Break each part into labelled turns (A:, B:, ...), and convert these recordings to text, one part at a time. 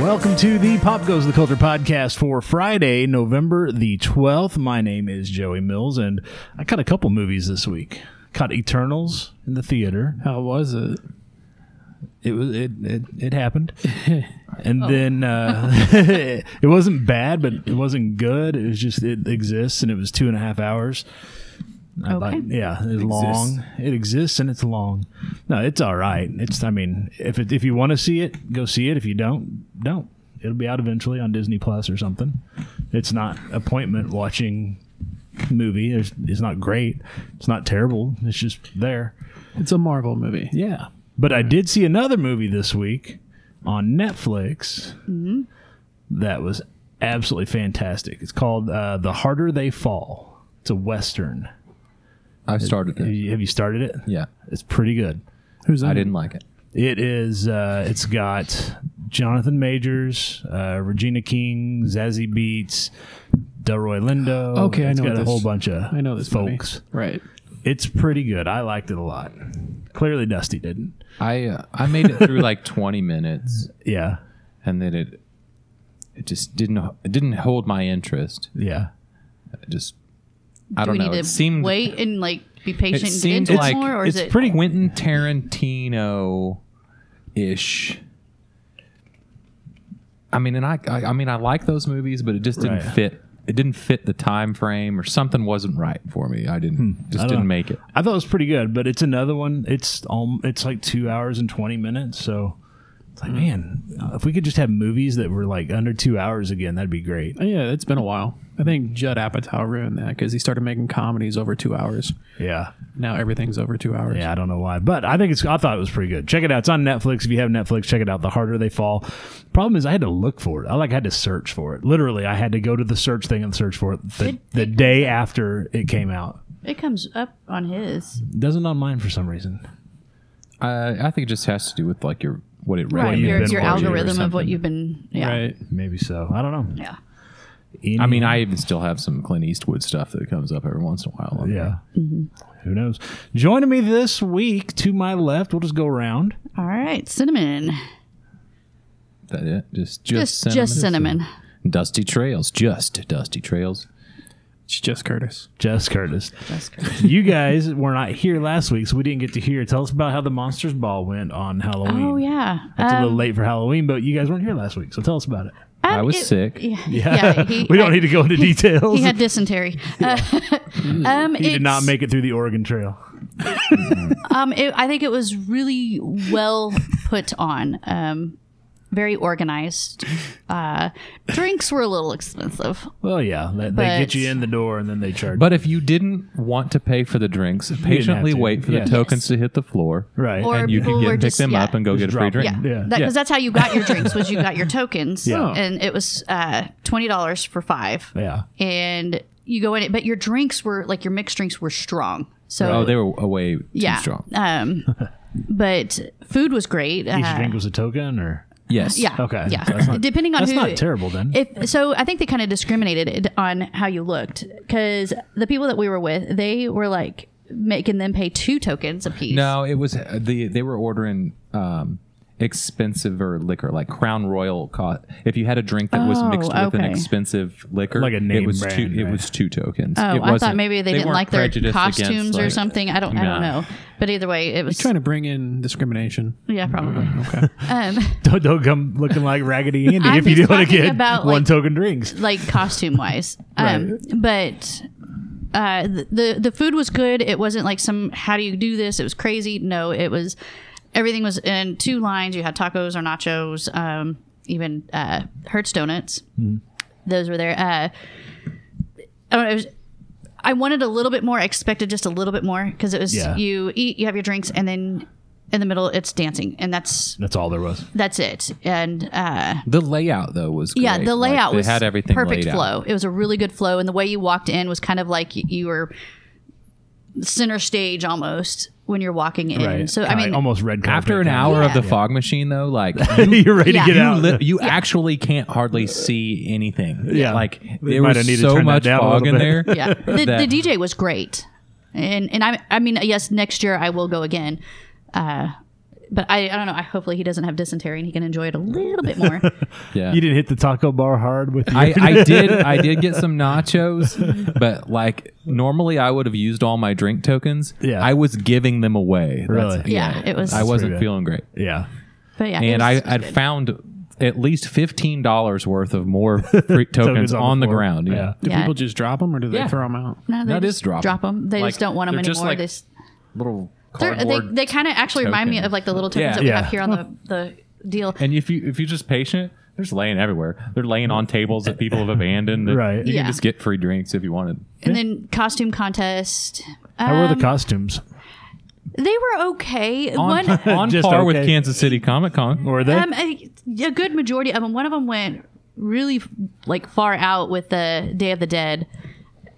A: Welcome to the Pop Goes the Culture podcast for Friday, November the 12th. My name is Joey Mills, and I caught a couple movies this week. Caught Eternals in the theater.
B: How was it?
A: It was it it, it happened, and then uh, it wasn't bad, but it wasn't good. It was just it exists, and it was two and a half hours. I
C: Okay.
A: like- yeah, it's long. It exists and it's long. No, it's all right. It's I mean, if it, if you want to see it, go see it. If you don't, don't. It'll be out eventually on Disney Plus or something. It's not appointment watching movie. It's, it's not great. It's not terrible. It's just there.
B: It's a Marvel movie.
A: Yeah. But I did see another movie this week on Netflix that was absolutely fantastic. It's called uh, The Harder They Fall. It's a Western.
D: I started
A: Have
D: it.
A: you, have you started it? Mm.
D: Yeah,
A: It's pretty good.
B: Who's in
D: I
B: it?
D: didn't like it.
A: It is, uh, it's got Jonathan Majors, uh, Regina King, Zazie Beats, Delroy Lindo.
B: Okay, I
A: It's
B: know
A: got
B: what
A: a
B: this-
A: whole bunch of
B: I know this
A: folks.
B: movie. Right.
A: It's pretty good. I liked it a lot. Clearly, Dusty didn't.
D: I uh, I made it through like 20 minutes,
A: Yeah.
D: and then it it just didn't it didn't hold my interest.
A: Yeah.
D: It just I
C: Do
D: don't
C: we
D: know.
C: need
D: it
C: to
D: seemed
C: wait and like be
D: it
C: patient and get
D: seemed
C: into it
D: like
C: more, or
D: it's
C: is it
D: pretty Quentin Tarantino ish. I mean, and I, I I mean I like those movies, but it just didn't
A: Right.
D: fit. It didn't fit the time frame, or something wasn't right for me. I didn't just
A: Hmm. I don't
D: didn't
A: know.
D: make it.
A: I thought it was pretty good, but it's another one. It's um, it's like two hours and twenty minutes. So it's
D: Hmm.
A: like, man, uh, if we could just have movies that were like under two hours again, that'd be great.
B: Yeah, it's been a while. I think Judd Apatow ruined that because he started making comedies over two hours.
A: Yeah,
B: Now everything's over two hours.
A: yeah. I don't know why, but I think it's. I thought it was pretty good. Check it out. It's on Netflix. If you have Netflix, check it out. The harder they fall. Problem is, I had to look for it. I like had to search for it. Literally, I had to go to the search thing and search for it the,
C: It-
A: the day after it came out.
C: it comes up on his
A: Doesn't on mine for some reason.
D: I, I think it just has to do with like your what it
C: right?
A: you've
C: Your,
A: been
C: your
A: watching or
C: algorithm of what
D: something.
C: you've been, yeah,
B: Right.
A: Maybe so. I don't know.
C: yeah.
A: Any-
D: I mean, I even still have some Clint Eastwood stuff that comes up every once in a while. on
A: Yeah.
C: Mm-hmm.
A: Who knows? Joining me this week to my left, we'll just go around.
C: All right, cinnamon,
D: That it just
C: just
D: just
C: just,
D: cinnamon.
C: cinnamon.
D: Dusty trails, just dusty trails.
B: It's just Curtis.
A: Jess Curtis.
C: That's correct.
A: you guys were not here last week, so we didn't get to hear. Tell us about how the Monsters Ball went on Halloween.
C: oh yeah,
A: It's a
C: Um,
A: little late for Halloween, but you guys weren't here last week, so tell us about it.
D: I was sick.
C: Yeah,
A: Yeah.
C: yeah, he-
A: we don't
C: I-
A: need to go into details.
C: He had dysentery. Uh, um,
A: He did not make it through the Oregon Trail.
C: Um, it, I think it was really well put on. Um, very organized. Uh, drinks were a little expensive.
A: Well, yeah, they, they
C: But-
A: get you in the door and then they charge.
D: But if you didn't want to pay for the drinks, patiently
A: to.
D: wait for
A: Yeah.
D: the tokens to hit the floor,
A: right,
C: Or-
D: and you
C: people
D: can get
C: were
D: pick
C: just-
D: them
C: yeah.
D: up and go
A: Just
D: get a free
A: drop
D: drink.
C: Yeah,
A: Yeah.
C: because
D: Yeah.
C: that's how you got your drinks was you got your tokens.
A: Yeah.
C: and it was uh, twenty dollars for five.
A: yeah,
C: and you go in it, but your drinks were like your mixed drinks were strong. So
D: Oh, they were away too
C: yeah,
D: strong.
C: Um, but food was great.
A: each
C: Uh,
A: drink was a token, or
D: Yes.
C: yeah.
A: Okay.
C: Yeah.
A: So that's not-
C: Depending on
A: that's
C: who.
A: not terrible then.
C: If, so I think they kind of discriminated it on how you looked because the people that we were with, they were like making them pay two tokens a piece.
D: No, it was uh, the they were ordering um expensive or liquor like Crown Royal cost. If you had a drink that was
C: Oh,
D: mixed with an
C: okay.
D: expensive liquor,
A: Like a name
D: it was
A: brand,
D: two
A: right?
D: it was two tokens.
C: Oh,
D: it
C: I thought
D: wasn't-
C: maybe they, didn't
D: weren't
C: like their
D: prejudiced against,
C: costumes or
D: like-
C: something. I don't. I don't
D: Nah.
C: know. But either way, it was
B: Trying to bring in discrimination.
C: yeah, probably.
B: Okay.
C: Um,
A: don't, don't come looking like Raggedy Andy
C: I'm
A: if you do
C: just
A: it
C: talking
A: again.
C: about,
A: one
C: like-
A: token drinks.
C: like costume wise. Um, but uh, th- the the food was good. It wasn't like some how do you do this? It was crazy. No, it was everything was in two lines. You had tacos or nachos, um, even uh, Hertz donuts. Those were there. Uh, I don't know, it was. I wanted a little bit more. I expected just a little bit more because it was
A: Yeah.
C: you eat, you have your drinks, and then in the middle it's dancing, and that's
A: That's all there was.
C: that's it. And uh,
D: The layout though was great.
C: yeah, the
D: Like,
C: layout
D: they
C: was
D: had everything
C: perfect
D: laid out.
C: flow. It was a really good flow, and the way you walked in was kind of like y- you were center stage almost when you're walking in.
A: Right.
C: So I
A: Kinda
C: mean,
A: almost red carpet.
D: After an
A: kinda.
D: hour of
C: Yeah.
D: the fog machine though, like
A: you're ready
C: Yeah.
A: to get
C: You
D: you,
A: out.
D: li- you actually can't hardly see anything.
A: Yeah.
D: like
A: We
D: there
A: might
D: was
A: have needed to
D: so
A: turn that
D: much
A: down a
D: fog
A: little
D: in
A: bit.
D: there.
C: yeah, the, the
D: That-
C: DJ was great, and and I I mean yes, next year I will go again. Uh, But I, I don't know. I hopefully he doesn't have dysentery and he can enjoy it a little bit more.
D: Yeah.
A: You didn't hit the taco bar hard with your
D: I, I did I did get some nachos, but like normally I would have used all my drink tokens.
A: Yeah.
D: I was giving them away. That's-
A: Really?
C: yeah, it was.
D: I wasn't
A: good.
D: feeling great.
A: yeah.
C: But yeah, it
D: And
C: was-
D: I
C: it was
D: had
C: good.
D: found at least fifteen dollars worth of more freak tokens, on, the,
A: floor.
D: ground.
A: yeah.
B: Do
C: Yeah.
B: people just drop them or do they
D: Yeah.
B: throw them out?
C: No, they
D: That
C: just
D: is drop 'em.
C: Drop them. They
D: Like,
C: just don't want them
D: they're
C: anymore.
D: just like
C: they s-
D: Little
C: they're- they,
D: cardboard.
C: they kind of actually remind me
D: token.
C: of like the little tokens
D: Yeah.
C: that we
A: Yeah.
C: have here on the, the deal.
D: and if you if you're just patient, they're just laying everywhere. They're laying on tables that people have abandoned. that
A: Right.
D: You
C: Yeah.
D: can just get free drinks if you wanted.
C: And then costume contest.
A: How were
C: Um,
A: the costumes?
C: They were okay.
D: On,
C: One,
D: on
A: Just
D: par with
A: okay.
D: Kansas City Comic Con.
A: Were they?
C: um, a, a good majority of them. One of them went really like far out with the Day of the Dead,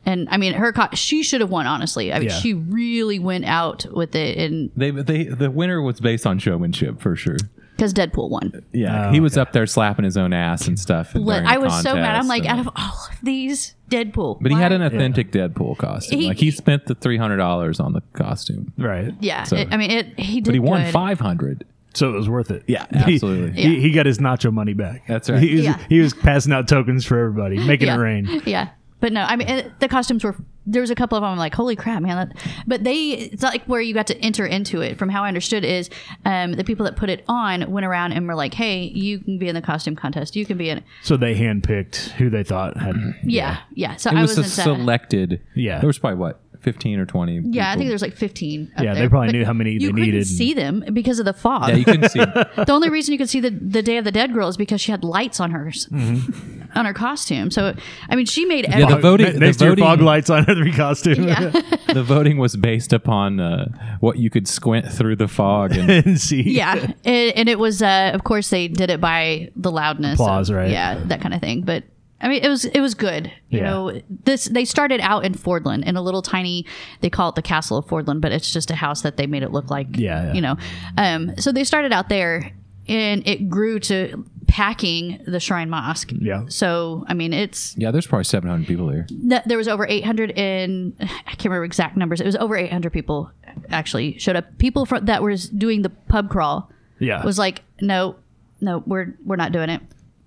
C: and I mean, her co- she should have won. Honestly, I mean,
A: Yeah.
C: she really went out with it, and
D: They, they the winner was based on showmanship for sure.
C: because Deadpool won.
D: Yeah,
A: Oh,
D: he was up there slapping his own ass and stuff. and
C: Like,
D: during the
C: I was so mad. I'm
D: contest
C: like,
D: and-
C: out of all of these, Deadpool.
D: but he had
C: why?
D: an authentic Deadpool costume.
C: He-
D: like he spent the three hundred dollars on the costume,
A: right.
C: Yeah,
D: so-
C: it- I mean, it. He did.
D: but he won
C: good.
D: five hundred.
A: So it was worth it.
D: Yeah,
A: He-
D: absolutely.
A: He, he got his nacho money back.
D: That's right.
A: He was,
C: Yeah.
A: he was passing out tokens for everybody, making
C: yeah.
A: it rain.
C: Yeah, but no, I mean it, the costumes were. There was a couple of them. I'm like, holy crap, man! That, but they, it's not like where you got to enter into it. From how I understood, is um, the people that put it on went around and were like, hey, you can be in the costume contest. You can be in. it."
A: So they handpicked who they thought had.
C: Yeah, yeah. So
D: It
C: I
D: was
C: was
D: a
C: not
D: selected.
A: Yeah.
D: there was probably what fifteen or twenty.
C: Yeah, I think
D: people.
C: there's like 15. up
A: Yeah, they
C: there.
A: probably
C: But
A: knew how many
C: you
A: they
C: couldn't
A: needed.
C: see them because of the fog.
D: Yeah, you couldn't see.
C: the only reason you could see the, the Day of the Dead girl is because she had lights on hers,
A: Mm-hmm.
C: on her costume. So I mean, she made every,
D: Yeah, the voting. The
A: Next to your
D: voting,
A: fog lights on every costume
C: yeah.
D: the voting was based upon uh, what you could squint through the fog and
A: and see.
C: yeah and, and it was uh of course they did it by the loudness
A: Applause,
C: of-
A: right.
C: yeah that kind of thing but i mean it was it was good you
A: Yeah.
C: know this they started out in fordland in a little tiny they call it the castle of fordland but it's just a house that they made it look like
A: Yeah, yeah.
C: you know um so they started out there and it grew to packing the shrine mosque
A: Yeah.
C: so i mean it's
D: yeah, there's probably seven hundred people there.
C: that there was over 800 and I can't remember exact numbers. It was over 800 people actually showed up. People fro- that was doing the pub crawl
A: Yeah.
C: was like, no, no, we're we're not doing it,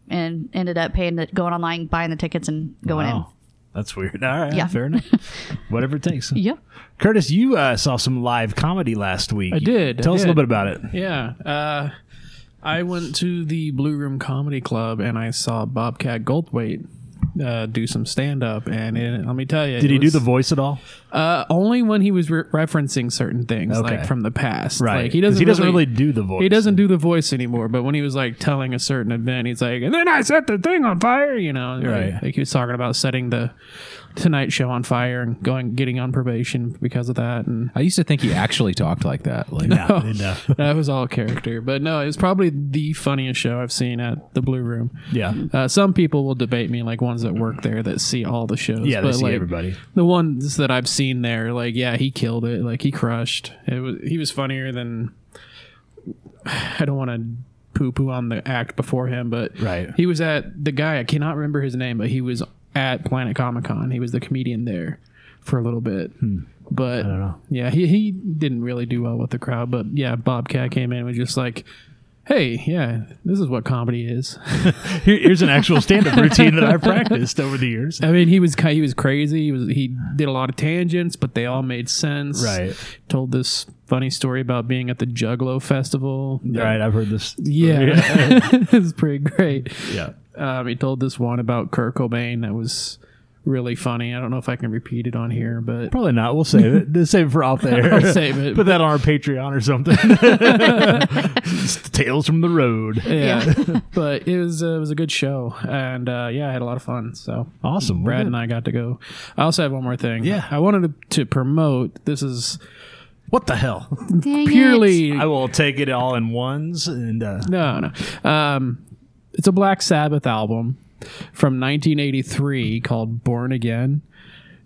C: and ended up paying the going online, buying the tickets, and going
A: Wow. Oh, That's weird. All right.
C: Yeah.
A: Fair enough. Whatever it takes.
C: in. Yep.
A: Curtis, you uh, saw some live comedy last week.
B: I did, I
A: Tell us a
B: did.
A: little bit about it.
B: Yeah. Uh, I went to the Blue Room Comedy Club and I saw Bobcat Goldthwait uh, do some stand up. And it, let me tell you,
A: Did he do the voice at all?
B: Uh, only when he was re- referencing certain things
A: Okay.
B: like from the past.
A: Right.
B: Like, he
A: 'Cause
B: doesn't.
A: he doesn't really do the voice.
B: He doesn't do the voice anymore. But when he was like telling a certain event, he's like, and then I set the thing on fire. You know, like-
A: Right.
B: Like, he was talking about setting the Tonight Show on fire and going getting on probation because of that. And
D: I used to think he actually talked like that. Like,
B: Oh.
A: No. no.
B: that was all character. But no, it was probably the funniest show I've seen at the Blue Room.
A: Yeah.
B: Uh, some people will debate me, like ones that work there that see all the shows.
A: Yeah, they see
B: like,
A: everybody.
B: The ones that I've seen there, like yeah, he killed it. Like he crushed. It was he was funnier than. I don't want to poo-poo on the act before him, but
A: Right.
B: he was at the guy. I cannot remember his name, but he was at Planet Comic Con. He was the comedian there for a little bit. But
A: Hmm. know.
B: yeah, he, he didn't really do well with the crowd. But yeah, Bobcat came in and was just like, hey, yeah, this is what comedy is.
A: Here- here's an actual stand up routine that I've practiced over the years.
B: I mean, he was ki- he was crazy. He was he did a lot of tangents, but they all made sense.
A: Right.
B: Told this funny story about being at the Juggalo Festival.
A: Right. I've heard this.
B: Yeah, it was pretty great.
A: Yeah.
B: Um, he told this one about Kurt Cobain that was really funny. I don't know if I can repeat it on here, but
A: Probably not. We'll save it. Just save it for out there.
B: save it.
A: Put that on our Patreon or something. It's Tales from the Road.
B: yeah, but it was uh, it was a good show, and uh, yeah, I had a lot of fun. So
A: Awesome.
B: Brad and I got to go. I also have one more thing.
A: Yeah.
B: I wanted to, to promote. This is
A: What the hell?
C: Dang it.
B: purely
A: I will take it all in ones and uh,
B: No, no. Um, it's a Black Sabbath album from 1983 called Born Again.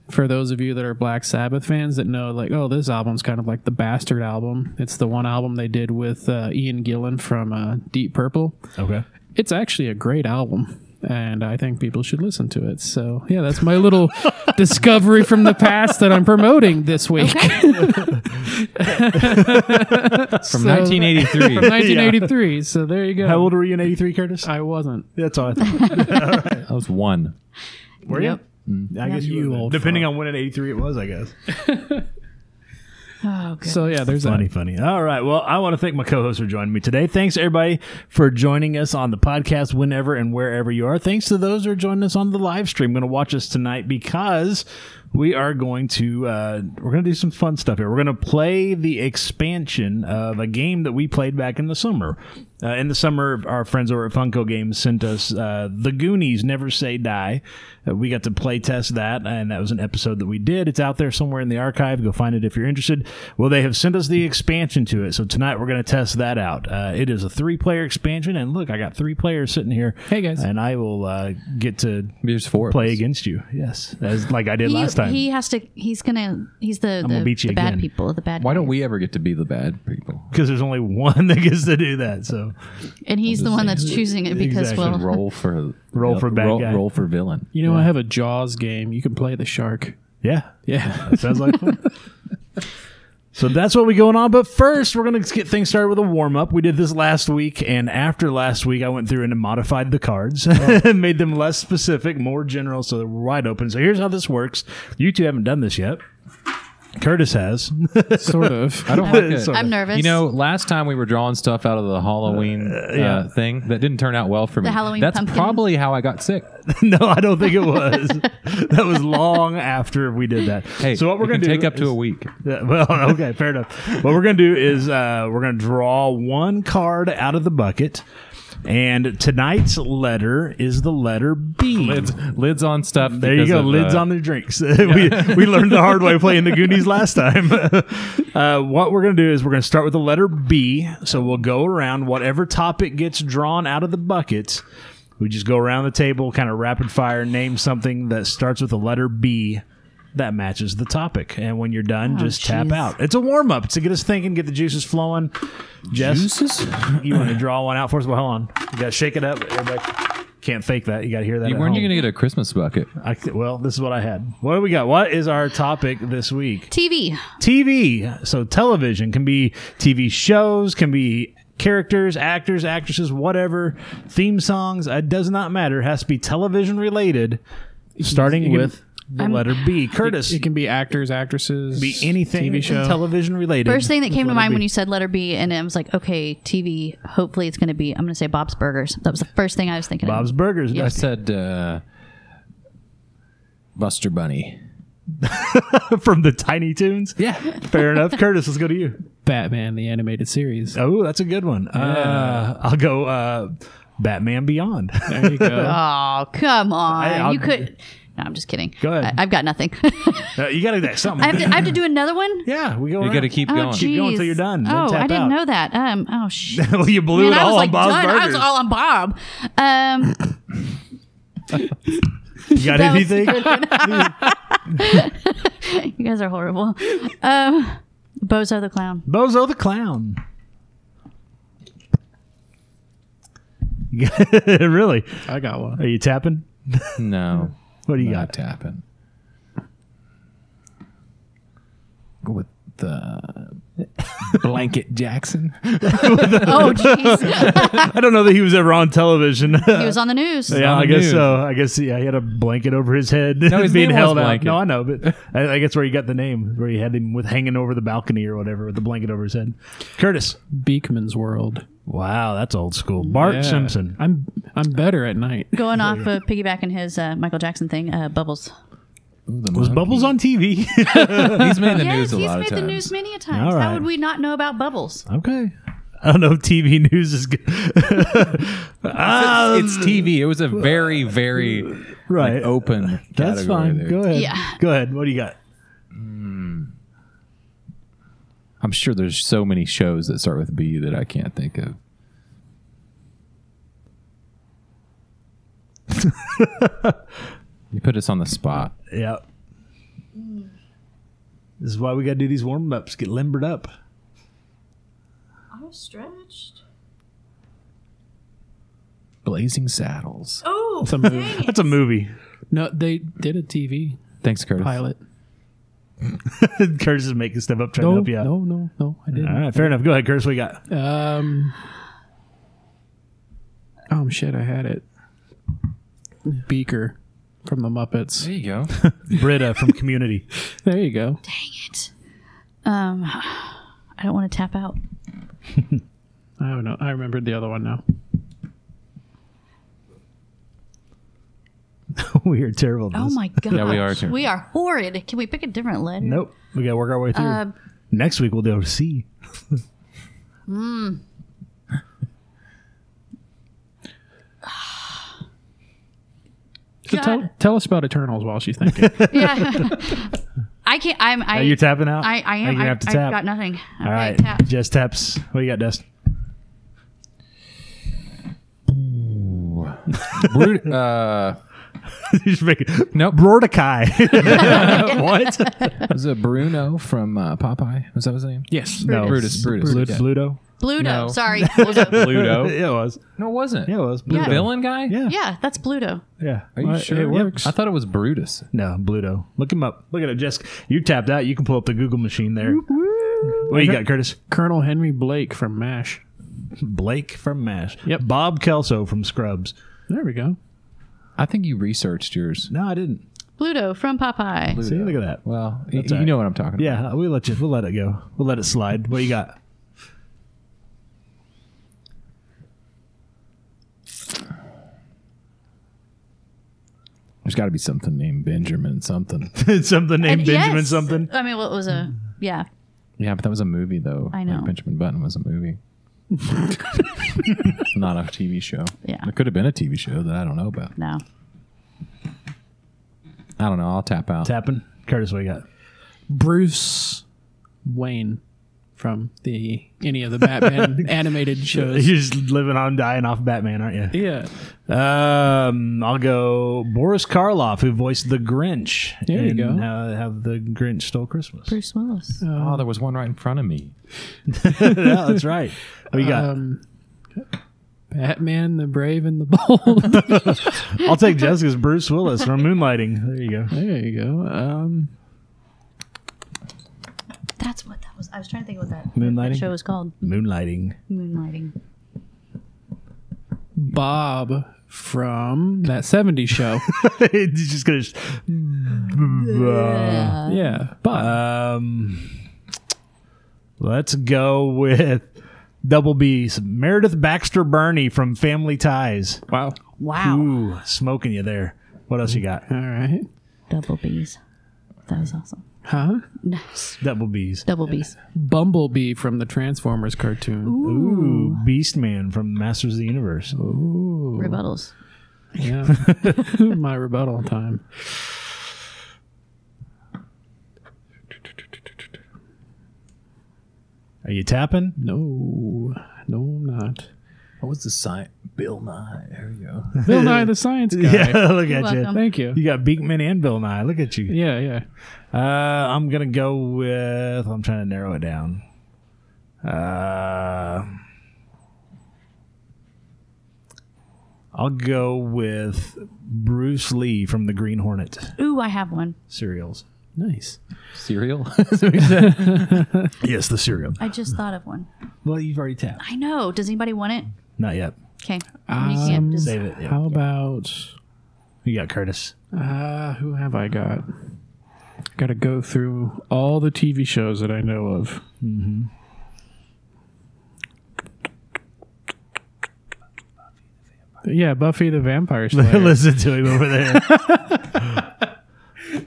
B: For those of you that are Black Sabbath fans that know, like, oh, this album's kind of like the Bastard album. It's the one album they did with uh, Ian Gillan from uh, Deep Purple.
A: okay.
B: It's actually a great album. and I think people should listen to it. So yeah, that's my little discovery from the past that I'm promoting this week.
D: From
B: So-
D: 1983.
B: 1983. So there you go.
A: How old were you in '83, Curtis?
B: I wasn't.
A: That's all I thought.
D: I was one.
A: Were
C: Yep.
A: you? Hmm. I guess
B: You
A: you,
B: old
A: old. Depending on when in '83 it was, I guess.
C: Oh, good.
B: So yeah, there's
A: Funny, funny. All right. Well, I want to thank my co-hosts for joining me today. Thanks everybody for joining us on the podcast, whenever and wherever you are. Thanks to those who are joining us on the live stream. Going to watch us tonight because we are going to uh, we're going to do some fun stuff here. We're going to play the expansion of a game that we played back in the summer. Uh, in the summer, our friends over at Funko Games sent us uh, the Goonies: Never Say Die. Uh, we got to play test that, and that was an episode that we did. It's out there somewhere in the archive. Go find it if you're interested. Well, they have sent us the expansion to it, so tonight we're going to test that out. Uh, it is a three-player expansion, and look, I got three players sitting here.
B: Hey, guys.
A: and I will uh, get to
D: There's four. of
A: play
D: us.
A: against you. Yes, as like I did
C: he,
A: last time.
C: he has to. He's gonna. He's the
A: gonna
C: the,
A: beat you
C: the bad
A: again.
C: people. The bad.
D: Why don't we ever get to be the bad people?
A: because there's only one that gets to do that. So
C: And he's the one that's choosing it because
A: Exactly.
C: well,
D: Roll for
A: Roll for bad
D: roll,
A: guy.
D: roll for villain.
B: You know, I have a Jaws game. You can play the shark.
A: yeah,
B: Yeah.
A: sounds like fun. So that's what we going on. But first, we're going to get things started with a warm up. We did this last week, and after last week, I went through and modified the cards,
D: Oh.
A: and made them less specific, more general, so they're wide open. So here's how this works. You two haven't done this yet. Curtis has.
B: sort of.
D: I don't like it.
A: Sorry.
C: I'm nervous.
D: You know, last time we were drawing stuff out of the Halloween uh,
A: yeah.
D: thing that didn't turn out well for me.
C: Halloween
D: That's
C: pumpkin.
D: probably how I got sick.
A: no, I don't think it was. that was long after we did that.
D: Hey,
A: so what we're
D: it
A: going
D: can
A: to do
D: take up to
A: is-
D: a week.
A: Yeah, well, okay, fair enough. What we're going to do is uh, we're going to draw one card out of the bucket, and tonight's letter is the letter B.
D: Lids, lids on stuff. uh,
A: there you go, lids on their drinks. we, we learned the hard way playing the Goonies last time. uh, what we're going to do is we're going to start with the letter B. So we'll go around whatever topic gets drawn out of the bucket. We just go around the table, kind of rapid fire, name something that starts with the letter B that matches the topic. And when you're done,
D: Oh,
A: just tap
C: jeez.
A: out. It's a warm up to get us thinking, get the juices flowing. Jess, you want to draw one out for us? Well, hold on. You got to shake it up. Everybody can't fake that. You got to hear that. at
D: Weren't you
A: home.
D: going to get a Christmas bucket?
A: I, th- well, this is what I had. What do we got? What is our topic this week?
C: TV.
A: TV. So television can be TV shows, can be characters, actors, actresses, whatever. Theme songs. It does not matter. It has to be television related. Starting
B: you can-
A: with the letter B. Curtis.
B: It can be actors, actresses,
A: be anything
B: TV show.
A: television related.
C: First thing that came to
A: letter
C: mind
A: B.
C: when you said letter B, and I was like, okay, TV. Hopefully, it's gonna be. I'm gonna say Bob's Burgers. That was the first thing I was thinking. of.
A: Bob's Burgers.
D: I
C: Yep.
D: said uh, Buster Bunny.
A: from the Tiny Toons.
D: Yeah.
A: Fair enough. Curtis, let's go to you.
B: Batman the animated series.
A: Oh, that's a good one. Uh, I'll go uh, Batman Beyond.
B: There you go.
C: Oh come on!
A: I- I'll-
C: you could. No, I'm just kidding.
A: Go ahead.
C: I, have got nothing.
A: Uh, you got to do something.
C: I have to. I have to do another one.
A: yeah, we go.
D: You got to
A: around.
D: keep
C: Oh,
D: going.
A: Keep going till
C: jeez.
A: you're done, then
C: Oh,
A: tap
C: I didn't
A: out.
C: know that. Um. Oh shit.
A: well, you blew
C: Man,
A: it
C: I
A: all
C: was
A: on
C: like
A: Bob's
C: done. I was
A: Burgers.
C: all on Bob. Um.
A: you got
C: that was
A: anything?
C: You guys are horrible. Um, Bozo the clown.
A: Bozo the clown. really?
B: I got one.
A: Are you tapping?
D: No,
A: What do you
D: not
A: got?
D: tapping. Go with the blanket Jackson.
C: Oh, jeez.
A: I don't know that he was ever on television.
C: he was on the news.
A: yeah,
D: on
A: I
D: the
A: guess
D: news.
A: so. I guess yeah, he had a blanket over his head,
D: No, his
A: being
D: name was
A: held out.
D: Blanket.
A: No, I know, but I, I guess where he got the name, where he had him with hanging over the balcony or whatever, with the blanket over his head. Curtis.
B: Beekman's World.
A: Wow, that's old school. Bart
B: Yeah.
A: Simpson.
B: I'm I'm better at night.
C: Going off of piggybacking his uh, Michael Jackson thing, uh, Bubbles.
A: Was Bubbles on TV?
D: He's made the news
C: yes,
D: a
C: he's
D: lot
C: made
D: of times.
C: the news many a times.
A: All right.
C: How would we not know about Bubbles?
A: okay. I don't know if TV news is good. Ah,
D: it's TV. It was a very, very
A: right.
D: like, open.
A: That's
D: category
A: fine.
D: there.
A: Go ahead.
C: Yeah.
A: Go ahead. What do you got?
D: I'm sure there's so many shows that start with B that I can't think of. you put us on the spot.
A: Yeah. Mm. This is why we got to do these warm ups. Get limbered up.
C: I was stretched.
B: Blazing Saddles.
C: Oh,
B: It's a movie.
A: That's a movie.
B: No, they did a TV
D: Thanks, Curtis.
B: pilot.
A: Curtis is making step up trying
B: No,
A: to help you out.
B: no, no, no, I
A: All
B: didn't.
A: right, fair enough. Go ahead, Curtis. What you got?
B: Um. Oh shit! I had it. Beaker from the Muppets.
D: There you go.
A: Britta from Community.
B: There you go.
C: dang it. Um, I don't want to tap out.
B: I don't know. I remembered the other one now.
A: we are terrible. At
C: Oh
A: this.
C: my god.
D: Yeah, we are too.
C: We are horrid. Can we pick a different letter?
A: Nope. We got to work our way through.
C: Um,
A: Next week we'll do C.
B: So
C: God.
B: tell, tell us about Eternals while she's thinking.
C: yeah. I can't. I'm. I,
A: Are you tapping out?
C: I, I
A: You're
C: am.
A: gonna
C: I,
A: have to
C: I've
A: tap.
C: got nothing.
A: All right.
C: Tap.
A: Just taps. What you got, Dustin?
D: Brut- uh,
A: You're just making
D: Nope.
A: Brodekai. what?
D: was it Bruno from uh, Popeye? Was that his name?
B: yes.
A: No.
D: Brutus. Brutus.
A: Blu-
D: yeah.
A: Bluto.
C: Bluto.
D: No.
C: Sorry. Bluto.
D: Bluto.
A: Yeah, it was.
D: no, it wasn't.
A: Yeah, it was.
D: The
A: Bluto.
D: villain guy.
A: Yeah.
C: yeah, that's Bluto.
A: Yeah.
D: Are you
A: Well,
D: sure?
A: It works.
D: I thought it was Brutus.
A: No, Bluto. Look him up. Look at it, Jessica. You tapped out. You can pull up the Google machine there. What you got, Curtis?
B: Colonel Henry Blake from MASH.
A: Blake from MASH.
B: Yep.
A: Bob Kelso from Scrubs.
B: There we go.
D: I think you researched yours.
A: No, I didn't.
C: Bluto from Popeye.
A: See, look at that.
D: Well, y-
A: That's
D: you
A: all right.
D: know what I'm talking about.
A: Yeah, we let you. We'll let it go. We'll let it slide. What you got?
D: There's got to be something named Benjamin something.
A: something named
C: And
A: Benjamin
C: yes.
A: something.
C: I mean, what was a yeah?
D: yeah, but that was a movie though.
C: I
D: Like,
C: know.
D: Benjamin Button was a movie. Not a TV show.
C: Yeah.
D: It could have been a TV show that I don't know about.
C: No.
D: I don't know. I'll tap out.
A: Tapping. Curtis, what you got?
B: Bruce Wayne from the any of the Batman animated shows.
A: You're just living on dying off Batman, aren't you?
B: Yeah.
A: Um, I'll go Boris Karloff, who voiced the Grinch.
B: There you
A: in,
B: go.
A: Uh, have the Grinch stole Christmas.
C: Bruce Willis.
D: Oh, there was one right in front of me.
A: yeah, that's right. What you got?
B: Um, Batman, the Brave and the Bold.
A: I'll take Jessica's Bruce Willis from Moonlighting. There you go.
B: there you go. Um,
C: That's what that was. I was trying to think of what that,
A: Moonlighting?
C: that show was called.
A: Moonlighting.
C: Moonlighting.
B: Bob from that 70s show.
A: He's just gonna. sh-
C: Uh,
B: yeah. Bob.
A: Um, let's go with double B's Meredith Baxter Burney from Family Ties.
B: wow.
C: wow.
A: Ooh, smoking you there. What else you got?
B: All right.
C: Double B's. That was awesome.
B: Huh?
C: Nice.
A: Double B's.
C: Double B's.
B: Bumblebee from the Transformers cartoon.
A: Ooh, Beastman from Masters of the Universe.
C: Rebuttals.
B: Yeah. My rebuttal time.
A: Are you tapping?
B: No. No, I'm not.
D: What was the sign? Bill Nye. There you go.
B: Bill Nye the Science Guy.
A: Yeah, look at
C: welcome.
A: you.
B: Thank you.
A: You got Beakman and Bill Nye. Look at you.
B: Yeah, yeah.
A: Uh, I'm gonna go with. I'm trying to narrow it down. Uh, I'll go with Bruce Lee from the Green Hornet
C: Ooh, I have one.
A: cereals.
B: Nice.
D: Cereal.
A: Yes, the cereal.
C: I just thought of one.
A: Well, you've already tapped.
C: I know. Does anybody want it?
A: Not yet.
C: Okay.
B: Um,
C: you can't just.
A: Save it. Yeah.
B: How about
A: You got Curtis.
B: uh who have I got? Got to go through all the TV shows that I know of. Mm-hmm. Yeah, Buffy the Vampire Slayer.
A: Listen to him over there.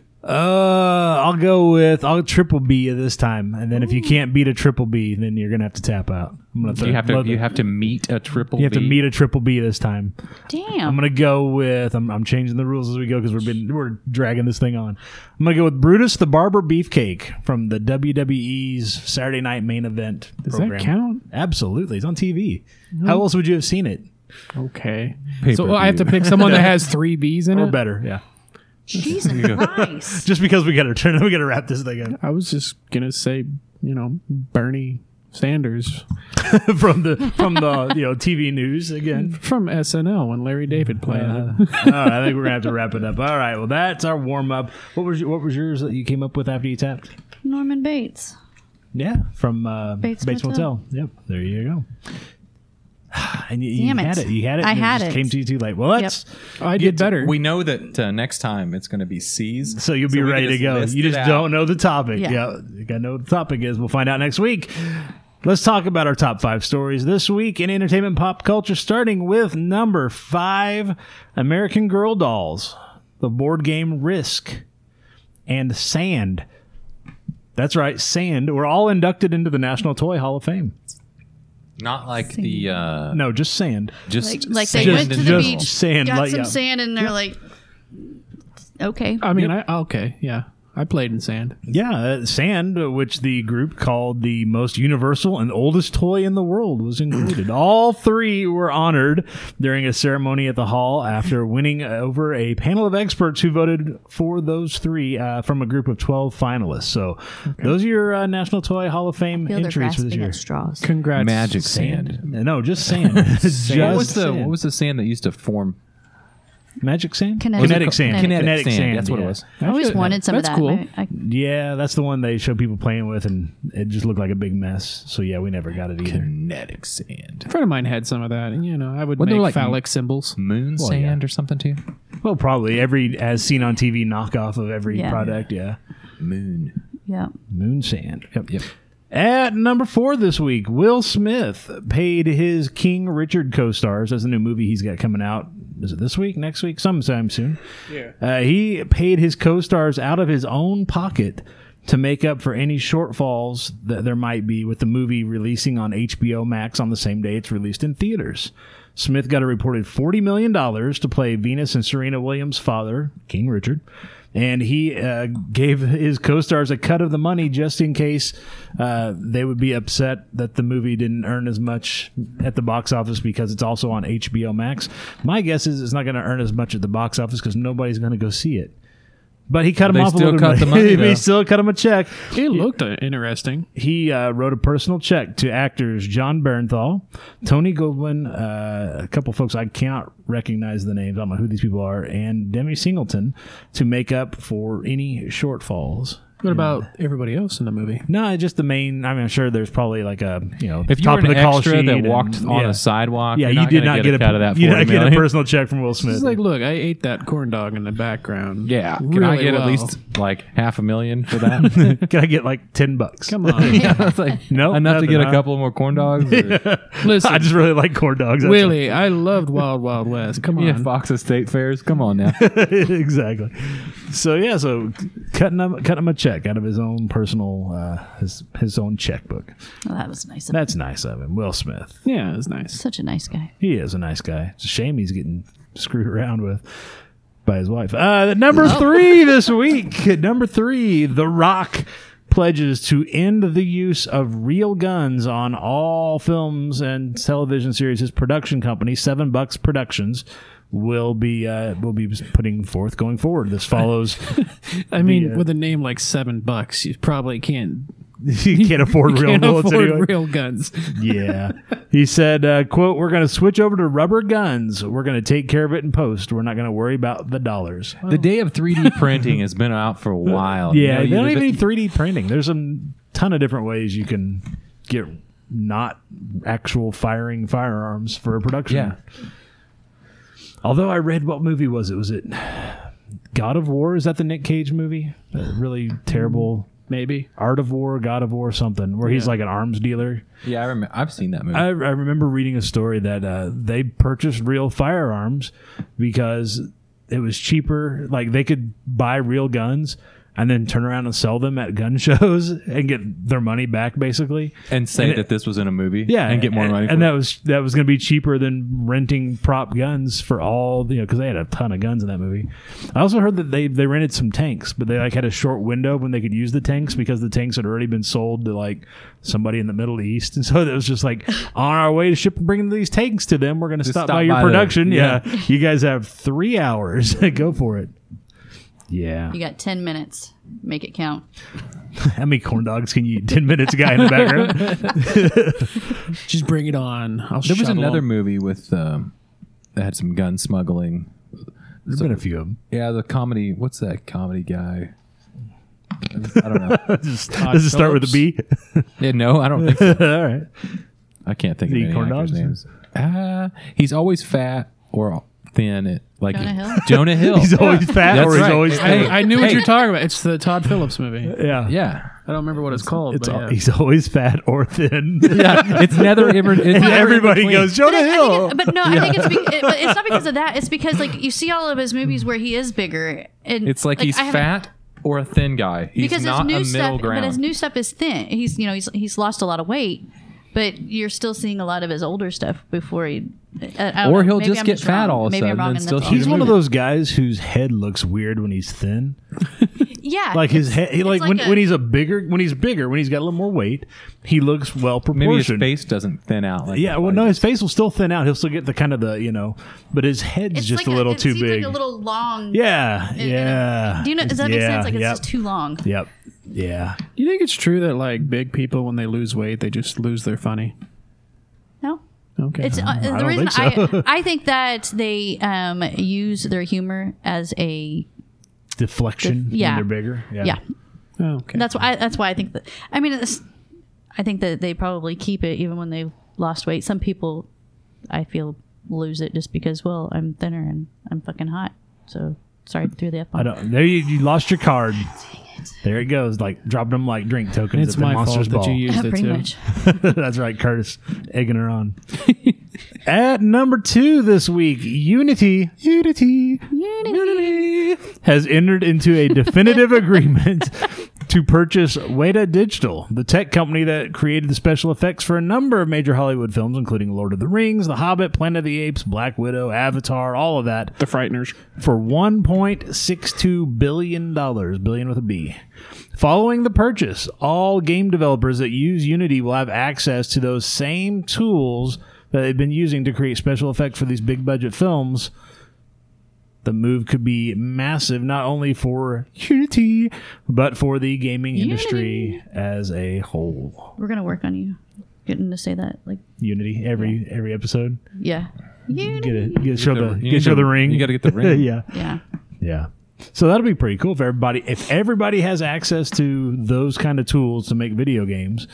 A: uh, I'll go with I'll triple B you this time, and then if you can't beat a triple B, then you're gonna have to tap out. I'm gonna
D: you have to.
A: load
D: You
A: it.
D: have to meet a triple.
A: You have to meet a triple B this time. I'm
C: Damn.
A: gonna go with. I'm, I'm changing the rules as we go because we're been we're dragging this thing on. I'm gonna go with Brutus the Barber Beefcake from the WWE's Saturday Night Main Event
B: Does
A: program.
B: that count?
A: Absolutely, it's on TV. How else would you have seen it
B: Okay. So
D: Pay-per-view.
B: I have to pick someone that has three B's in
A: or
B: it.
A: better? Yeah,
C: Jesus Christ.
A: just because we got to turn, we got to wrap this thing up.
B: I was just gonna say, you know, Bernie Sanders
A: from the from the you know TV news again.
B: from SNL when Larry David played
A: Uh,
B: it.
A: all right, I think we're gonna have to wrap it up. All right, well that's our warm up. What was your, what was yours that you came up with after you tapped?
C: Norman Bates.
A: Yeah, from uh, Bates,
C: Bates
A: Motel.
C: Motel.
A: Yep, there you go. And you,
C: Damn
A: you
C: it.
A: had it. You had it.
C: I
A: and
C: had
A: it. just
C: it.
A: Came to you too late. Well, that's
B: I did better.
D: We know that uh, next time it's going to be C's.
A: so you'll be
D: we can
A: ready to
D: just
A: go.
D: list
A: You
D: it
A: just
D: out.
A: don't know the topic. Yeah.
C: Yeah.
A: you gotta know what the topic is. We'll find out next week. Let's talk about our top five stories this week in entertainment pop culture, starting with number five: American Girl Dolls, the board game Risk, and Sand. That's right, Sand. We're all inducted into the National Toy Hall of Fame.
D: Not like the uh,
A: No, just Sand.
D: just
C: Like, like they
D: sand
C: went to
D: in
C: the
A: just
D: general.
C: beach,
A: sand,
C: got
A: like,
C: some
A: yeah.
C: sand, and they're like, okay.
B: I mean, I okay, yeah. I played in sand.
A: Yeah, uh, sand, uh, which the group called the most universal and oldest toy in the world, was included. All three were honored during a ceremony at the hall after winning uh, over a panel of experts who voted for those three uh, from a group of 12 finalists. So, those are your uh, National Toy Hall of Fame
C: Feel they're
A: entries for this
C: grasping
A: year. Uh,
C: at straws.
B: Congrats.
D: magic sand.
A: No, just sand. just
D: What was the
A: sand.
D: what was the sand that used to form?
A: magic sand?
C: Kinetic.
A: sand.
C: Kinetic
A: sand.
D: That's what
A: yeah.
D: it was.
C: I always
B: That's
C: wanted some of that.
B: cool.
C: I, I,
A: Yeah, that's the one they show people playing with, and it just looked like a big mess. So yeah, we never got it either.
D: Kinetic sand.
B: A friend of mine had some of that, and you know, I would
D: Wasn't there
B: make
D: like- Hmm.
B: phallic symbols.
D: Moon sand or something too.
A: Well, probably every as seen on TV knockoff of every
C: Yeah.
A: product. Yeah,
D: Moon.
C: yeah.
A: moon sand. Yep. Yep. At number four this week, Will Smith paid his King Richard co-stars. That's a new movie he's got coming out. Is it this week? Next week? Sometime soon. Yeah. Uh, he paid his co-stars out of his own pocket to make up for any shortfalls that there might be with the movie releasing on HBO Max on the same day it's released in theaters. Smith got a reported $40 million to play Venus and Serena Williams' father, King Richard, and he uh, gave his co stars a cut of the money just in case uh, they would be upset that the movie didn't earn as much at the box office because it's also on HBO Max. My guess is it's not going to earn as much at the box office because nobody's going to go see it. But he cut him
D: They
A: off
D: still
A: a little
D: cut
A: bit.
D: the money,
A: he
D: though.
A: still cut him a check
B: It looked uh, interesting.
A: he uh, wrote a personal check to actors John Bernthal, Tony Goldwyn, uh, a couple folks I cannot recognize the names. I don't know who these people are, and Demi Singleton to make up for any shortfalls.
D: Hmm.
B: What about everybody else in the movie?
A: No, just the main. I mean, I'm sure there's probably like a you know
D: If you
A: top
D: were
A: of
D: an
A: the call
D: extra
A: sheet
D: that
A: and-
D: walked on
A: yeah.
D: a sidewalk,
A: yeah,
D: you're
A: you did
D: gonna
A: not get,
D: a cut of that.
A: you did not
D: 40
A: get a
D: million.
A: personal check from Will Smith.
B: It's like, look, I ate that corn dog in the background.
D: Yeah, can I
B: Really
D: get at
B: well.
D: least like half a million for that?
A: Can I get like ten bucks?
B: Come on,
D: It's like
A: Nope,
D: enough
A: nothing,
D: to get
A: huh?
D: a couple more corn dogs. Or,
A: I
B: listen,
A: just really like corn dogs. that's
B: Willie, I loved Wild Wild West. Come on,
D: yeah, Fox's state fairs. Come on now.
A: exactly. So yeah, so cutting him, cutting him a check out of his own personal, uh, his his own checkbook.
C: Well, Oh, that was nice. of
A: That's nice of him, Will Smith.
B: yeah, it was nice.
C: Such a nice guy.
A: He is a nice guy. It's a shame he's getting screwed around with by his wife. Uh, number three this week. Number three, The Rock pledges to end the use of real guns on all films and television series. His production company, Seven Bucks Productions. Will be uh, will be putting forth going forward. This follows
B: I mean,
A: uh,
B: with a name like Seven Bucks, you probably can't,
A: you can't afford real
B: can't
A: bullets
B: afford
A: anyway.
B: real guns.
A: yeah. He said, uh, quote, we're going to switch over to rubber guns. We're going to take care of it in post. We're not going to worry about the dollars.
D: the day of 3D printing has been out for a while. You
A: yeah,
D: know,
A: they
D: you
A: don't
D: look
A: even
D: at-
A: need 3D printing. There's a ton of different ways you can get not actual firing firearms for a production.
D: Yeah.
A: Although I read what movie was it? Was it God of War? Is that the Nick Cage movie? That really terrible
B: Maybe
A: Art of War, God of War, something where he's
B: Yeah.
A: like an arms dealer.
D: Yeah, I remember. I've seen that movie.
A: I, I remember reading a story that uh, they purchased real firearms because it was cheaper. Like they could buy real guns and then turn around and sell them at gun shows and get their money back, basically.
D: and say
A: and it-
D: that this was in a movie.
A: Yeah,
D: and get more money.
A: And
D: for
A: that was that was going to be cheaper than renting prop guns for all the- you know because they had a ton of guns in that movie. I also heard that they they rented some tanks, but they like had a short window when they could use the tanks because the tanks had already been sold to like somebody in the Middle East, and so it was just like on our way to ship bringing these tanks to them. We're going to stop,
D: stop
A: by your
D: by the-
A: production.
D: yeah.
A: yeah, you guys have three hours. Go for it. Yeah.
C: You got 10 minutes. Make it count.
A: How many corn dogs can you eat? 10 minutes, guy in the background.
B: Just bring it on. I'll
D: There was
B: shuttle
D: another
B: 'em.
D: movie with um, that had some gun smuggling.
A: There's been a few of them.
D: Yeah, the comedy. What's that comedy guy? I don't know.
A: Just, does it start with a B?
D: yeah, no, I don't think so.
A: All right.
D: I can't think of
A: The
D: any
A: corn
D: actors'
A: dogs?
D: names. Uh, he's always fat or thin. At, like
C: Jonah Hill?
D: Jonah Hill.
A: He's always fat
D: That's
A: or he's
D: right.
A: always
D: Hey.
A: fat.
B: I, I knew what
D: Hey.
B: you're talking about. It's the Todd Phillips movie. I
A: Yeah.
D: yeah.
B: don't remember what it's called.
A: It's
B: but
A: al-
B: yeah.
A: He's always fat or thin.
D: yeah, it's neither. Ever, it's never in
A: Everybody
D: between.
A: goes, Jonah
C: I think
A: Hill.
C: it- but no, I think it's be- it, but it's not because of that. It's because like you see all of his movies where he is bigger, and
D: It's like, he's
C: I haven't-
D: fat or a thin guy. He's
C: because
D: not
C: his new
D: a middle
C: stuff,
D: ground.
C: but his new stuff is thin. He's you know he's he's lost a lot of weight, but you're still seeing a lot of his older stuff before he. uh, I- I don't
D: Or
C: know.
D: he'll
C: Maybe
D: just
C: I'm
D: get fat
C: wrong.
D: all of a
C: Maybe I'm
D: sudden
C: wrong
D: and
C: that's
D: still
C: all.
D: shoot
A: He's one of those guys whose head looks weird when he's thin.
C: Yeah,
A: Like his head, he, like,
C: like
A: when,
C: a-
A: when he's a bigger, when he's bigger, when he's got a little more weight, he looks well
D: Maybe his
A: proportioned.
D: face doesn't thin out. Like
A: yeah,
D: that,
A: well,
D: like-
A: no, his face will still thin out. He'll still get the kind of the you know, but his head's
C: it's
A: just
C: like
A: a little
C: it
A: too
C: seems
A: big.
C: Like a little long.
A: yeah,
C: and a-
A: yeah.
C: Do you know? Does that make
A: Yeah,
C: sense? Like it's
A: yep,
C: just too long.
A: Yep. Yeah.
B: Do you think it's true that like big people when they lose weight they just lose their funny?
C: No.
B: Okay.
C: It's uh, the
A: don't
C: reason
A: think so.
C: I I think that they um, use their humor as a
A: Deflection.
C: yeah.
A: When they're bigger. Yeah.
C: yeah.
B: Oh, okay.
C: That's why I, that's why I think that I mean it's, I think that they probably keep it even when they've lost weight. Some people I feel lose it just because well I'm thinner and I'm fucking hot. So sorry threw the F
A: I
C: bomb.
A: don't. There you, you lost your card. There it goes. Like dropping them like drink tokens
B: it's
A: at the
B: my
A: monsters ball.
B: fault that you used it
C: Pretty
B: too.
C: much.
A: That's right, Curtis egging her on. At number two this week, Unity, Unity, Unity has entered into a definitive agreement to purchase Weta Digital, the tech company that created the special effects for a number of major Hollywood films, including Lord of the Rings, The Hobbit, Planet of the Apes, Black Widow, Avatar, all of that
B: The Frighteners.
A: for 1.62 billion dollars, billion with a B. Following the purchase, all game developers that use Unity will have access to those same tools that they've been using to create special effects for these big budget films. The move could be massive not only for Unity, but for the gaming industry as a whole.
C: We're gonna work on you getting to say that like
A: Unity every every episode.
C: yeah
A: Get a get a show the, get
D: you
A: a
D: need
A: show the ring.
D: You got to get the ring.
A: yeah.
C: yeah.
A: Yeah. So that'll be pretty cool if everybody if everybody has access to those kind of tools to make video games.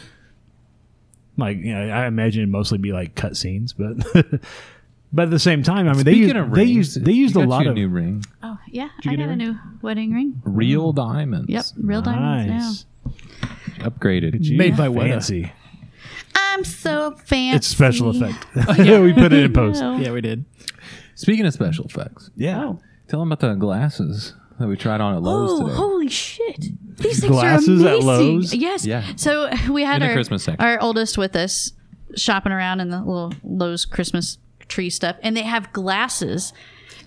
A: Like you know, I imagine it'd mostly be like cutscenes, but but at the same time, I mean they
D: Speaking
A: used,
D: of
A: they
D: rings,
A: used they
D: you
A: used a
D: got
A: lot
D: you
A: of
D: new ring,
C: Oh yeah,
A: you get
C: I got
A: a
C: a
A: ring?
C: new wedding ring.
D: real diamonds.
C: Yep, real diamonds now.
A: nice
D: upgraded.
B: Made by Weta.
A: fancy.
C: I'm so fancy.
A: It's special effect.
C: Oh,
A: Yeah, we put it in post.
C: No.
B: Yeah, we did.
D: Speaking of special effects,
A: Yeah.
D: tell them about the glasses that we tried on at Lowe's
C: Oh,
D: today.
C: holy shit. These things
A: Glasses
C: are
A: at
C: amazing.
A: Lowe's?
C: Yes.
D: Yeah.
C: So uh, we had
D: In the
C: our
D: Christmas section.
C: our oldest with us shopping around in the little Lowe's Christmas tree stuff and they have glasses.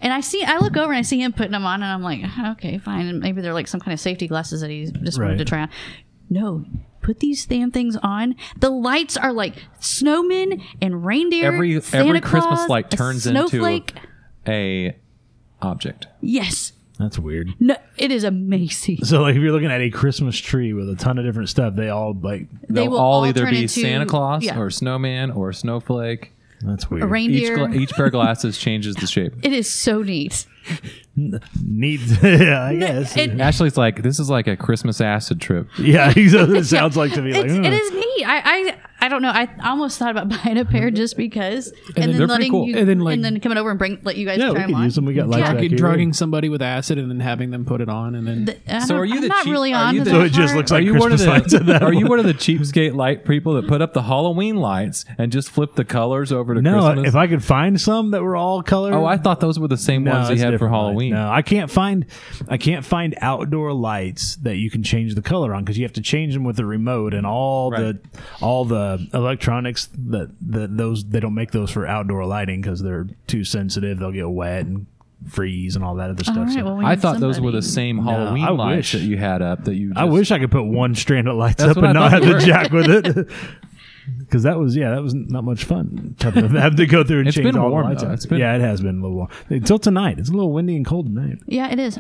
C: And I see I look over and I see him putting them on and I'm like, okay, fine. And maybe they're like some kind of safety glasses that he just
A: Right.
C: wanted to try on. No. Put these damn things on. The lights are like snowmen and reindeer.
D: Every
C: Santa
D: every Christmas
C: Claus,
D: light
C: a
D: turns into
C: snowflake.
D: a object.
C: Yes.
A: That's weird.
C: No, it is amazing.
A: So like if you're looking at a Christmas tree with a ton of different stuff, they all like
C: They
D: They'll
C: will
D: all
C: all
D: either
C: turn
D: be
C: into-
D: Santa Claus
C: yeah.
D: or snowman or snowflake.
A: that's weird.
C: A
D: Each
C: reindeer.
D: gla- each pair of glasses changes the shape.
C: It is so neat.
A: Needs yeah, I guess.
C: It,
D: Ashley's like, this is like a Christmas acid trip.
A: yeah, it sounds like to me like hmm.
C: it's,
A: "Ugh."
C: it is neat. I, I I don't know. I almost thought about buying a pair just because, and,
D: they're pretty
C: then letting
D: cool.
C: you,
B: And
C: and
B: then,
C: then,
B: like-
C: coming over and bring let you guys
A: Yeah,
C: try
A: we
C: them
A: could
C: on.
A: use them. We got lights
C: Yeah.
A: back here.
B: Drugging, drugging somebody with acid and then having them put it on and then
C: The- I
D: So
C: don't-
D: are you
C: I'm
D: the
C: not
D: cheap-
C: really
D: are
C: on
D: you
C: to
D: the-
A: So
C: that
A: it just
C: part.
A: looks
D: Are
A: like
D: you one of
A: Christmas lights at
D: the
A: that
D: Are you
A: one.
D: one of the cheapskate light people that put up the Halloween lights and just flip the colors over to
A: No,
D: Christmas?
A: if I could find some that were all colored.
D: oh, I thought those were the same
A: no,
D: ones they
A: that's
D: had for
A: different light.
D: Halloween.
A: No, I can't find I can't find outdoor lights that you can change the color on because you have to change them with the remote and all
D: Right.
A: the all the electronics that, that those they don't make those for outdoor lighting because they're too sensitive. They'll get wet and freeze and all that other stuff.
C: All
A: So
C: right, well, we
D: I
C: need
D: thought those were the
C: somebody.
D: same Halloween
A: I
D: lights
A: wish.
D: that you had up that you. Just,
A: I wish I could put one strand of lights up
D: what I
A: and not have
D: thought they
A: to
D: were.
A: jack with it. Because that was yeah, that was not much fun. Having to, have to go through and
D: It's
A: change
D: been
A: all
D: warm,
A: the lights.
D: though.
A: out.
D: It's been-
A: yeah, it has been a little warm until tonight. It's a little windy and cold tonight.
C: Yeah, it is.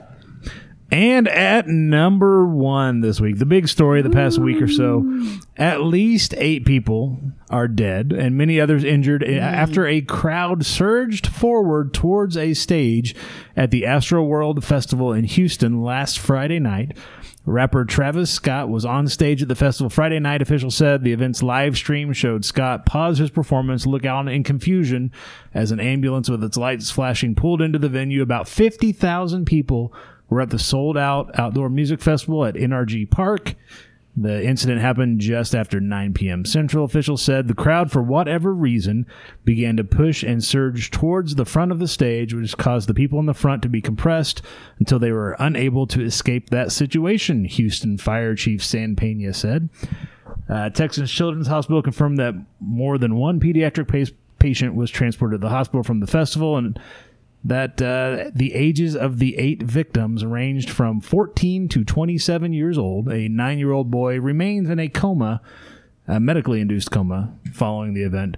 A: And at number one this week, the big story of the past week or so, at least eight people are dead and many others injured a- after a crowd surged forward towards a stage at the Astro World Festival in Houston last Friday night. Rapper Travis Scott was on stage at the festival Friday night, officials said. The event's live stream showed Scott pause his performance, look out in confusion as an ambulance with its lights flashing pulled into the venue. About 50,000 people were at the sold out outdoor music festival at NRG Park. The incident happened just after 9 p.m. Central. Officials said the crowd, for whatever reason, began to push and surge towards the front of the stage, which caused the people in the front to be compressed until they were unable to escape that situation, Houston Fire Chief San Pena said. Uh, Texas Children's Hospital confirmed that more than one pediatric pa- patient was transported to the hospital from the festival and that uh, the ages of the eight victims ranged from 14 to 27 years old. A nine year old boy remains in a coma, a medically induced coma, following the event.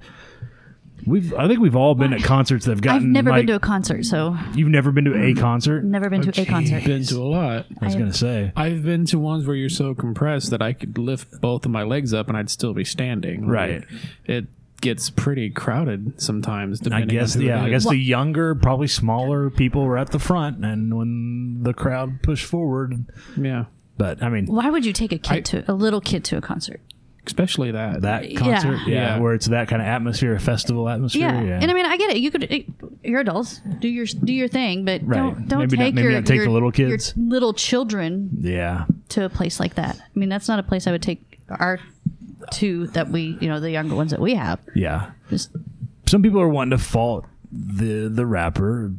A: We've, I think we've all been at concerts that have
C: I've
A: gotten.
C: never
A: like,
C: been to a concert, so
A: You've never been to a concert. Oh,
C: never been to a concert.
B: Been to a lot.
A: I was
C: I-
A: gonna say.
B: I've been to ones where you're so compressed that I could lift both of my legs up and I'd still be standing.
A: Right.
B: It gets pretty crowded sometimes.
A: I
B: Depending
A: guess
B: on who
A: yeah.
B: it
A: I
B: is.
A: guess the younger, probably smaller people were at the front, and when the crowd pushed forward,
B: yeah.
A: but I mean
C: Why would you take a kid to a little kid to a concert?
B: Especially that.
A: that concert, yeah,
B: Yeah.
A: where it's that kind of atmosphere, festival atmosphere,
C: Yeah.
A: yeah.
C: and I mean, I get it. You could, it, you're adults, do your do your thing, but
A: Right.
C: don't don't
A: Maybe not-
C: take
A: maybe
C: your
A: not take
C: your-
A: the little
C: your
A: kids.
C: little children
A: yeah,
C: to a place like that. I mean, that's not a place I would take our two that we, you know, the younger ones that we have.
A: yeah.
C: Just
A: Some people are wanting to fault the the rapper.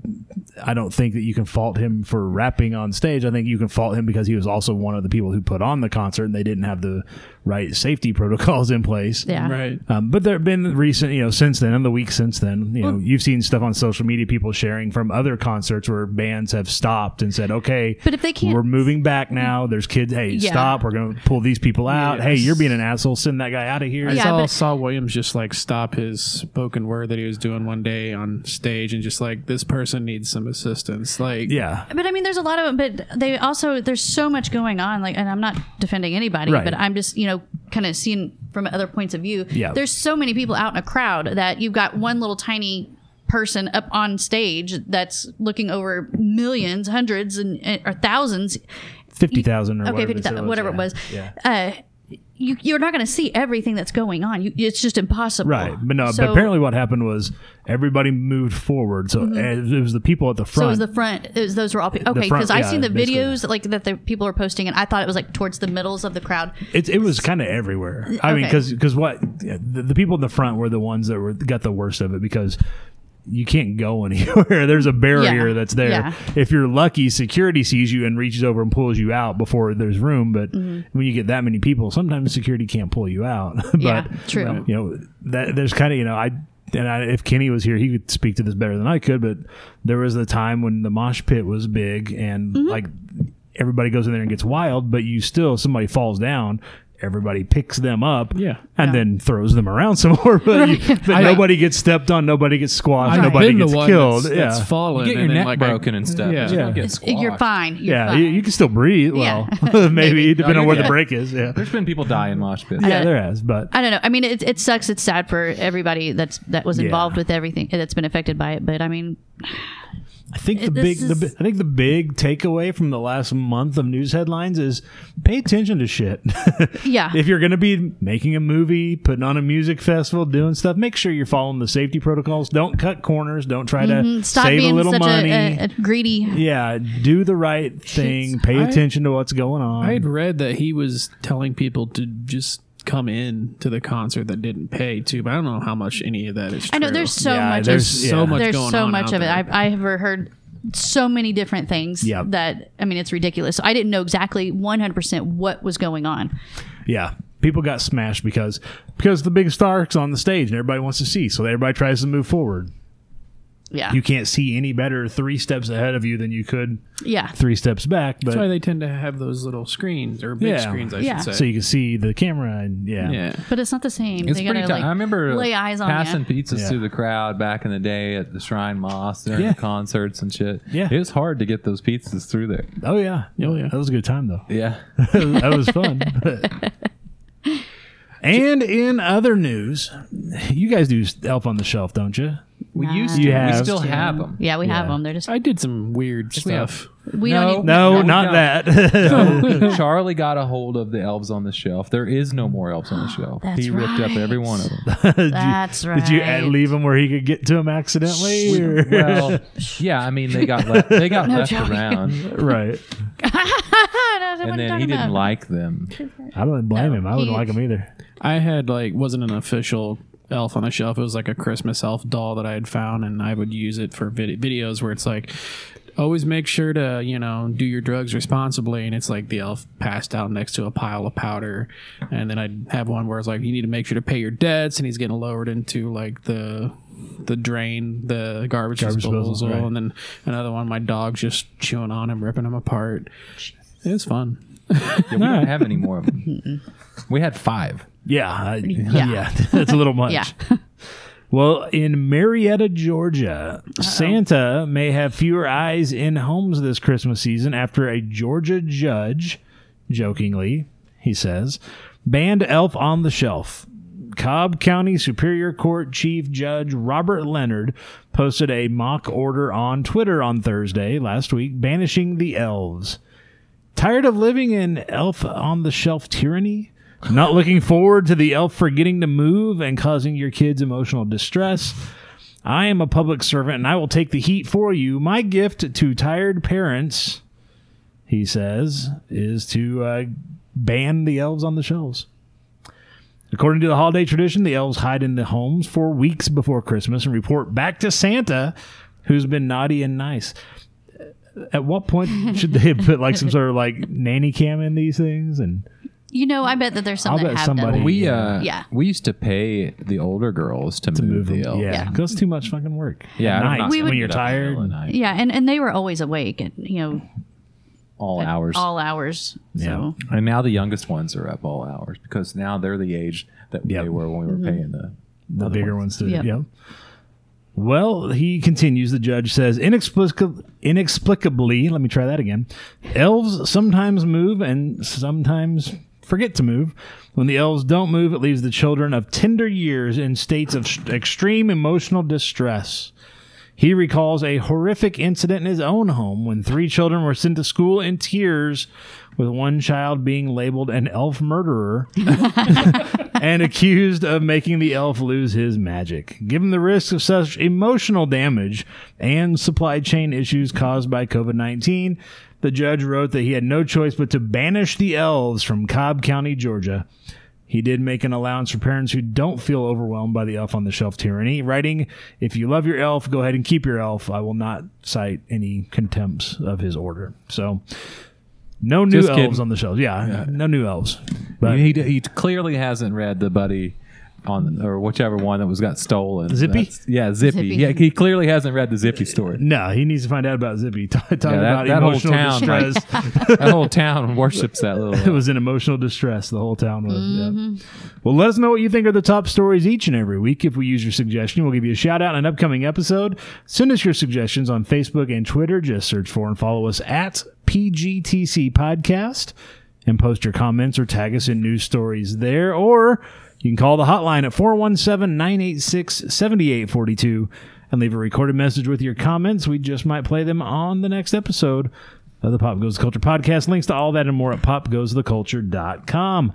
A: I don't think that you can fault him for rapping on stage. I think you can fault him because he was also one of the people who put on the concert, and they didn't have the right safety protocols in place.
C: yeah,
B: Right.
A: Um, but there have been recent, you know, since then, and the week since then, you know, you've seen stuff on social media, people sharing from other concerts where bands have stopped and said, okay,
C: But if they can't-
A: we're moving back now. There's kids. Hey,
C: Yeah.
A: stop. We're going to pull these people out.
B: Yes.
A: Hey, you're being an asshole. Send that guy out of here.
B: I
C: Yeah,
B: saw
C: but-
B: Saul Williams just like stop his spoken word that he was doing one day on stage and just like this person needs some assistance. Like
A: Yeah.
C: But I mean, there's a lot of, but they also there's so much going on. Like, and I'm not defending anybody,
A: Right.
C: but I'm just you know kind of seeing from other points of view.
A: Yeah.
C: There's so many people out in a crowd that you've got one little tiny person up on stage that's looking over millions, hundreds, and and- or thousands.
A: 50,000 or
C: Okay,
A: whatever,
C: 50,
A: so
C: whatever it was.
A: Yeah.
C: Uh, you, you're not going to see everything that's going on. You, it's just impossible.
A: Right. But no,
C: So-
A: but apparently what happened was everybody moved forward. So uh, it was the people at the
C: Mm-hmm. So it
A: front.
C: was the front. It was, those were all pe- okay
A: front,
C: because I
A: yeah,
C: seen the
A: basically.
C: videos like that the people were posting, and I thought it was like towards the middles of the crowd.
A: It, it was kind of everywhere. I mean,
C: okay.
A: because what the, the people in the front were the ones that were got the worst of it because you can't go anywhere. There's a barrier
C: Yeah.
A: that's there.
C: Yeah.
A: If you're lucky, security sees you and reaches over and pulls you out before there's room. But
C: Mm-hmm.
A: when you get that many people, sometimes security can't pull you out. but
C: Yeah, true. Right.
A: You know that there's kind of you know I. And I, if Kenny was here, he could speak to this better than I could. But there was the time when the mosh pit was big, and like everybody goes in there and gets wild, but you still somebody falls down, everybody picks them up,
B: Yeah.
A: and then throws them around some more. But, you- but
B: I-
A: nobody gets stepped on, nobody gets squashed,
B: I've
A: nobody
B: been
A: gets
B: the one
A: killed.
B: That's,
A: yeah,
B: that's fallen.
D: get your
B: and then,
D: neck
B: like, I-
D: broken and stuff.
B: Yeah.
D: Just don't get
C: It's- You're
D: squashed.
C: fine. You're
A: yeah,
C: fine.
A: you, you can still breathe.
C: Yeah.
A: Well, maybe, depending
D: No,
A: on
D: you're
A: where the
D: good.
A: break is. Yeah,
D: There's been people die in mosh pits.
A: yeah,
C: I-
A: there has, but
C: I don't know. I mean, it, it sucks. It's sad for everybody that's that was
A: Yeah.
C: involved with everything that's been affected by it. But I mean,
A: I think the
C: It-
A: big,
C: this
A: the, bi-
C: is-
A: I think the big takeaway from the last month of news headlines is pay attention to shit.
C: Yeah.
A: If you're going to be making a movie, putting on a music festival, doing stuff, make sure you're following the safety protocols. Don't cut corners. Don't try to
C: Mm-hmm. stop
A: save a
C: being
A: little
C: such
A: money.
C: a, a, a greedy.
A: yeah, do the right thing. Pay
B: I-
A: attention to what's going on.
B: I had read that he was telling people to just come in to the concert that didn't pay too, but I don't know how much any of that is. True.
C: I know there's so
A: Yeah,
C: much.
A: there's-
C: of,
B: so
A: yeah.
B: much.
C: there's
B: going
C: so
B: on
C: much
B: out
C: of it.
B: there.
C: I've I've heard so many different things
A: Yep.
C: that I mean, it's ridiculous. I didn't know exactly 100 percent what was going on.
A: Yeah. People got smashed because because the big star's on the stage and everybody wants to see, so everybody tries to move forward.
C: Yeah.
A: You can't see any better three steps ahead of you than you could
C: yeah.
A: three steps back. But
B: That's why they tend to have those little screens or big
A: Yeah.
B: screens, I
C: Yeah.
B: should say.
A: so you can see the camera and yeah,
B: yeah.
C: But it's not the same.
D: It's
C: they
D: pretty
C: gotta
D: tough.
C: like
D: I remember
C: lay eyes on
D: passing
C: you.
D: pizzas
A: Yeah.
D: through the crowd back in the day at the Shrine Mosque during
A: Yeah.
D: concerts and shit.
A: Yeah.
D: It was hard to get those pizzas through there.
A: Oh yeah,
B: Oh, yeah.
A: That was a good time though.
D: Yeah.
A: that was fun. and in other news, you guys do Elf on the Shelf, don't you?
D: We used
A: You
D: to.
A: have-
D: we still have them.
C: Yeah, we have
A: Yeah.
C: them. They're just
B: I did some weird
D: we have-
B: stuff.
C: we
D: No.
C: don't even,
A: No,
D: we
A: not
D: don't.
A: that.
D: Charlie got a hold of the elves on the shelf. There is no more elves on the shelf.
C: That's
D: he ripped up every
C: right.
D: one of them.
A: did
C: That's
A: you, Did you
C: right.
A: ad- leave him where he could get to him accidentally? or-
D: well, yeah, I mean they got left, they got
C: No,
D: left
C: Joey.
D: around,
A: right.
C: I
D: and
C: don't know what you're
D: then he
C: talking
D: didn't
C: about.
D: like them.
A: I don't blame him. I wouldn't
C: he-
A: like him either.
B: I had like wasn't an official elf on the shelf. It was like a Christmas elf doll that I had found, and I would use it for vid- videos where it's like, always make sure to you know do your drugs responsibly. And it's like the elf passed out next to a pile of powder, and then I'd have one where it's like you need to make sure to pay your debts, and he's getting lowered into like the the drain, the garbage,
A: Garbage
B: disposal,
A: disposal, right.
B: and then another one my dog's just chewing on him, ripping him apart. It was fun.
D: Yeah, we don't have any more of them. we had five.
A: Yeah, I, yeah.
C: Yeah.
A: that's a little much.
C: Yeah.
A: Well, in Marietta, Georgia, Santa may have fewer eyes in homes this Christmas season after a Georgia judge, jokingly, he says, banned Elf on the Shelf. Cobb County Superior Court Chief Judge Robert Leonard posted a mock order on Twitter on Thursday last week, banishing the elves. Tired of living in elf on the shelf tyranny? Not looking forward to the elf forgetting to move and causing your kids emotional distress? I am a public servant and I will take the heat for you. My gift to tired parents, he says, is to uh, ban the elves on the shelves. According to the holiday tradition, the elves hide in the homes for weeks before Christmas and report back to Santa, who's been naughty and nice. At what point should they put like some sort of like nanny cam in these things? And
C: You know, I bet that there's some
A: I'll
C: that
A: bet
C: have
A: somebody-
C: done.
D: We uh,
C: Yeah.
D: we used to pay the older girls to, move, the elves.
A: yeah,
C: Yeah.
A: because too much fucking work.
D: Yeah,
A: At
D: I'm
A: night,
D: not
A: when
D: gonna
A: you're
D: get up in the middle
A: tired.
D: of the night.
C: that. Yeah, and, and they were always awake at you know
D: all hours.
C: all hours. So
D: and now the youngest ones are up all hours because now they're the age that
A: Yep.
D: they were when we
C: Mm-hmm.
D: were paying the.
A: the bigger ones to
C: Yep.
A: yeah. Well, he continues. The judge says inexplicably, inexplicably. Let me try that again. Elves sometimes move and sometimes forget to move. When the elves don't move, it leaves the children of tender years in states of st- extreme emotional distress. He recalls a horrific incident in his own home when three children were sent to school in tears, with one child being labeled an elf murderer and accused of making the elf lose his magic. Given the risk of such emotional damage and supply chain issues caused by COVID 19, the judge wrote that he had no choice but to banish the elves from Cobb County, Georgia. He did make an allowance for parents who don't feel overwhelmed by the elf on the shelf tyranny, writing, If you love your elf, go ahead and keep your elf. I will not cite any contempts of his order. So, no new
D: Just
A: elves
D: kidding.
A: on the shelves. Yeah, no new elves. But
D: He, he clearly hasn't read the buddy. On or whichever one that was got stolen.
A: Zippy?
D: That's- yeah, Zippy.
C: Zippy.
D: Yeah, he clearly hasn't read the Zippy story.
A: No, he needs to find out about Zippy. T- talking
D: that-
A: about
D: that whole
A: emotional
D: town, like-
A: distress.
D: that whole town worships that little. uh,
A: it was in emotional distress. The whole town was. yeah. Well, let us know what you think are the top stories each and every week. If we use your suggestion, we'll give you a shout out in an upcoming episode. Send us your suggestions on Facebook and Twitter. Just search for and follow us at PGTC Podcast and post your comments or tag us in news stories there. Or you can call the hotline at 417 986 7842 and leave a recorded message with your comments. We just might play them on the next episode of the Pop Goes the Culture podcast. Links to all that and more at popgoestheculture.com.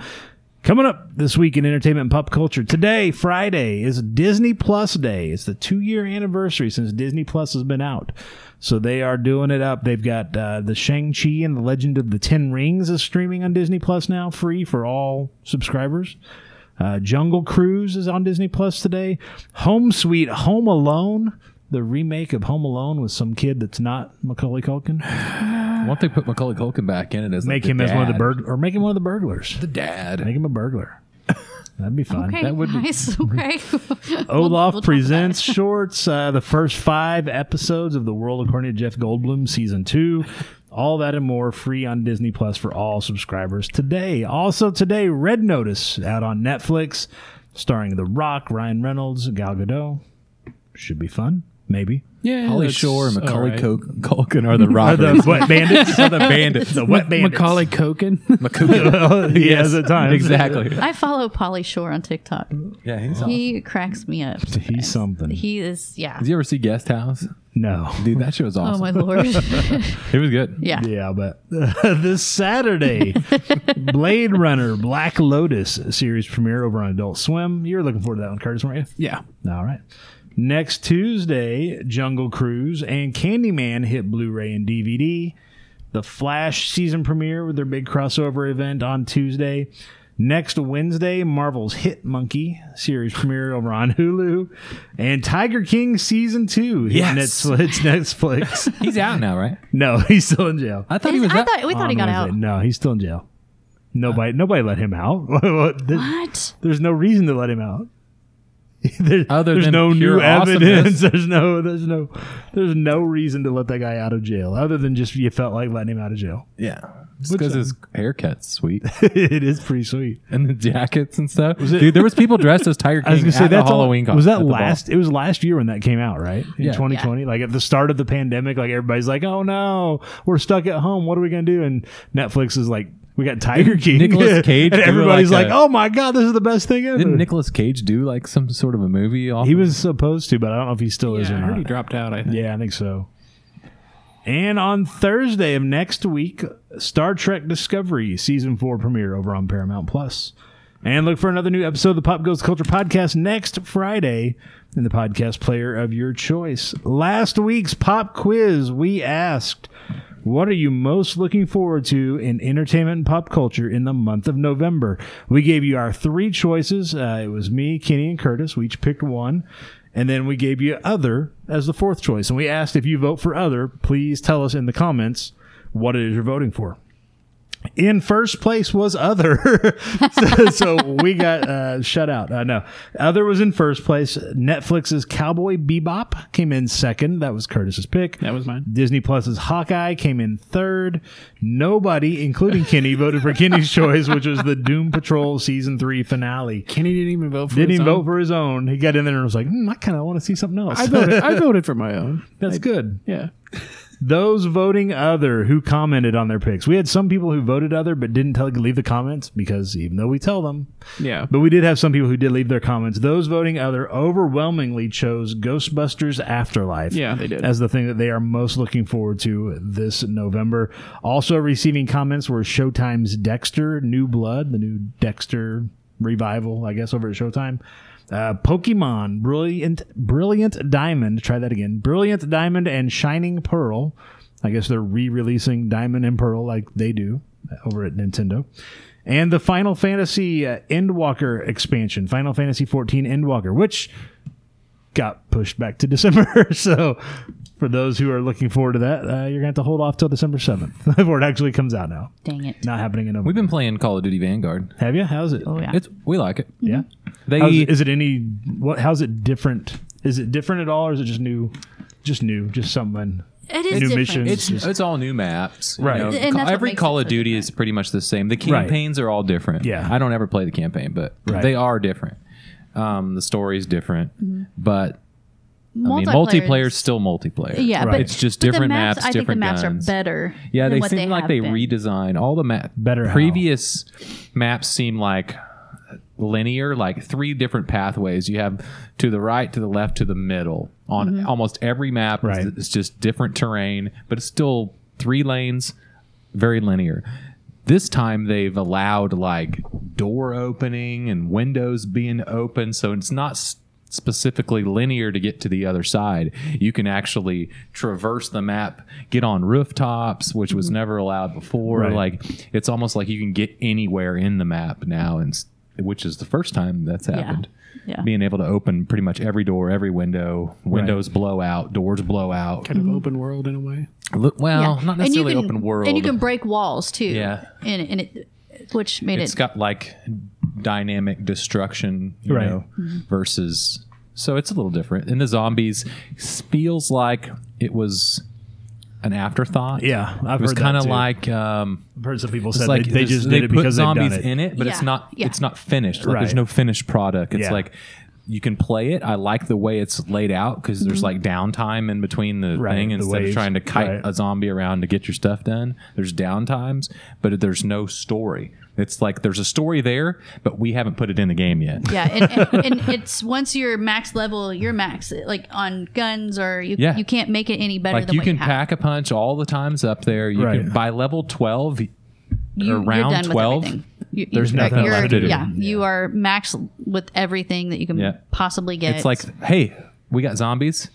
A: Coming up this week in entertainment and pop culture, today, Friday, is Disney Plus Day. It's the two year anniversary since Disney Plus has been out. So they are doing it up. They've got uh, the Shang-Chi and the Legend of the Ten Rings is streaming on Disney Plus now, free for all subscribers. Uh, Jungle Cruise is on Disney Plus today. Home Sweet Home Alone, the remake of Home Alone with some kid that's not Macaulay Culkin.
D: Why don't they put Macaulay Culkin back in it as like,
A: Make
D: the
A: him as one of the
D: dad?
A: burg or make him one of the burglars.
D: The dad.
A: Make him a burglar. That'd be fun.
C: Okay,
D: That would be-
C: guys. Okay. We'll- we'll
A: Olaf
C: talk about
A: presents
C: it.
A: shorts, uh, the first five episodes of The World According to Jeff Goldblum, season two. All that and more free on Disney Plus for all subscribers today. Also, today, Red Notice out on Netflix, starring The Rock, Ryan Reynolds, Gal Gadot. Should be fun, maybe.
B: Yeah,
D: Holly
B: that's
D: Shore, Macaulay
B: alright.
D: Cul- Culkin are the
A: Are the
D: robbers.
A: wet bandits?
D: the bandits.
A: the wet bandits.
B: Macaulay Culkin.
A: he has at times.
D: exactly.
C: I follow Polly Shore on TikTok.
D: Yeah, he's on.
C: He cracks me up.
A: He's something.
C: He is, yeah.
D: Did you ever see Guest House?
A: no.
D: Dude, that show was
C: Oh
D: awesome.
C: my lord.
D: It was good.
C: yeah.
A: Yeah, but this Saturday, Blade Runner Black Lotus series premiere over on Adult Swim. You were looking forward to that one, Curtis, weren't
B: yeah.
A: you? All right. Next Tuesday, Jungle Cruise and Candyman hit Blu ray and DVD. The Flash season premiere with their big crossover event on Tuesday. Next Wednesday, Marvel's Hit Monkey series premiere over on Hulu. And Tiger King season two hitting
D: Yes.
A: its, its Netflix.
D: He's out now, right?
A: no, he's still in jail.
D: I thought he
C: Is-
D: was
C: I
D: out.
C: thought, we thought he
A: on
C: got out. Uh.
A: Wednesday. No, he's still in jail. Nobody, nobody let him out. What? There-
C: What?
A: there's no reason to let him out. There-
D: Other
A: there's
D: than
A: no new
D: pure awesomeness.
A: evidence. There's no, there's no, there's no reason to let that guy out of jail other than just you felt like letting him out of jail.
D: yeah. Just because his haircut's sweet
A: it is pretty sweet.
D: and the jackets and stuff. Dude, there was people dressed as Tiger King at the
A: all-
D: Halloween
A: was
D: concert
A: that
D: at the ball.
A: last? It was last year when that came out, right? In
D: Yeah.
A: 2020, like at the start of the pandemic, like everybody's like, "Oh no, we're stuck at home. What are we gonna do?" And Netflix is like, "We got Tiger King,
D: Nicolas Cage
A: and
D: do,
A: everybody's
D: like,
A: like,
D: a-
A: "Oh my god, this is the best thing ever."
D: Didn't Nicolas Cage do like some sort of a movie? Off
A: He was supposed to, but I don't know if he still is or
B: Yeah, I heard
A: not.
B: he dropped out. I think.
A: yeah, I think so. And on Thursday of next week, Star Trek Discovery season four premiere over on Paramount Plus. And look for another new episode of the Pop Goes the Culture podcast next Friday in the podcast player of your choice. Last week's pop quiz, we asked, what are you most looking forward to in entertainment and pop culture in the month of November? We gave you our three choices. Uh, it was me, Kenny, and Curtis. We each picked one. And then we gave you other as the fourth choice. And we asked if you vote for other, please tell us in the comments what it is you're voting for. In first place was other. so, so we got uh, shut out. Uh, no, other was in first place. Netflix's Cowboy Bebop came in second. That was Curtis's pick.
B: That was mine.
A: Disney Plus's Hawkeye came in third. Nobody, including Kenny, voted for Kenny's choice, which was the Doom Patrol season three finale.
B: Kenny didn't even vote for.
A: Didn't
B: his
A: even
B: own.
A: vote for his own. He got in there and was like, hmm, I kind of want to see something else.
B: I voted. I voted for my own.
A: That's good.
B: Yeah.
A: Those voting other who commented on their picks. We had some people who voted other but didn't tell leave the comments because even though we tell them,
B: Yeah.
A: but we did have some people who did leave their comments. Those voting other overwhelmingly chose Ghostbusters Afterlife.
B: Yeah, they did.
A: As the thing that they are most looking forward to this November. Also receiving comments were Showtime's Dexter, New Blood, the new Dexter revival, I guess, over at Showtime. Uh, Pokemon, Brilliant, Brilliant Diamond. Try that again. Brilliant Diamond and Shining Pearl. I guess they're re-releasing Diamond and Pearl like they do over at Nintendo. And the Final Fantasy uh, Endwalker expansion, Final Fantasy 14 Endwalker, which got pushed back to December. so for those who are looking forward to that, uh, you're going to have to hold off till December 7th before it actually comes out now.
C: Dang it.
A: Not happening in November.
D: We've been playing Call of Duty Vanguard.
A: have you? How's it?
C: Oh, yeah.
D: It's we like it.
A: Yeah.
D: They
A: How's, is it any what how's it different? Is it different at all or is it just new just new, just someone
C: it is
A: new
C: different.
A: missions.
D: it's it's all new maps, you
A: Right.
D: know.
A: And
C: that's what
D: every
C: makes
D: Call
C: it
D: of
C: so
D: Duty is pretty much the same. The
A: Right.
D: campaigns are all different.
A: Yeah.
D: I don't ever play the campaign, but
A: Right.
D: they are different. Um, the story is different, but I mean,
C: Mm-hmm. Multiplayer is-
D: multiplayer is still multiplayer.
C: Yeah,
A: Right.
C: but
D: It's just
C: but the
D: different
C: maps,
D: maps,
C: I think the
D: different
C: maps
D: guns.
C: are better.
D: Yeah,
C: than
D: they
C: what
D: seem like
C: have
D: they
C: been.
D: redesign all the map.
A: Better how?
D: previous maps seem like linear, like three different pathways. You have to the right, to the left, to the middle. On
C: Mm-hmm.
D: almost every map, it's-
A: Right.
D: it's, just different terrain, but it's still three lanes, very linear. This time they've allowed like door opening and windows being open, so it's not s- specifically linear to get to the other side. You can actually traverse the map, get on rooftops, which
C: Mm-hmm.
D: was never allowed before.
A: Right.
D: Like it's almost like you can get anywhere in the map now, and s- which is the first time that's happened.
C: Yeah.
D: Being able to open pretty much every door, every window, windows blow out, doors blow out.
B: Kind of open world in a way.
D: L- Well,
C: Yeah.
D: Oh, not
C: And you
D: necessarily
C: can-
D: open world.
C: And you can break walls too.
D: Yeah.
C: And, and it, which made
D: it's
C: it
D: got like dynamic destruction, you
A: Right.
D: know, versus. So it's a little different. And the zombies feels like it was an afterthought.
A: Yeah, I've
D: it was
A: heard that
D: kind of
A: too.
D: like um,
A: I've heard some people
D: it's
A: said
D: like
A: they, they
D: this-
A: just did it
D: put
A: because they've
D: zombies
A: done it.
D: in it, but it's
C: Yeah,
D: not
C: yeah.
D: it's not finished. Like there's
A: Right.
D: no finished product. It's
A: Yeah.
D: like you can play it. I like the way it's laid out because
C: Mm-hmm.
D: there's like downtime in between the
A: Right,
D: thing
A: the
D: instead of
A: waves.
D: trying to kite
A: Right.
D: a zombie around to get your stuff done. There's downtimes, but there's no story. It's like there's a story there, but we haven't put it in the game yet.
C: Yeah, and, and, and it's once you're max level, you're max like on guns, or you
D: Yeah.
C: you can't make it any better
D: Like
C: than
D: you
C: what
D: can
C: you have.
D: pack a punch all the times up there. You
A: Right.
D: can by level twelve
C: you,
D: or round
C: you're done
D: 12,
C: With everything. You- you-
D: there's nothing
C: you're-
D: left to do.
C: Yeah, you are max with everything that you can
D: Yeah.
C: possibly get.
D: it's like, hey, we got zombies,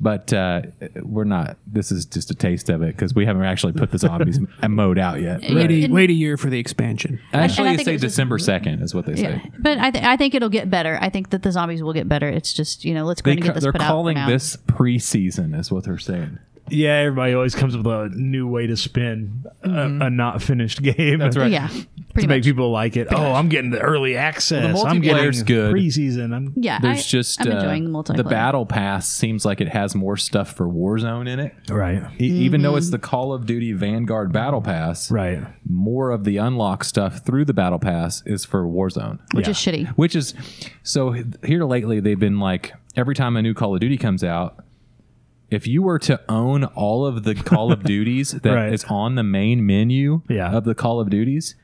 D: but uh, we're not. This is just a taste of it because we haven't actually put the zombies m- mode out yet.
C: Right.
B: Wait a,
C: And-
B: wait a year for the expansion.
C: And I
D: Actually,
C: think
D: they
C: it
D: say
C: was just-
D: December second is what they
C: yeah.
D: say.
C: But I, th- I think it'll get better. I think that the zombies will get better. It's just you know let's
D: They
C: go ahead and
D: ca-
C: get this
D: they're
C: put
D: calling
C: out for now.
D: this preseason, is what they're saying.
A: Yeah, everybody always comes up with a new way to spin a, a not finished game.
D: Mm-hmm. That's right.
C: Yeah,
A: To
C: pretty
A: make
C: much.
A: people like it. Oh, I'm getting the early access. I'm
D: multiplayer's
A: getting
D: good.
A: preseason. I'm
C: yeah,
D: There's
C: I,
D: just
C: I'm
D: uh,
C: enjoying the multiplayer.
D: battle pass seems like it has more stuff for Warzone in it,
A: right,
D: E- even
C: Mm-hmm.
D: though it's the Call of Duty Vanguard battle pass.
A: right.
D: More of the unlock stuff through the battle pass is for Warzone.
C: which
A: yeah.
C: is shitty.
D: which is so here lately they've been like every time a new call of duty comes out if you were to own all of the call of duties that is
A: Right.
D: on the main menu
A: Yeah.
D: of the call of duties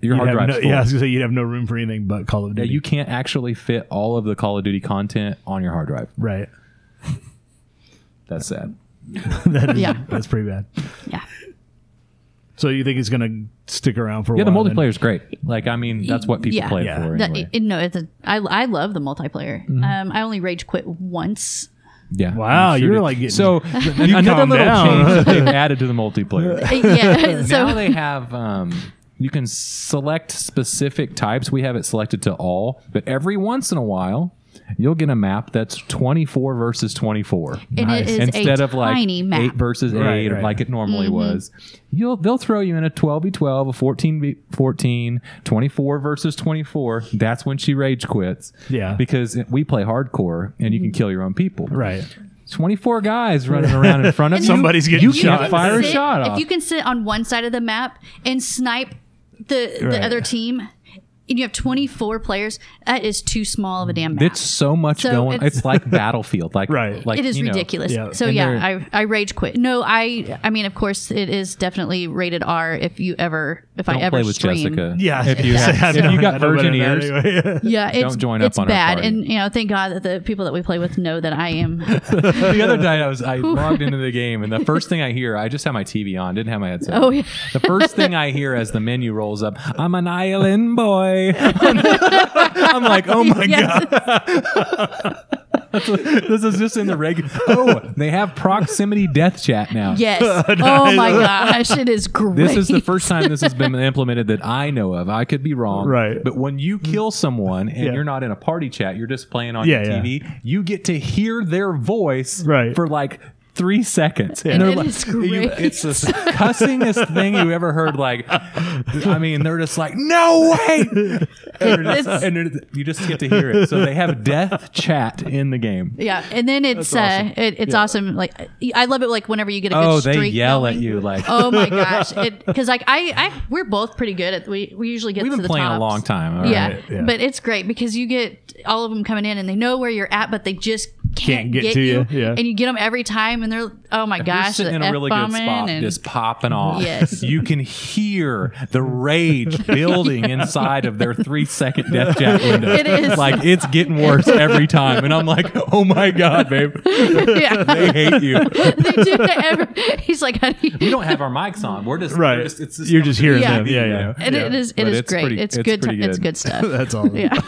D: your
A: You'd
D: hard
A: have
D: drive's
A: no,
D: full.
A: yeah, I was gonna say you'd have no room for anything but Call of
D: Yeah,
A: Duty.
D: you can't actually fit all of the call of duty content on your hard drive
A: right.
D: that's sad
A: That is,
C: Yeah.
A: that's pretty bad.
C: Yeah.
A: So you think it's gonna stick around for a
D: yeah the
A: while? then?
D: multiplayer's great like i mean that's what people
C: Yeah.
D: play
A: Yeah.
D: it for
C: That-
D: anyway.
C: it- no, it's a, I, I love the multiplayer.
D: Mm-hmm.
C: Um, I only rage quit once.
D: yeah
A: Wow,
D: I'm
A: you're
D: did.
A: like getting-
D: so
A: You
D: another
A: calm
D: little
A: down.
D: change they've added to the multiplayer
C: yeah,
D: now
C: so
D: they have um, you can select specific types. We have it selected to all, but every once in a while, you'll get a map that's 24 versus 24
C: and it
A: Nice.
C: is
D: instead
C: a
D: of like
C: tiny map. Mm-hmm.
D: eight versus
A: Right,
D: eight, or
A: right.
D: like it normally was. You'll they'll throw you in a 12 v 12, a 14 v 14, 24 versus 24. That's when she rage quits.
A: Yeah.
D: because we play hardcore and you
C: Mm-hmm.
D: can kill your own people.
A: right.
D: 24 guys running around in front of
C: And
D: you.
A: Somebody's getting
D: you
A: shot.
D: Can't fire a
C: sit-
D: shot off.
C: If you can sit on one side of the map and snipe the
A: Right.
C: the other team, and you have twenty four players, that is too small of a damn map.
D: It's so much
C: So
D: going. It's,
C: it's-
D: like Battlefield. Like
A: Right.
D: Like
C: it is
D: you know,
C: ridiculous.
A: yeah,
C: So
D: and
C: yeah,
D: they're-
C: I, I rage quit. No, I I mean of course it is definitely rated R. If you ever if I
D: Don't
C: ever
D: play with
C: stream.
D: Jessica.
A: Yeah,
D: If you,
A: yeah.
D: have,
A: I
D: if you
A: know-
D: got
A: I know better
D: virgin
A: than that
D: ears,
A: anyway.
C: Yeah, it's,
D: join up
C: it's
D: on her
C: bad,
D: party.
C: and you know, thank God that the people that we play with know that I am.
D: the other night I was I logged into the game and the first thing I hear I just had my TV on didn't have my headset.
C: Oh,
D: on.
C: yeah.
D: The first thing I hear as the menu rolls up, I'm an island boy. I'm like, oh my
C: Yeah.
D: god, this is just in the regular. Oh, they have proximity death chat now.
C: Yes. Oh my gosh, it is great.
D: This is the first time this has been implemented that I know of. I could be wrong.
A: Right. Mm.
D: But when you kill someone and
A: Yeah.
D: you're not in a party chat, you're just playing on
A: Yeah,
D: your
A: yeah.
D: TV, you get to hear their voice
A: Right.
D: for like three seconds. And
C: It
D: like,
C: is
D: you-
C: great.
D: it's the cussingest thing you ever heard. Like, I mean, they're just like, no way. And, they're just-
C: It's-
D: and they're- you just get to hear it. So they have death chat in the game.
C: Yeah, and then it's
D: awesome.
C: uh, it, it's awesome. Like I love it. Like whenever you get a good
D: Oh,
C: streak
D: they yell at
C: going.
D: you like,
C: Oh my gosh! Because like I, I, we're both pretty good at. We we usually get
D: we've
C: to
D: been
C: the
D: playing
C: tops.
D: a long time. all
C: Yeah.
D: right.
A: yeah.
C: but it's great because you get all of them coming in and they know where you're at, but they just
A: Can't
C: can't,
A: get to you, yeah.
C: and you get them every time, and they're oh my gosh,
D: you're sitting in
C: the
D: a really good
C: F-bombing
D: spot,
C: and-
D: just popping off.
C: Yes.
D: you can hear the rage building inside of their three-second death chat window.
C: It is.
D: like it's getting worse every time, and I'm like, oh my god, babe,
C: yeah,
D: they hate you.
C: they do that every, He's like, honey,
D: We don't have our mics on. We're just
A: Right.
D: we're just- it's
A: You're just hearing
C: Yeah.
A: them. Yeah, yeah.
C: and it is it
D: But
C: is
D: it's
C: great.
D: pretty-
C: it's,
D: it's
C: good.
D: pretty
C: ti- It's
D: good.
C: good stuff.
A: That's all.
C: yeah.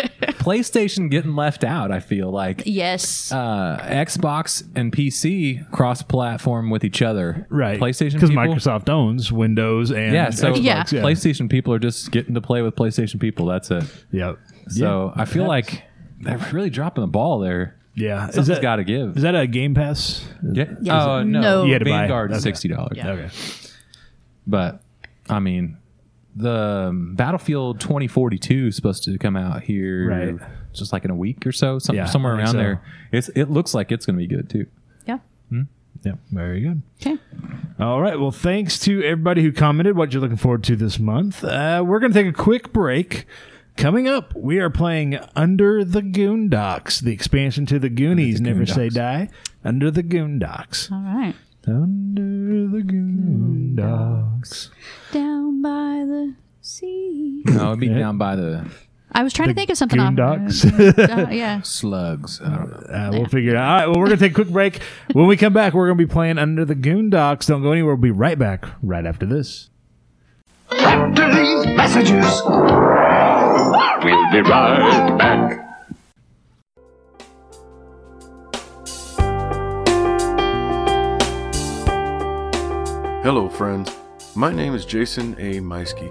D: PlayStation getting left out. I feel like.
C: yes.
D: Uh, Xbox and PC cross-platform with each other,
A: Right.
D: PlayStation
A: because
D: people-
A: Microsoft owns Windows and
D: yeah. So
A: Xbox.
C: Yeah.
A: yeah.
D: PlayStation people are just getting to play with PlayStation people. That's it.
A: Yep.
D: So I feel like they're really dropping the ball there.
A: yeah. Is
D: Something's
A: that,
D: got to give.
A: is that a Game Pass?
D: yeah.
C: Yeah.
D: Oh no,
C: No. You
A: had to buy it.
D: Vanguard
A: Okay.
D: sixty dollars.
A: Okay.
D: But I mean, the um, Battlefield 2042 is supposed to come out here,
A: Right.
D: Just like in a week or so, some,
A: Yeah,
D: somewhere
A: I think
D: around
A: so.
D: there. It's it looks like it's going to be good too.
C: Yeah.
A: Yeah, very good.
C: Okay.
A: All right. Well, thanks to everybody who commented what you're looking forward to this month. Uh, we're going to take a quick break. Coming up, we are playing Under the Goondocks, the expansion to the Goonies, Never Say
D: Goondocks.
A: Die. Under the Goondocks.
C: All right.
A: Under the Goondocks.
C: Down by the sea.
D: No, it'd be down by the
C: I was trying to think of something off.
A: Goondocks.
C: Uh, yeah.
D: slugs. I don't know.
A: Uh, we'll figure it out. All right. Well, we're going to take a quick break. When we come back, we're going to be playing Under the Goondocks. Don't go anywhere. We'll be right back right after this.
E: After these messages, we'll be right back.
F: Hello, friends. My name is Jason A. Meiske.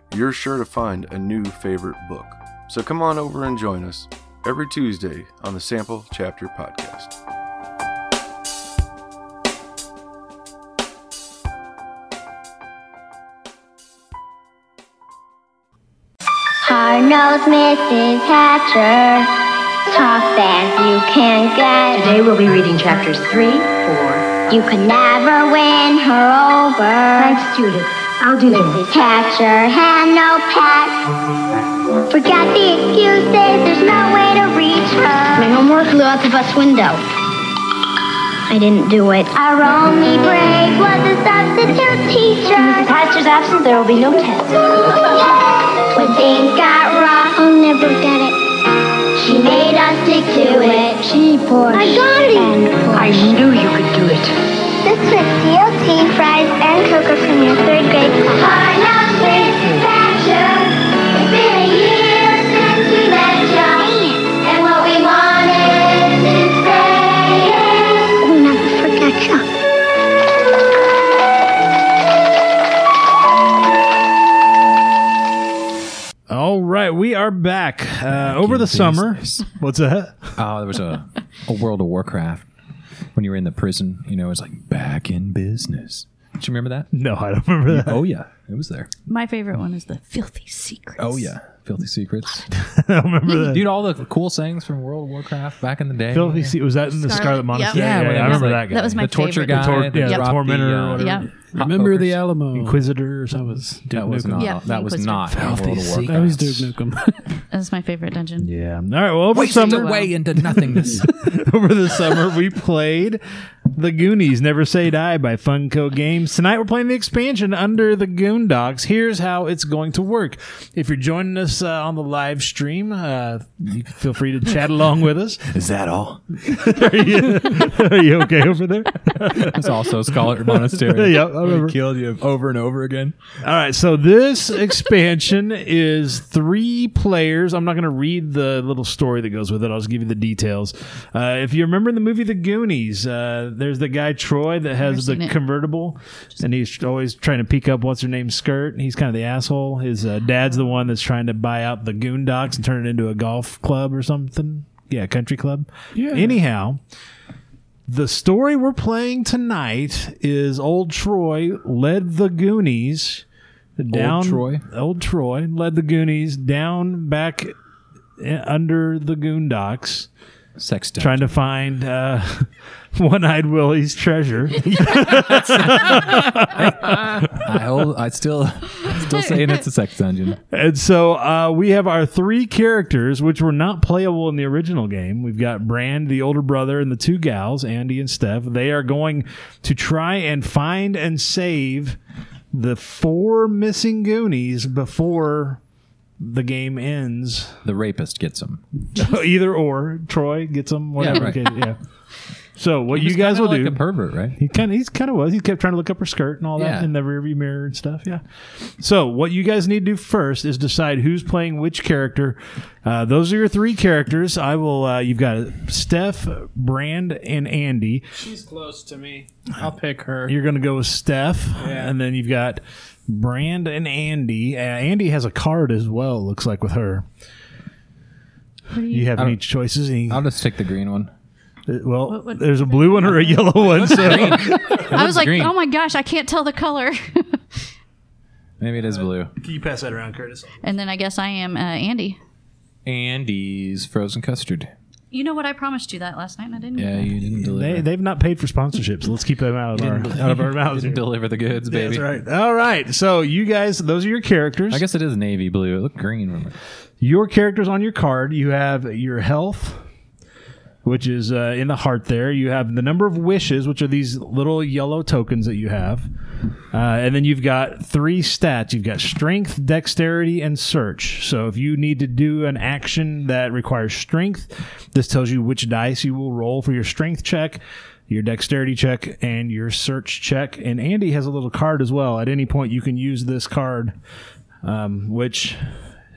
F: you're sure to find a new favorite book. So come on over and join us every Tuesday on the Sample Chapter Podcast.
G: Hard nose Mrs. Hatcher. Talk fast, you can get it.
H: Today we'll be reading chapters 3, 4.
G: You could never win her over.
H: Thanks, Judith. I'll do them.
G: Mrs. Hatcher had no pet. Forgot the excuses, there's no way to reach her. My homework flew out the bus window. I didn't do it. Our only break was a substitute teacher.
H: Mrs. Hatcher's absent, there will be no test.
G: When things got rough, I'll never get it. She made us stick to it. She pushed. I got it.
H: I knew you could do it.
G: This was DLT fries and cocoa from your third grade class. Our love It's been a year since we met you. And what we wanted to say is we'll never forget you.
A: All right. We are back. Uh, over
D: in
A: the summer.
D: business.
A: What's that?
D: Oh, there was a, a World of Warcraft when you were in the prison. You know, it's like back in business. Do you remember that?
A: No, I don't remember that.
D: Oh yeah, it was there.
C: My favorite one is the filthy secrets.
D: Oh yeah, filthy secrets.
A: I don't remember that.
D: Dude, all the cool sayings from World of Warcraft back in the day.
A: Filthy Se- was that in the
C: Scarlet-
A: Scarlet Monastery?
C: yeah.
D: Yeah, when
A: I
D: it was
A: remember
D: like-
A: that guy.
C: That was my
D: the torture
C: favorite.
D: guy,
A: tor-
D: that
A: yeah, the
D: dropped uh,
A: tormentor or whatever.
C: Yeah.
D: hot
B: Remember the
D: pokers.
B: Alamo?
A: Inquisitor or something.
B: was
D: That was not.
C: Yeah,
D: that was
C: Inquisitor.
D: not in
A: Filthy
D: World of Warcraft.
B: That was Duke Nukem.
C: That's my favorite dungeon.
A: Yeah. All right. Well, over summer,
D: into nothingness.
A: over the summer, we played The Goonies Never Say Die by Funko Games. Tonight, we're playing the expansion Under the Goondocks. Here's how it's going to work. If you're joining us uh, on the live stream, uh, you can feel free to chat along with us.
D: Is that all?
A: Are you, are you okay over there?
D: It's also Scholar Monastery.
A: Yep, I remember.
D: They killed you over and over again.
A: All right, so this expansion is three players. I'm not going to read the little story that goes with it. I'll just give you the details. Uh, if you remember in the movie The Goonies, uh, there's the guy Troy that has
C: Never
A: the
C: seen it.
A: convertible, and he's always trying to peek up what's her name's skirt. and He's kind of the asshole. His uh, dad's the one that's trying to buy out the Goondocks and turn it into a golf club or something. Yeah, country club. Yeah. Anyhow, the story we're playing tonight is old Troy led the Goonies down.
D: Troy?
A: Old Troy led the Goonies down back i- under the Goondocks,
D: Sex
A: trying to find uh, One Eyed Willie's treasure.
D: I hold. I still, still saying it's a sex dungeon.
A: and so uh, we have our three characters, which were not playable in the original game. We've got Brand, the older brother, and the two gals, Andy and Steph. They are going to try and find and save the four missing Goonies before the game ends.
D: The rapist gets him.
A: Either or, Troy gets them. Whatever.
D: right.
A: Okay, yeah. So what you guys will
D: like
A: do?
D: a pervert, right?
A: He kind of he's kind of was. He kept trying to look up her skirt and all
D: Yeah.
A: that in the rearview mirror and stuff. Yeah. So what you guys need to do first is decide who's playing which character. Uh, those are your three characters. I will. Uh, you've got Steph, Brand, and Andy.
B: She's close to me. I'll pick her.
A: You're going to go with Steph,
B: Yeah.
A: and then you've got Brand and Andy. Uh, Andy has a card as well. Looks like with her. You have any choices? Any-
D: I'll just take the green one.
A: well,
C: What- what-
A: there's a blue one or a yellow one. So
C: I was like,
D: green.
C: oh my gosh, I can't tell the color.
D: Maybe it is blue.
A: you pass that around, Curtis?
C: and then I guess I am uh, Andy.
D: Andy's frozen custard.
C: You know what? I promised you that last night, and I didn't.
D: Yeah, you didn't deliver.
A: They, they've not paid for sponsorships. Let's keep them out of our, out of our mouths.
D: didn't
A: here.
D: deliver the goods,
A: Yeah,
D: baby.
A: That's right. All right. So you guys, those are your characters.
D: I guess it is navy blue. It looked green. Remember?
A: your characters on your card. You have your health, which is uh, in the heart. There, you have the number of wishes, which are these little yellow tokens that you have, uh, and then you've got three stats. You've got strength, dexterity, and search. So if you need to do an action that requires strength, this tells you which dice you will roll for your strength check. your dexterity check and your search check. And Andy has a little card as well. At any point, you can use this card, um, which,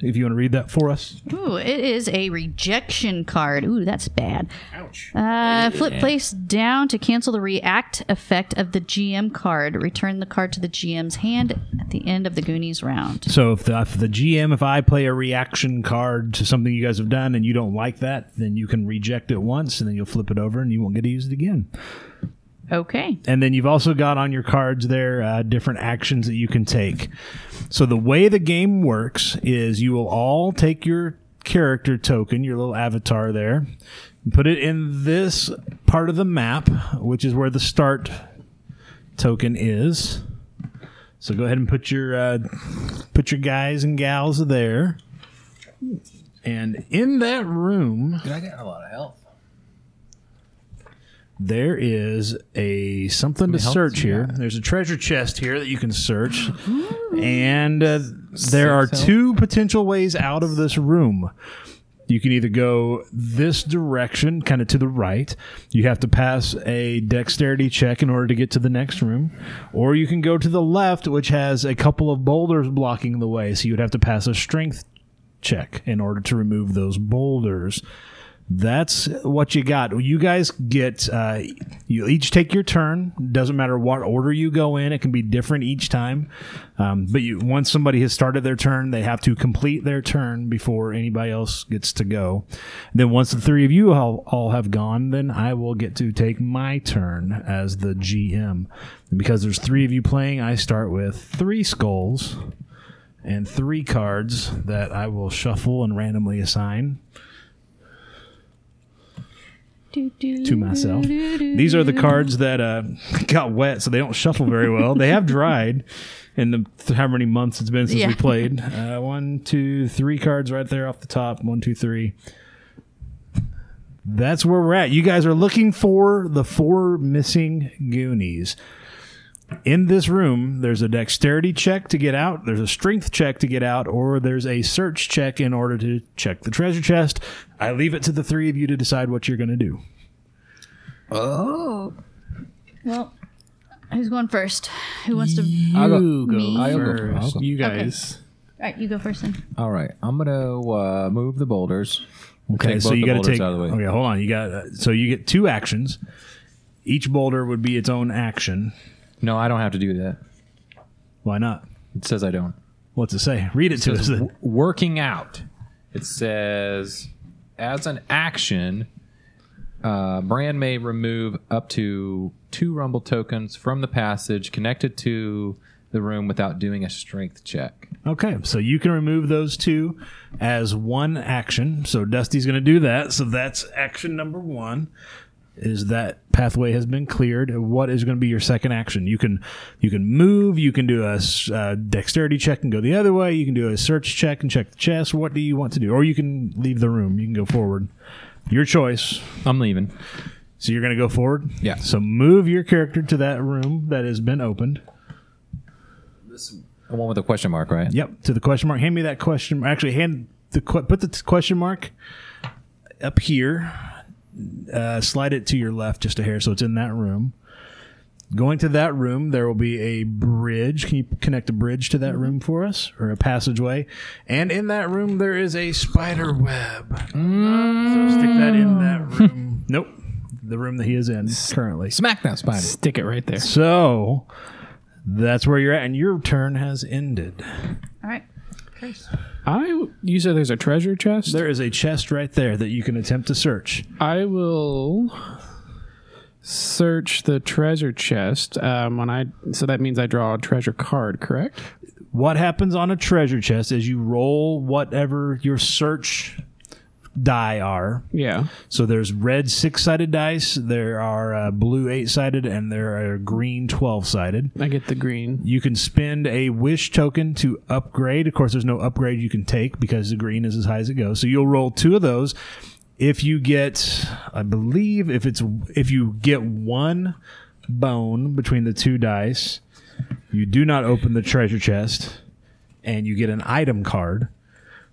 A: if you want to read that for us,
C: Ooh, it is a rejection card. Ooh, that's bad. Ouch. Uh, flip place down to cancel the react effect of the GM card. Return the card to the GM's hand at the end of the Goonies round.
A: So if the, if the GM, if I play a reaction card to something you guys have done and you don't like that, then you can reject it once and then you'll flip it over and you won't get to use it again.
C: Okay.
A: And then you've also got on your cards there uh, different actions that you can take. So the way the game works is you will all take your character token, your little avatar there, and put it in this part of the map, which is where the start token is. So go ahead and put your uh, put your guys and gals there. And in that room,
D: I got a lot of help.
A: there is a something to
D: help
A: search
D: you
A: here.
D: out.
A: There's a treasure chest here that you can search, and uh, there are
D: Hmm. help.
A: two potential ways out of this room. You can either go this direction, kind of to the right. You have to pass a dexterity check in order to get to the next room. Or you can go to the left, which has a couple of boulders blocking the way. So you would have to pass a strength check in order to remove those boulders. That's what you got. You guys get, uh, you each take your turn. Doesn't matter what order you go in, it can be different each time. Um, but you, once somebody has started their turn, they have to complete their turn before anybody else gets to go. Then, once the three of you all, all have gone, then I will get to take my turn as the GM. And because there's three of you playing, I start with three skulls and three cards that I will shuffle and randomly assign. to myself. These are the cards that uh, got wet, so they don't shuffle very well. they have dried in the th- how many months it's been since we
C: Yeah.
A: played. Uh, one, two, three cards right there off the top. One, two, three. That's where we're at. You guys are looking for the four missing Goonies. In this room, there's a dexterity check to get out, there's a strength check to get out, or there's a search check in order to check the treasure chest. I leave it to the three of you to decide what you're going to do.
C: Well, who's going first? Who wants to?
D: I'll go-
B: you go,
C: Me? I'll
D: go
B: first.
D: first.
B: You
C: Okay.
B: guys.
C: All right, you go first then.
D: All right, I'm gonna uh, move the boulders.
A: Okay,
D: Take
A: so
D: both
A: you
D: the
A: got to
D: boulders
A: take.
D: out of the way.
A: Okay, hold on. You got uh, so you get two actions. Each boulder would be its own action.
D: No, I don't have to do that.
A: Why not?
D: It says I don't.
A: What's it say? Read it to us.
D: W- working out. It says as an action, uh, Brand may remove up to two Rumble tokens from the passage connected to the room without doing a strength check.
A: Okay, so you can remove those two as one action. So Dusty's going to do that. So that's action number one. Is that pathway has been cleared? What is going to be your second action? You can you can move. You can do a s- uh, dexterity check and go the other way. You can do a search check and check the chest. What do you want to do? Or you can leave the room. You can go forward. Your choice.
D: I'm leaving.
A: So you're going to go forward.
D: Yeah.
A: So move your character to that room that has been opened.
D: The one with a question mark, right?
A: Yep, to the question mark. Hand me that question. Actually, hand the que- put the t- question mark up here uh, slide it to your left just a hair, so it's in that room. Going to that room, there will be a bridge. Can you connect a bridge to that room for us, or a passageway? And in that room, there is a spider web. So stick that in that room. nope, the room that he is in currently.
I: Smack that spider.
B: Stick it right there.
A: So that's where you're at, and your turn has ended.
C: All right.
B: I you said there's a treasure chest.
A: There is a chest right there that you can attempt to search.
B: I will search the treasure chest. Um, when I so that means I draw a treasure card, correct?
A: What happens on a treasure chest is you roll whatever your search die are.
B: Yeah.
A: So there's red six sided dice, there are uh, blue eight sided, and there are green 12 sided.
B: I get the green.
A: You can spend a wish token to upgrade. Of course, there's no upgrade you can take because the green is as high as it goes. So you'll roll two of those. If you get, I believe, if it's if you get one bone between the two dice, you do not open the treasure chest, and you get an item card.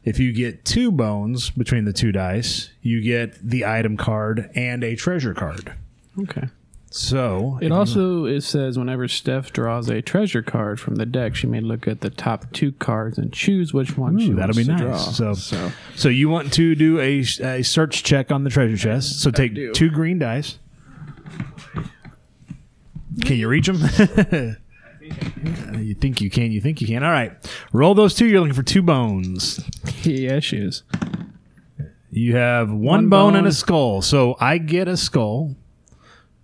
A: If you get two bones between the two dice, you get the item card and a treasure card.
B: Okay.
A: So
B: It also it says whenever Steph draws a treasure card from the deck, she may look at the top two cards and choose which one she
A: Mm, that'll
B: wants
A: be
B: to
A: nice.
B: draw.
A: So- So you want to do a, a search check on the treasure chest. So take
B: do.
A: two green dice. Can you reach them? you think you can. You think you can. All right. Roll those two. You're looking for two bones.
B: yeah, she is.
A: You have one,
B: One
A: bone, and
B: bone.
A: a skull. So I get a skull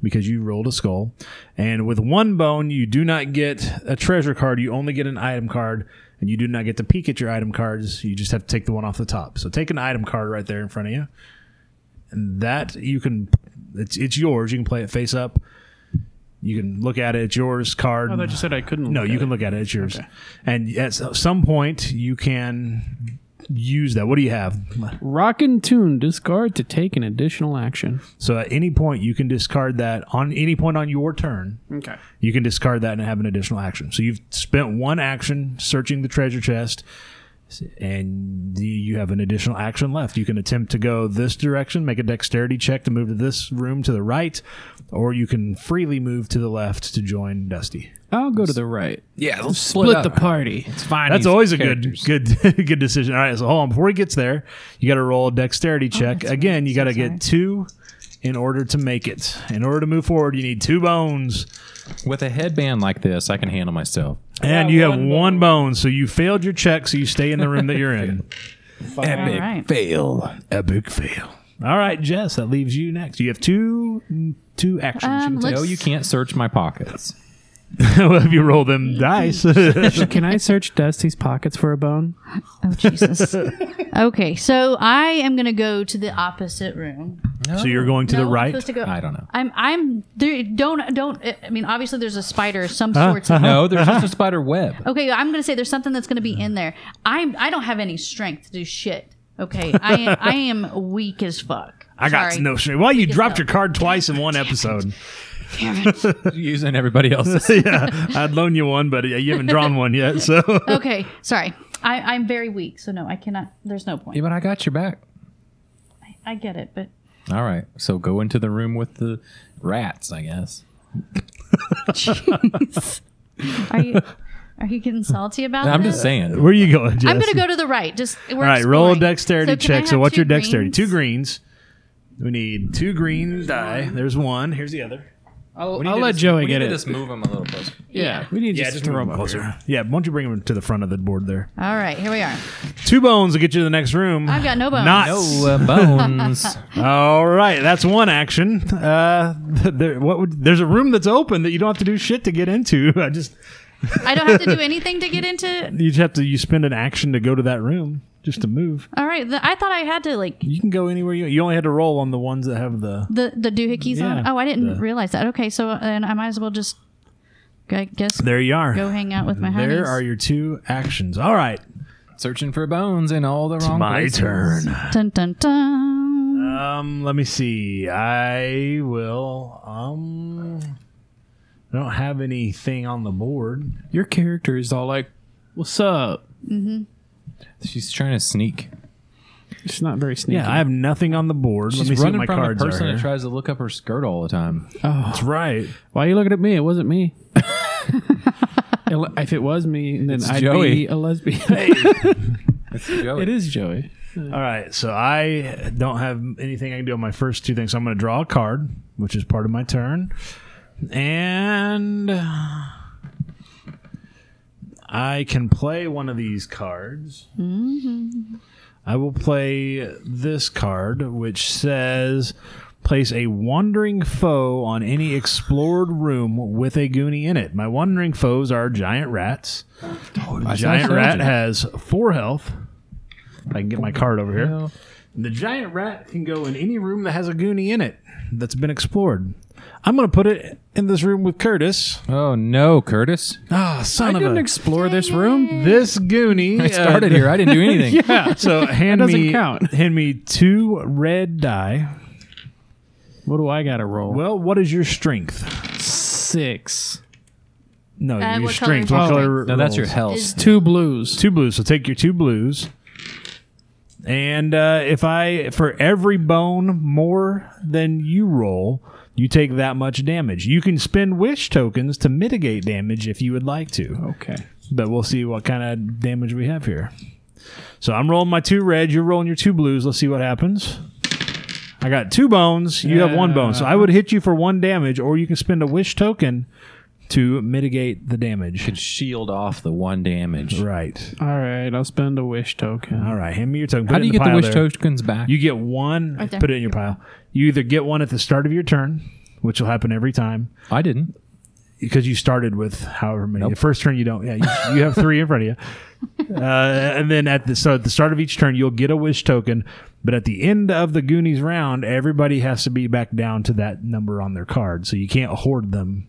A: because you rolled a skull. And with one bone, you do not get a treasure card. You only get an item card. And you do not get to peek at your item cards. You just have to take the one off the top. So take an item card right there in front of you. And that you can, it's, it's yours. You can play it face up. You can look at it. It's yours card.
B: I thought you Oh, said I couldn't.
A: No, you can look at it. It's yours. And at s- some point, you can use that. What do you have?
B: Rockin' tune discard to take an additional action.
A: So at any point you can discard that on any point on your turn.
B: Okay.
A: You can discard that and have an additional action. So you've spent one action searching the treasure chest and you have an additional action left. You can attempt to go this direction, make a dexterity check to move to this room to the right, or you can freely move to the left to join Dusty.
B: I'll go to the right.
I: Yeah, let's split,
B: Split
I: up.
B: the party.
I: Let's find
A: That's
I: these
A: always a
I: characters.
A: good good good decision. All right, so hold on before he gets there, you got to roll a dexterity check.
C: Oh, that's
A: Again,
C: right.
A: you got to
C: So sorry.
A: get two in order to make it. In order to move forward, you need two bones.
D: With a headband like this, I can handle myself.
A: And you have one, bone, so you failed your check, so you stay in the room that you're in.
I: epic
C: All right.
I: fail.
A: Epic fail. All right, Jess, that leaves you next. You have two two actions.
C: Um,
A: you
C: let's-
D: No, you can't search my pockets.
A: can well, if you roll them dice. All
B: Can I search Dusty's pockets for a bone?
C: Oh Jesus. okay, so I am gonna go to the opposite room.
A: So you're going to
C: No,
A: the
C: I'm
A: right.
C: supposed to go-
D: I don't know.
C: I'm. I'm. There, don't. Don't. I mean, obviously, there's a spider of some
A: Ah,
C: sorts.
D: No, there's just a spider web.
C: Okay, I'm gonna say there's something that's gonna be in there. I'm. I don't have any strength to do shit. Okay, I am. I am weak as fuck.
A: I got
C: Sorry.
A: no strength. Well, you dropped
C: no.
A: your card twice in one episode.
D: Using everybody else's.
A: I'd loan you one, but uh, you haven't drawn one yet. So
C: Okay, sorry. I, I'm very weak, so no, I cannot. There's no point.
D: Yeah, but I got your back.
C: I get it, but
D: All right. So go into the room with the rats, I guess.
C: are you are you getting salty about
D: I'm
C: this?
D: just saying.
A: where are you going, Jess?
C: I'm gonna go to the right. Just we're
A: All right, roll a
C: exploring.
A: dexterity
C: So can I
A: check. So
C: have
A: what's
C: two
A: your dexterity?
C: greens?
A: Two greens. We need two green die. There's one. Here's the other.
B: I'll, I'll let Joey get it.
D: move them a little closer.
B: Yeah, we need to just throw him closer.
A: Yeah, why don't you bring them to the front of the board there?
C: All right, here we are.
A: Two bones will get you to the next room.
C: I've got no bones.
A: Not
D: No uh, bones.
A: All right, that's one action. Uh, there, what would, there's a room that's open that you don't have to do shit to get into. I just
C: I don't have to do anything to get into.
A: you just have to you spend an action to go to that room just to move.
C: All right, the, I thought I had to like
A: You can go anywhere you. You only had to roll on the ones that have the.
C: the the doohickeys on.
A: Yeah,
C: Oh, I didn't
A: the-
C: realize that. Okay, so uh, then I might as well just, I guess,
A: There you are.
C: go hang out with my homies.
A: there are your two actions. All right,
D: Searching for bones in all the wrong places.
C: Dun, dun, dun.
A: Um, let me see. I will. Um, I don't have anything on the board.
B: Your character is all like, "What's up?"
D: She's trying to sneak.
B: She's not very sneaky.
A: Yeah, I have nothing on the board. Let me
D: She's
A: see what
D: running
A: my
D: from a
A: cards
D: person
A: are.
D: that tries to look up her skirt all the time.
A: That's right.
B: Why are you looking at me? It wasn't me. if it was me, then I'd
D: Joey.
B: be a lesbian. it is Joey.
A: All right, so I don't have anything I can do on my first two things. So I'm going to draw a card, which is part of my turn, and I can play one of these cards. I will play this card, which says. Place a wandering foe on any explored room with a goonie in it. My wandering foes are giant rats. giant rat has four health. If I can get my card over here. The giant rat can go in any room that has a goonie in it that's been explored. I'm going to put it in this room with Curtis.
D: Oh no, Curtis!
A: Ah, son
B: I
A: of
B: didn't
A: a.
B: explore this room.
A: this goonie.
D: I started here. I didn't do anything.
A: So hand
B: doesn't
A: me
B: count.
A: hand me two red die.
B: What do I got to roll?
A: Well, what is your strength?
B: Six.
A: No,
C: Uh,
A: your
C: what color
A: strength.
C: is your
A: What color?
D: No, that's your
A: rolls?
D: health.
C: Is-
B: Two blues.
A: Two blues. So take your two blues. And uh, if I for every bone more than you roll, you take that much damage. You can spend wish tokens to mitigate damage if you would like to.
B: Okay.
A: But we'll see what kind of damage we have here. So I'm rolling my two red, you're rolling your two blues. Let's see what happens. I got two bones, you have one bone. So I would hit you for one damage, or you can spend a wish token to mitigate the damage.
D: Could shield off the one damage.
A: Right.
B: All right. I'll spend a wish token.
A: All right, hand me your token. Put
D: How
A: it
D: do you
A: in
D: get the
A: pile
D: wish
A: there.
D: tokens back?
A: You get one.
C: Right there.
A: put it in your pile. You either get one at the start of your turn, which will happen every time
D: I didn't.
A: because you started with however many. The first turn you don't. Yeah, you, you have three in front of you. Uh, and then at the so at the start of each turn you'll get a wish token, but at the end of the Goonies round, everybody has to be back down to that number on their card. So you can't hoard them.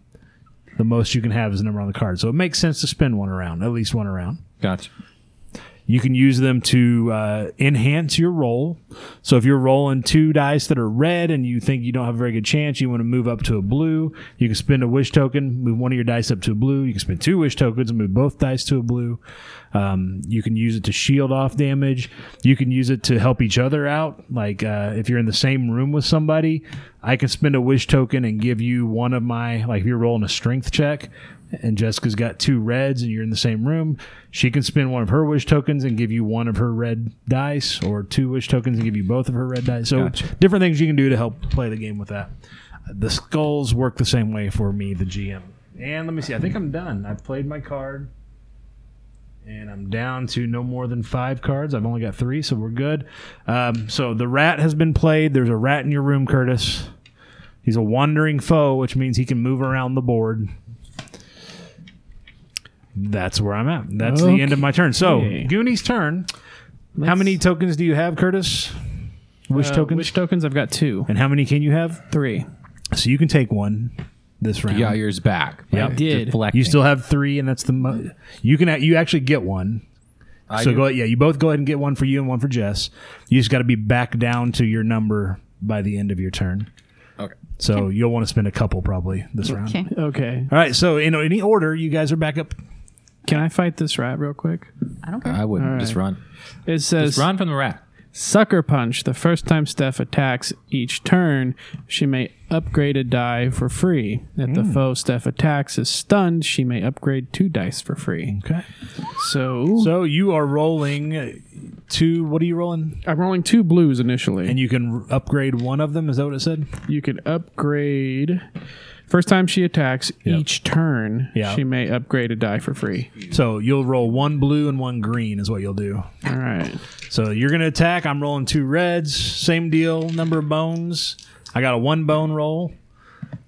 A: The most you can have is the number on the card. So it makes sense to spend one around, at least one around.
D: Gotcha.
A: You can use them to uh, enhance your roll. So if you're rolling two dice that are red and you think you don't have a very good chance, you want to move up to a blue. You can spend a wish token, move one of your dice up to a blue. You can spend two wish tokens and move both dice to a blue. Um, you can use it to shield off damage. You can use it to help each other out. Like uh, if you're in the same room with somebody, I can spend a wish token and give you one of my like if you're rolling a strength check and Jessica's got two reds and you're in the same room, she can spend one of her wish tokens and give you one of her red dice or two wish tokens and give you both of her red dice. So
D: Gotcha.
A: different things you can do to help play the game with that. The skulls work the same way for me, the GM. And let me see. I think I'm done. I've played my card. And I'm down to no more than five cards. I've only got three, so we're good. Um, so the rat has been played. There's a rat in your room, Curtis. He's a wandering foe, which means he can move around the board. That's where I'm at. That's the end of my turn. So
B: Okay.
A: Goonie's turn. how many tokens do you have, Curtis? Wish
B: Uh,
A: tokens.
B: Wish tokens. I've got two.
A: and how many can you have?
B: Three.
A: So you can take one this round.
D: You got yours back.
A: Yep.
B: I did.
D: Deflecting.
A: You still have three, and that's the mo- you can a- you actually get one.
D: I
A: so
D: do.
A: go yeah, you both go ahead and get one for you and one for Jess. You just got to be back down to your number by the end of your turn.
D: Okay.
A: So you'll want to spend a couple probably this round.
C: Okay.
B: Okay.
A: All right. So in any order, you guys are back up.
B: Can I fight this rat real quick?
C: I don't care.
D: I wouldn't. Just
B: right.
D: run.
B: It says
D: Just run from the rat.
B: Sucker Punch. The first time Steph attacks each turn, she may upgrade a die for free. If the foe Steph attacks is stunned, she may upgrade two dice for free.
A: Okay.
B: Hmm. So,
A: So you are rolling two. What are you rolling?
B: I'm rolling two blues initially.
A: And you can r- upgrade one of them. Is that what it said?
B: you can upgrade. First time she attacks each turn,
A: Yeah.
B: she may upgrade a die for free.
A: So you'll roll one blue and one green is what you'll do.
B: All right.
A: So you're gonna attack. I'm rolling two reds. Same deal. Number of bones. I got a one bone roll.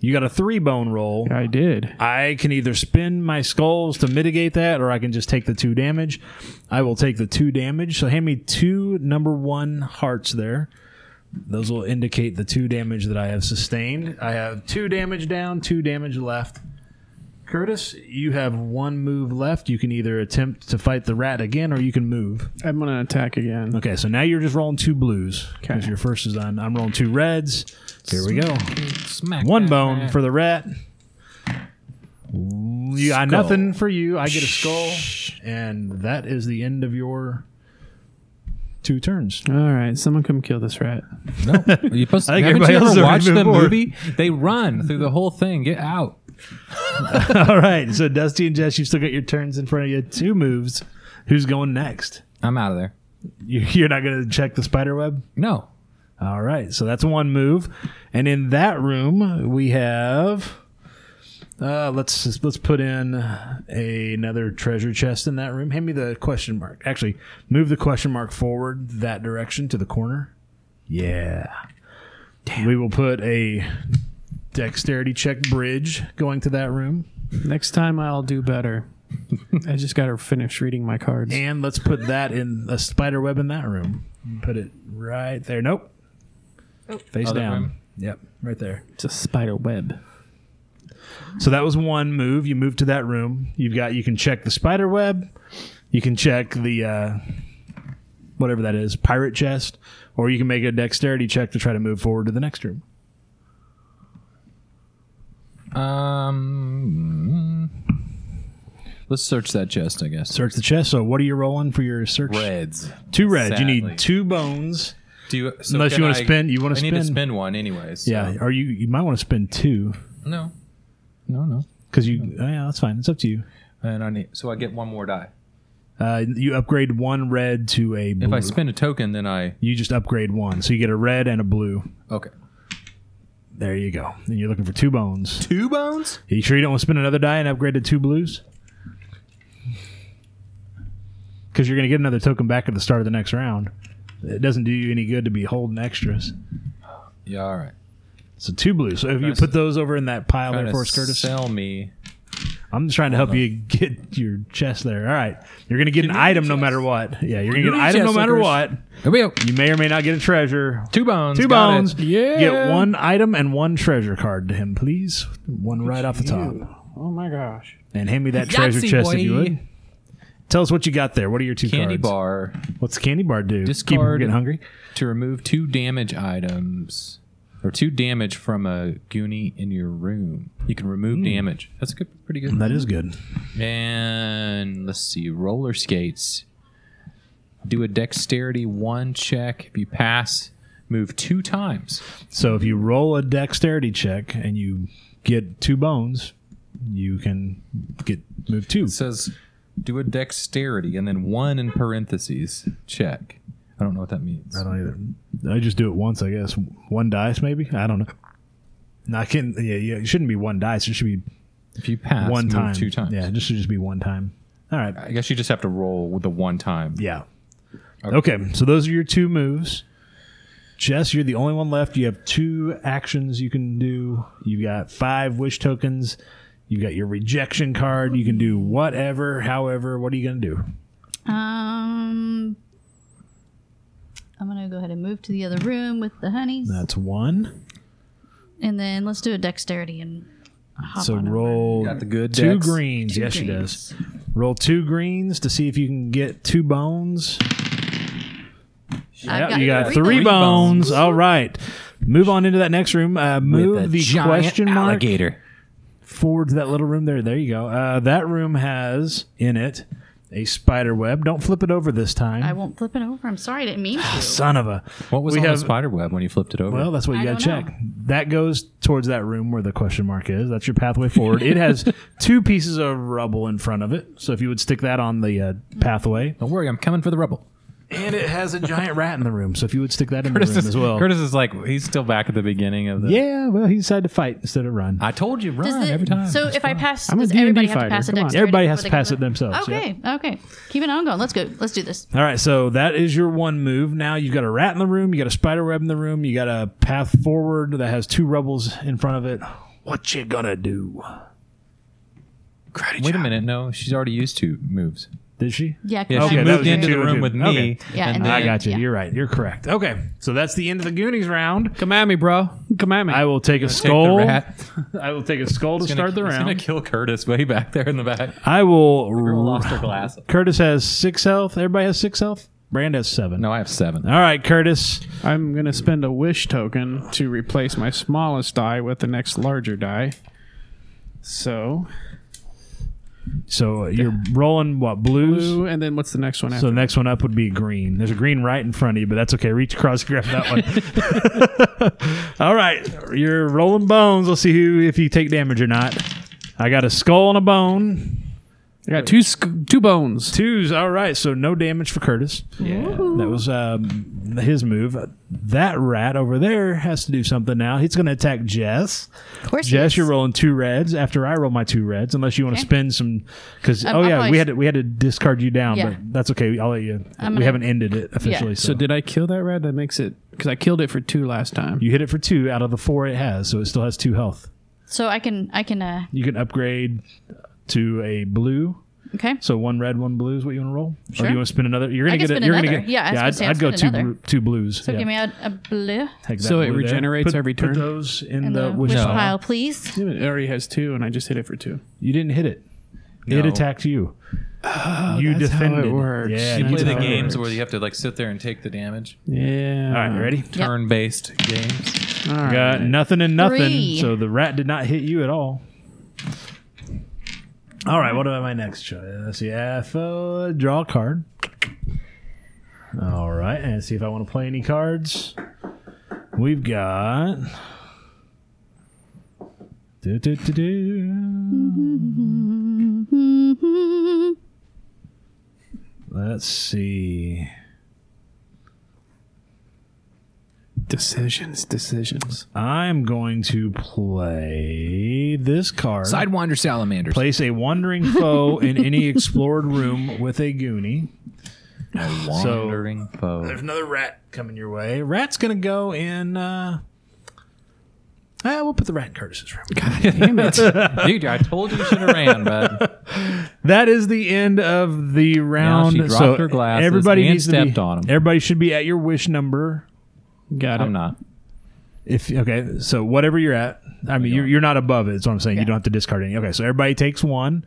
A: You got a three bone roll.
B: I did.
A: I can either spin my skulls to mitigate that, or I can just take the two damage. I will take the two damage. So hand me two number one hearts there. Those will indicate the two damage that I have sustained. I have two damage down, two damage left. Curtis, you have one move left. You can either attempt to fight the rat again, or you can move.
B: I'm going to attack again.
A: Okay, so now you're just rolling two blues.
B: Okay.
A: If your first is done, I'm rolling two reds. Here we go.
D: Smack.
A: One
D: that
A: bone
D: rat.
A: for the rat. You got
D: Skull.
A: nothing for you. I get a skull, and that is the end of your two turns.
B: All right, someone come kill this rat.
D: No, you supposed
A: I think
D: haven't
A: everybody
D: you
A: else
D: ever
A: already
D: watched
A: been
D: the
A: bored.
D: movie? They run through the whole thing. Get out.
A: All right. So Dusty and Jess, you still got your turns in front of you. Two moves. Who's going next?
D: I'm out of there.
A: You- You're not going to check the spider web.
D: No,
A: All right. So that's one move. And in that room we have. Uh, let's just, let's put in a, another treasure chest in that room. Hand me the question mark. Actually, move the question mark forward that direction to the corner. Yeah. We will put a dexterity check bridge going to that room.
B: Next time I'll do better. I just got to finish reading my cards.
A: And let's put that in a spider web in that room. Put it right there. Nope. Face
D: Other
A: down.
D: room.
A: Yep, right there.
B: It's a spider web.
A: So that was one move. You move to that room. You've got you can check the spider web. You can check the uh, whatever that is, pirate chest, or you can make a dexterity check to try to move forward to the next room.
D: Um, let's search that chest. I guess.
A: Search the chest. So what are you rolling for your search?
D: Reds.
A: Two reds. You
D: Sadly.
A: need two bones.
D: Do you, so
A: Unless
D: can
A: you wanna
D: I-
A: spend- you wanna
D: I need to
A: spend-
D: spend one, anyways. so-
A: Yeah. Or you you might want to spend two
D: No. No. No.
A: because you. Oh, yeah, that's fine. It's up to you.
D: And I need so I get one more die.
A: Uh, you upgrade one red to a blue.
D: If I spend a token, then I
A: you just upgrade one. So you get a red and a blue.
D: okay.
A: There you go. And you're looking for two bones.
D: Two bones.
A: You sure you don't want to spend another die and upgrade to two blues? Because you're going to get another token back at the start of the next round. It doesn't do you any good to be holding extras.
D: Yeah. All right.
A: So two blues. So if you
D: Nice.
A: put those over in that pile
D: Trying
A: there
D: to
A: for us, Curtis.
D: Sell me.
A: I'm just trying to help you get your chest there. All right. You're going to get an item no matter what. Yeah, you're going to get an
D: me
A: item no
D: chest,
A: matter
D: Curtis.
A: what.
D: Here we go.
A: You may or may not get a treasure.
D: Two bones.
A: Two
D: got
A: bones.
D: it.
B: Yeah.
A: Get one item and one treasure card to him, please. One right off the top.
B: Oh my gosh.
A: And hand me that treasure
D: Yahtzee,
A: chest if
D: boy.
A: you would. Tell us what you got there. What are your two
D: Candy
A: cards?
D: bar
A: What's the candy bar do? Keep him from
D: Discard.
A: getting hungry.
D: to remove two damage items or two damage from a goonie in your room. You can remove
A: Hmm.
D: damage. That's good. Pretty good.
A: That is good.
D: And let's see, roller skates. Do a dexterity one check. If you pass, move two times.
A: So if you roll a dexterity check and you get two bones, you can get move two.
D: It says do a dexterity and then one in parentheses check. I don't know what that means.
A: I don't either. I just do it once, I guess. One dice, maybe. I don't know. Not can yeah, yeah. It shouldn't be one dice. It should be
D: If you pass,
A: one
D: move
A: time.
D: two times.
A: Yeah, it should just be one time. All right.
D: I guess you just have to roll with the one time.
A: Yeah. Okay. so those are your two moves. Jess, you're the only one left. You have two actions you can do. You've got five wish tokens. You've got your rejection card. You can do whatever, however. What are you going to do?
C: Um, I'm gonna go ahead and move to the other room with the honeys,
A: That's one.
C: and then let's do a dexterity and hop
A: So
C: on over.
A: roll
D: Got the good
A: two
D: dex.
A: greens.
C: Two
A: yes, she does.
C: greens.
A: Roll two greens to see if you can get two bones.
C: I've
A: Yep, you got
C: three
A: three
C: bones.
A: bones. All right. Move on into that next room. Uh, move the question mark forward to that little room there. There you go. Uh, that room has in it a spider web. Don't flip it over this time.
C: I won't flip it over. I'm sorry, I didn't mean to.
A: Son of a.
D: What was
A: We
D: on
A: have-
D: the spider web when you flipped it over?
A: Well, that's what you
C: I
A: got to
C: don't
A: check. That goes towards that room where the question mark is. That's your pathway forward. it has two pieces of rubble in front of it. So if you would stick that on the uh, pathway.
D: don't worry, I'm coming for the rubble.
A: And it has a giant rat in the room. So if you would stick that in the room
D: is,
A: as well.
D: Curtis is like he's still back at the beginning of the.
A: yeah, well, he decided to fight instead of run.
D: I told you,
C: Does
D: run
C: the-
D: every time.
C: So if I pass,
B: I'm a
C: does
B: D&D
C: everybody have
B: fighter,
C: to pass a
B: come on.
C: dexterity?
A: Everybody
C: before
A: has
C: they
A: to pass
C: can
A: it themselves, yeah.
C: Okay, okay. Keep it on going. Let's go. Let's do this.
A: All right, so that is your one move. Now you've got a rat in the room, you got a spider web in the room, you got a path forward that has two rubbles in front of it. What you gonna do?
D: Wait a minute, no, she's already used to moves.
A: Did she?
C: Yeah.
D: Yeah,
C: okay,
D: she
A: that
D: moved
A: was
D: into
A: your
D: the
A: two,
D: room
A: two.
D: with me.
A: Okay.
C: Yeah, and
A: I
C: then-
A: got you.
C: yeah.
A: You're right. You're correct. Okay, so that's the end of the Goonies round.
B: Come at me, bro. Come at me.
A: I will take a
D: Take the
A: skull.
D: rat.
A: I will take a skull to start the
D: He's gonna
A: round.
D: kill Curtis way back there in the back.
A: I will.
D: Girl lost her glass.
A: Curtis has six health. Everybody has six health. Brand has seven.
D: No, I have seven.
A: All right, Curtis.
B: I'm gonna spend a wish token to replace my smallest die with the next larger die. So
A: So you're rolling what blues.
B: Blue, and then what's the next one
A: So
B: after?
A: the next one up would be green. There's a green right in front of you, but that's okay. Reach across, grab that one. All right, you're rolling bones. Let's see who if you take damage or not. I got a skull and a bone.
B: I got two sc- two bones.
A: Twos. All right, so no damage for Curtis. Yeah, that was um, his move. That rat over there has to do something now. He's going to attack Jess.
C: Of course.
A: Jess, you're rolling two reds after I roll my two reds, unless you want to
C: Okay.
A: spend some. Because
C: Um,
A: oh
C: I'll
A: yeah,
C: probably
A: we
C: s-
A: had to, we had to discard you down,
C: Yeah.
A: but that's okay. I'll let you.
C: I'm
A: we
C: gonna-
A: haven't ended it officially.
B: So did I kill that red? That makes it because I killed it for two last time.
A: You hit it for two out of the four it has, so it still has two health.
C: So I can I can uh
A: You can upgrade to a blue,
C: okay.
A: so one red, one blue is what you want to roll. Or
C: Sure.
A: do you want to spin another? You're gonna
C: I can
A: get. it.
C: spin
A: you're gonna
C: another.
A: get.
C: Yeah, I was gonna
A: I'd,
C: say, I'll
A: I'd go two
C: spin another.
A: bl- two blues.
C: So
A: yeah.
C: give me a, a blue
A: Take that
B: So it
A: blue there.
B: regenerates
A: Put-
B: every turn?
A: Put those in,
C: in
A: the,
C: the,
A: wish
C: wish
A: pile.
C: pile, please.
B: Yeah, but It already has two, and I just hit it for two.
A: You didn't hit it. It
D: No.
A: attacked you. you
B: Ah, that's how it
A: defended.
B: works.
A: Yeah,
B: You
D: You play the
A: defended.
D: games where you have to like sit there and take the damage.
B: Yeah.
A: All right, you ready?
C: Yep.
D: Turn-based games.
A: Got nothing and nothing.
C: Three.
A: So the rat did not hit you at all. All right, what about my next choice? Let's see. F, uh, draw a card. All right, and see if I want to play any cards. We've got. Do, do, do, do. Let's see.
B: Decisions, decisions.
A: I'm going to play this card.
D: Sidewinder salamanders.
A: Place a wandering foe in any explored room with a goonie.
D: a
A: So-
D: wandering foe.
A: There's another rat coming your way. Rat's gonna go in. Uh, ah, we'll put the rat in Curtis's room.
D: Dude, I told you you should have ran, but
A: That is the end of the round.
D: dropped
A: so
D: her glasses
A: everybody
D: and
A: needs to
D: stepped
A: be,
D: on 'em.
A: Everybody should be at your wish number.
B: Got it.
D: I'm not.
A: If okay, so whatever you're at, I mean you're, you're not above it. That's what I'm saying. You don't have to discard any. Okay, so everybody takes one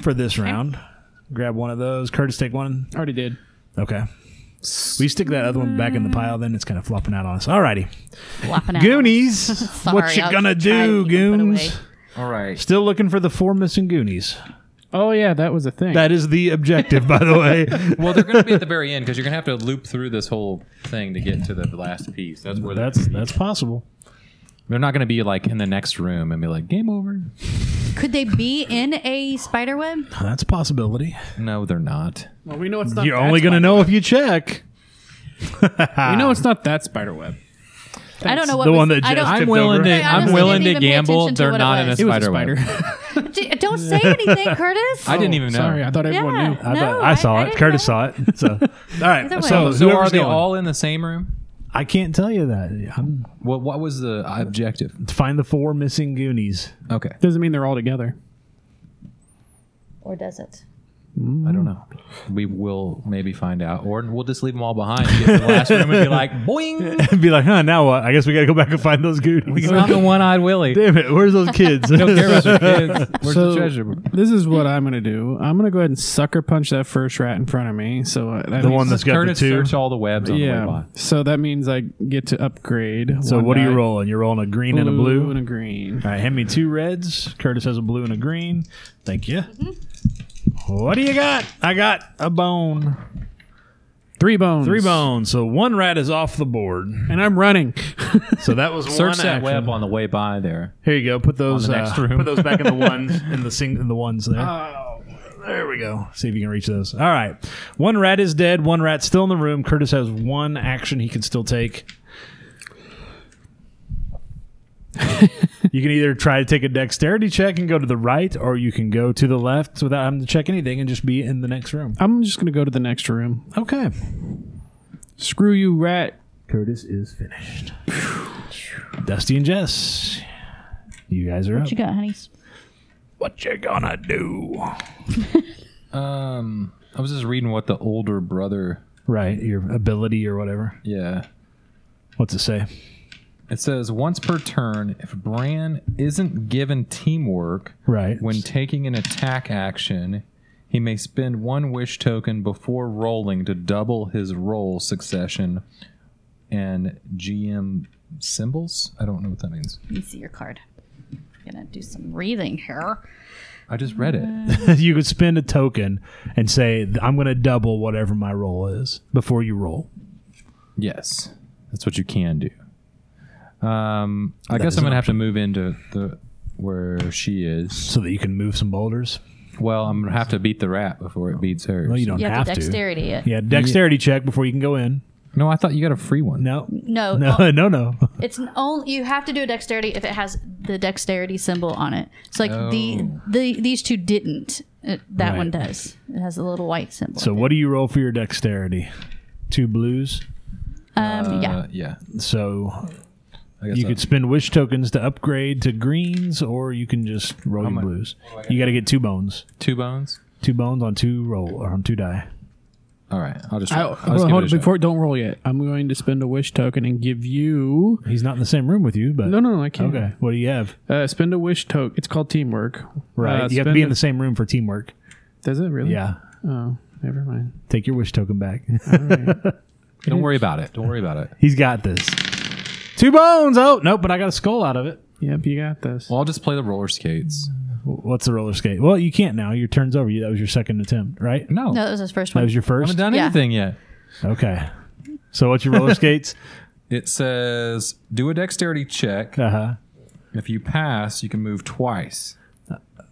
A: for this round. Grab one of those. Curtis, take one.
B: Already did.
A: Okay. We stick that other one back in the pile. Then it's kind of flopping out on us. Alrighty,
C: Flopping out.
A: Goonies. what
C: Sorry,
A: you
C: I'll
A: gonna
C: try to
A: do,
C: keep it away.
A: Goons?
D: All right.
A: Still looking for the four missing Goonies.
B: Oh yeah, that was a thing.
A: That is the objective, by the way.
D: Well, they're going to be at the very end because you're going to have to loop through this whole thing to get to the last piece. That's where that's.
A: That's that's possible.
D: They're not going to be like in the next room and be like, game over.
C: Could they be in a spider web?
A: That's a possibility.
D: No, they're not.
B: well, we know it's not.
A: You're
B: that
A: only gonna
B: spider-
A: know if you check.
B: We know it's not that spider web.
C: I don't know what
A: The
C: was,
A: one that
C: I don't,
A: Jess
D: I'm
A: tipped
D: willing
A: over.
D: to.
C: I
D: I'm
C: honestly
D: willing to
C: didn't even pay
D: gamble.
C: attention to
D: They're
C: what it
D: not in a
C: was.
B: It was
D: spider,
B: a
D: web.
B: spider. Oh,
C: D- don't say anything, Curtis.
D: I didn't even know.
B: Sorry, I thought
C: yeah,
B: everyone knew.
A: I, thought-
C: no,
A: I saw it.
C: didn't
A: Curtis
C: know.
A: saw it. So, all right.
C: Either
A: So,
C: way.
D: So are
A: whoever's
D: they
A: going-
D: all in the same room?
A: I can't tell you that. I'm
D: What What was the objective?
A: find the four missing Goonies.
D: Okay,
B: Doesn't mean they're all together.
C: Or does it?
D: I don't know. We will maybe find out, or we'll just leave them all behind. Get to the last room and be like, boing.
A: Be like, huh? Now what? I guess we gotta go back and find those Goonies.
D: Not the one-eyed Willie.
A: Damn it! Where's those kids?
D: Don't care about your kids. Where's
B: So-
D: the treasure?
B: This is what I'm gonna do. I'm gonna go ahead and sucker punch that first rat in front of me. So uh, that
A: The
B: means-
A: one that's got
D: Curtis,
A: the two.
D: search all the webs on the way
B: yeah.
D: by.
B: So that means I get to upgrade.
A: So
B: one
A: what are
B: die.
A: you rolling? You're rolling a green and a blue.
B: and a green.
A: All right, hand me two reds. Curtis has a blue and a green. Thank you. What do you got? I got a bone.
B: Three bones.
A: Three bones. So one rat is off the board.
B: And I'm running.
A: So that was one
D: Search that
A: action.
D: web on the way by there.
A: Here you go. Put those
D: On the
A: uh,
D: next room.
A: put those back in the ones in the sing in the ones there. There we go. See if you can reach those. All right. One rat is dead. One rat still in the room. Curtis has one action he can still take. you can either try to take a dexterity check and go to the right, or you can go to the left without having to check anything and just be in the next room.
B: I'm just gonna go to the next room.
A: Okay.
B: Screw you, rat.
A: Curtis is finished. Dusty and Jess, you guys are up.
C: What you got, honeys?
A: What you gonna do?
D: Um, I was just reading what the older brother.
A: Right, your ability or whatever.
D: Yeah.
A: What's it say?
D: It says once per turn, if Bran isn't given teamwork
A: Right.
D: when taking an attack action, he may spend one wish token before rolling to double his roll succession and GM symbols. I don't know what that means.
C: Let me see your card. gonna do some breathing here.
D: I just read
A: Mm-hmm.
D: it.
A: you could spend a token and say, I'm going to double whatever my roll is before you roll.
D: Yes, that's what you can do. Um, I
A: That
D: guess
A: is
D: I'm
A: an
D: gonna have to move into the where she is.
A: so that you can move some boulders.
D: Well, I'm gonna have to beat the rat before it beats hers.
A: Well, you don't
C: You
A: have
C: have to dexterity it.
A: to. Yeah, dexterity check before you can go in.
D: No, I thought you got a free one.
A: No,
C: No,
A: no,
C: oh,
A: no, no.
C: it's an only you have to do a dexterity if it has the dexterity symbol on it. So like the
D: Oh.
C: the these two didn't. It, that
A: Right.
C: one does. It has a little white symbol.
A: So what do you roll for your dexterity? Two blues.
C: Um, yeah.
J: Uh, yeah.
A: So
J: I guess
A: you
J: I-
A: could spend wish tokens to upgrade to greens, or you can just roll your blues. You got to get two bones,
D: Two bones.
A: two bones on two roll or on two die.
D: All right, I'll just.
B: I,
D: I'll just
B: Oh, hold on, hold
D: give it a
B: on,
D: shot.
B: before don't roll yet. I'm going to spend a wish token and give you.
A: He's not in the same room with you, but
B: No, no, no I can't.
A: Okay, what do you have?
B: Uh, spend a wish token. It's called teamwork.
A: Right, you
B: Uh,
A: have to
B: spend
A: be
B: a-
A: in the same room for teamwork.
B: Does it
D: Hmm.
B: really?
A: Yeah,
B: Oh, never mind.
A: take your wish token back.
D: Don't worry about it. Don't worry about it.
A: He's got this. Two bones. Oh nope, but I got a skull out of it.
B: Yep, you got this.
D: Well, I'll just play the roller skates.
A: What's the roller skate? Well, you can't now. Your turn's over. You- That was your second attempt, right?
D: No,
C: No,
D: I
C: that was his first
A: That
C: one.
A: was your first.
D: haven't done
C: Yeah.
D: anything yet.
A: Okay. So what's your roller skates?
D: It says do a dexterity check.
A: Uh huh.
D: If you pass, you can move twice.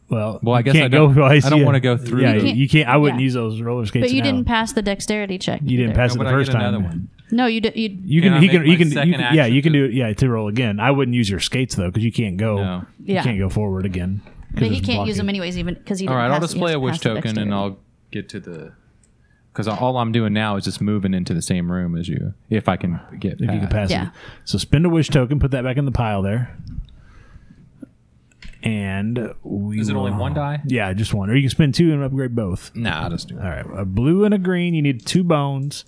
A: Well,
D: Well, I
A: you
D: guess
A: can't
D: I don't-
A: go twice.
D: I don't
A: yeah.
D: wanna go through
A: Yeah,
D: the-
A: you can't. You can't I wouldn't
C: yeah.
A: use those roller skates.
C: but you
A: now.
C: didn't pass the dexterity check.
A: You didn't
C: either.
A: pass it
D: but
A: the
D: I
A: first
D: get
A: time.
D: another one.
C: No, you did. You,
A: You
D: Can
A: can.
D: I
A: He can.
D: make
A: You
D: my
A: can. you
D: second
A: can- yeah,
D: action
A: you can
D: to-
A: do it. Yeah, to roll again. I wouldn't use your skates though because you can't go.
D: No.
A: You
C: Yeah.
A: can't go forward again. 'cause
C: but he
A: it's
C: can't use them
A: blocking.
C: anyways, even because he.
D: All
C: didn't
D: right, I'll
C: pass-
D: just
C: he
D: play
C: has
D: a
C: to
D: wish
C: pass the
D: token
C: dexterity.
D: and I'll get to the. Because all I'm doing now is just moving into the same room as you, if I can get.
A: If you can pass
C: Yeah.
A: it. So spend a wish token. Put that back in the pile there. And we.
D: Is it only
A: will-
D: one die?
A: Yeah, just one. Or you can spend two and upgrade both.
D: Nah, I'll just do it.
A: All right, a blue and a green. You need two bones.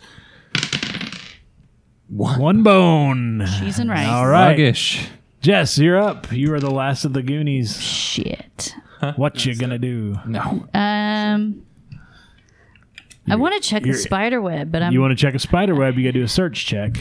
D: One.
A: One bone.
C: Cheese and rice.
A: All right,
D: Ruggish.
A: Jess, you're up. You are the last of the Goonies.
C: Shit.
A: What you gonna do?
D: No.
C: Um. I want to check the
A: you're-
C: spider web, but I'm
A: You want to check a spider web? You gotta do a search check.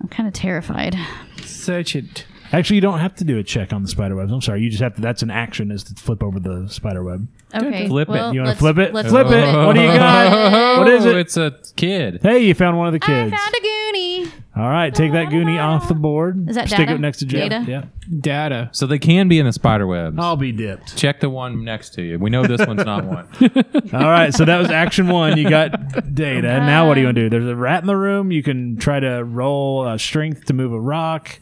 C: I'm kind of terrified.
B: Search it.
A: Actually, you don't have to do a check on the spider webs. I'm sorry. You just have to. That's an action is to flip over the spider web.
C: Okay,
D: Flip it.
C: well,
A: You want
C: let's-
A: to flip it?
C: Let's
A: Flip it. What do you got? what is
D: Oh,
A: it?
D: it's a kid.
A: Hey, you found one of the
C: I
A: kids.
C: found a goonie.
A: All right, take that Goonie off the board.
C: Is that
A: Stick
C: data?
A: it next to Jeff.
C: Data?
A: Yeah.
B: Data.
D: So they can be in the spider webs.
A: I'll be dipped.
D: Check the one next to you. We know this one's not one.
A: All right, so that was action one. You got data. And now what do you want to do? There's a rat in the room. You can try to roll uh, strength to move a rock.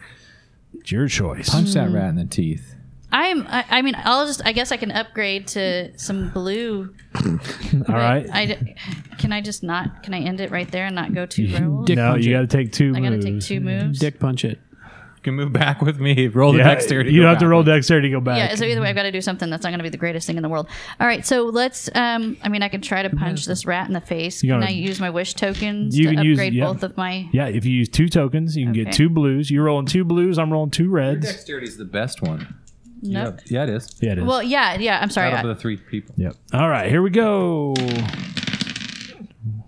A: It's your choice.
D: Punch that rat in the teeth.
C: I'm. I, I mean, I'll just. I guess I can upgrade to some blue.
A: All right.
C: I d- can I just not? Can I end it right there and not go two rolls?
B: Dick
A: No,
B: punch
A: you got
B: it.
A: to take two
C: I gotta
A: moves.
C: take two moves.
B: Dick punch it.
D: You can move back with me. Roll the
A: Yeah,
D: dexterity.
A: you
D: go
A: don't have to
D: back.
A: roll dexterity to go back.
C: Yeah. So either way, I've got to do something that's not going to be the greatest thing in the world. All right. So let's. Um. I mean, I can try to punch this rat in the face.
A: You
C: Can
A: gotta-
C: I use my wish tokens
A: You
C: to
A: can use-
C: upgrade
A: yeah.
C: both of my?
A: Yeah, if you use two tokens, you can get
C: Okay.
A: two blues. You're rolling two blues. I'm rolling two reds.
D: Dexterity's the best one.
C: Nope.
D: Yep. Yeah, it is.
A: Yeah, it is.
C: Well, yeah, yeah. I'm sorry.
D: Out
C: I,
D: of the three people.
A: yep. All right, here we go.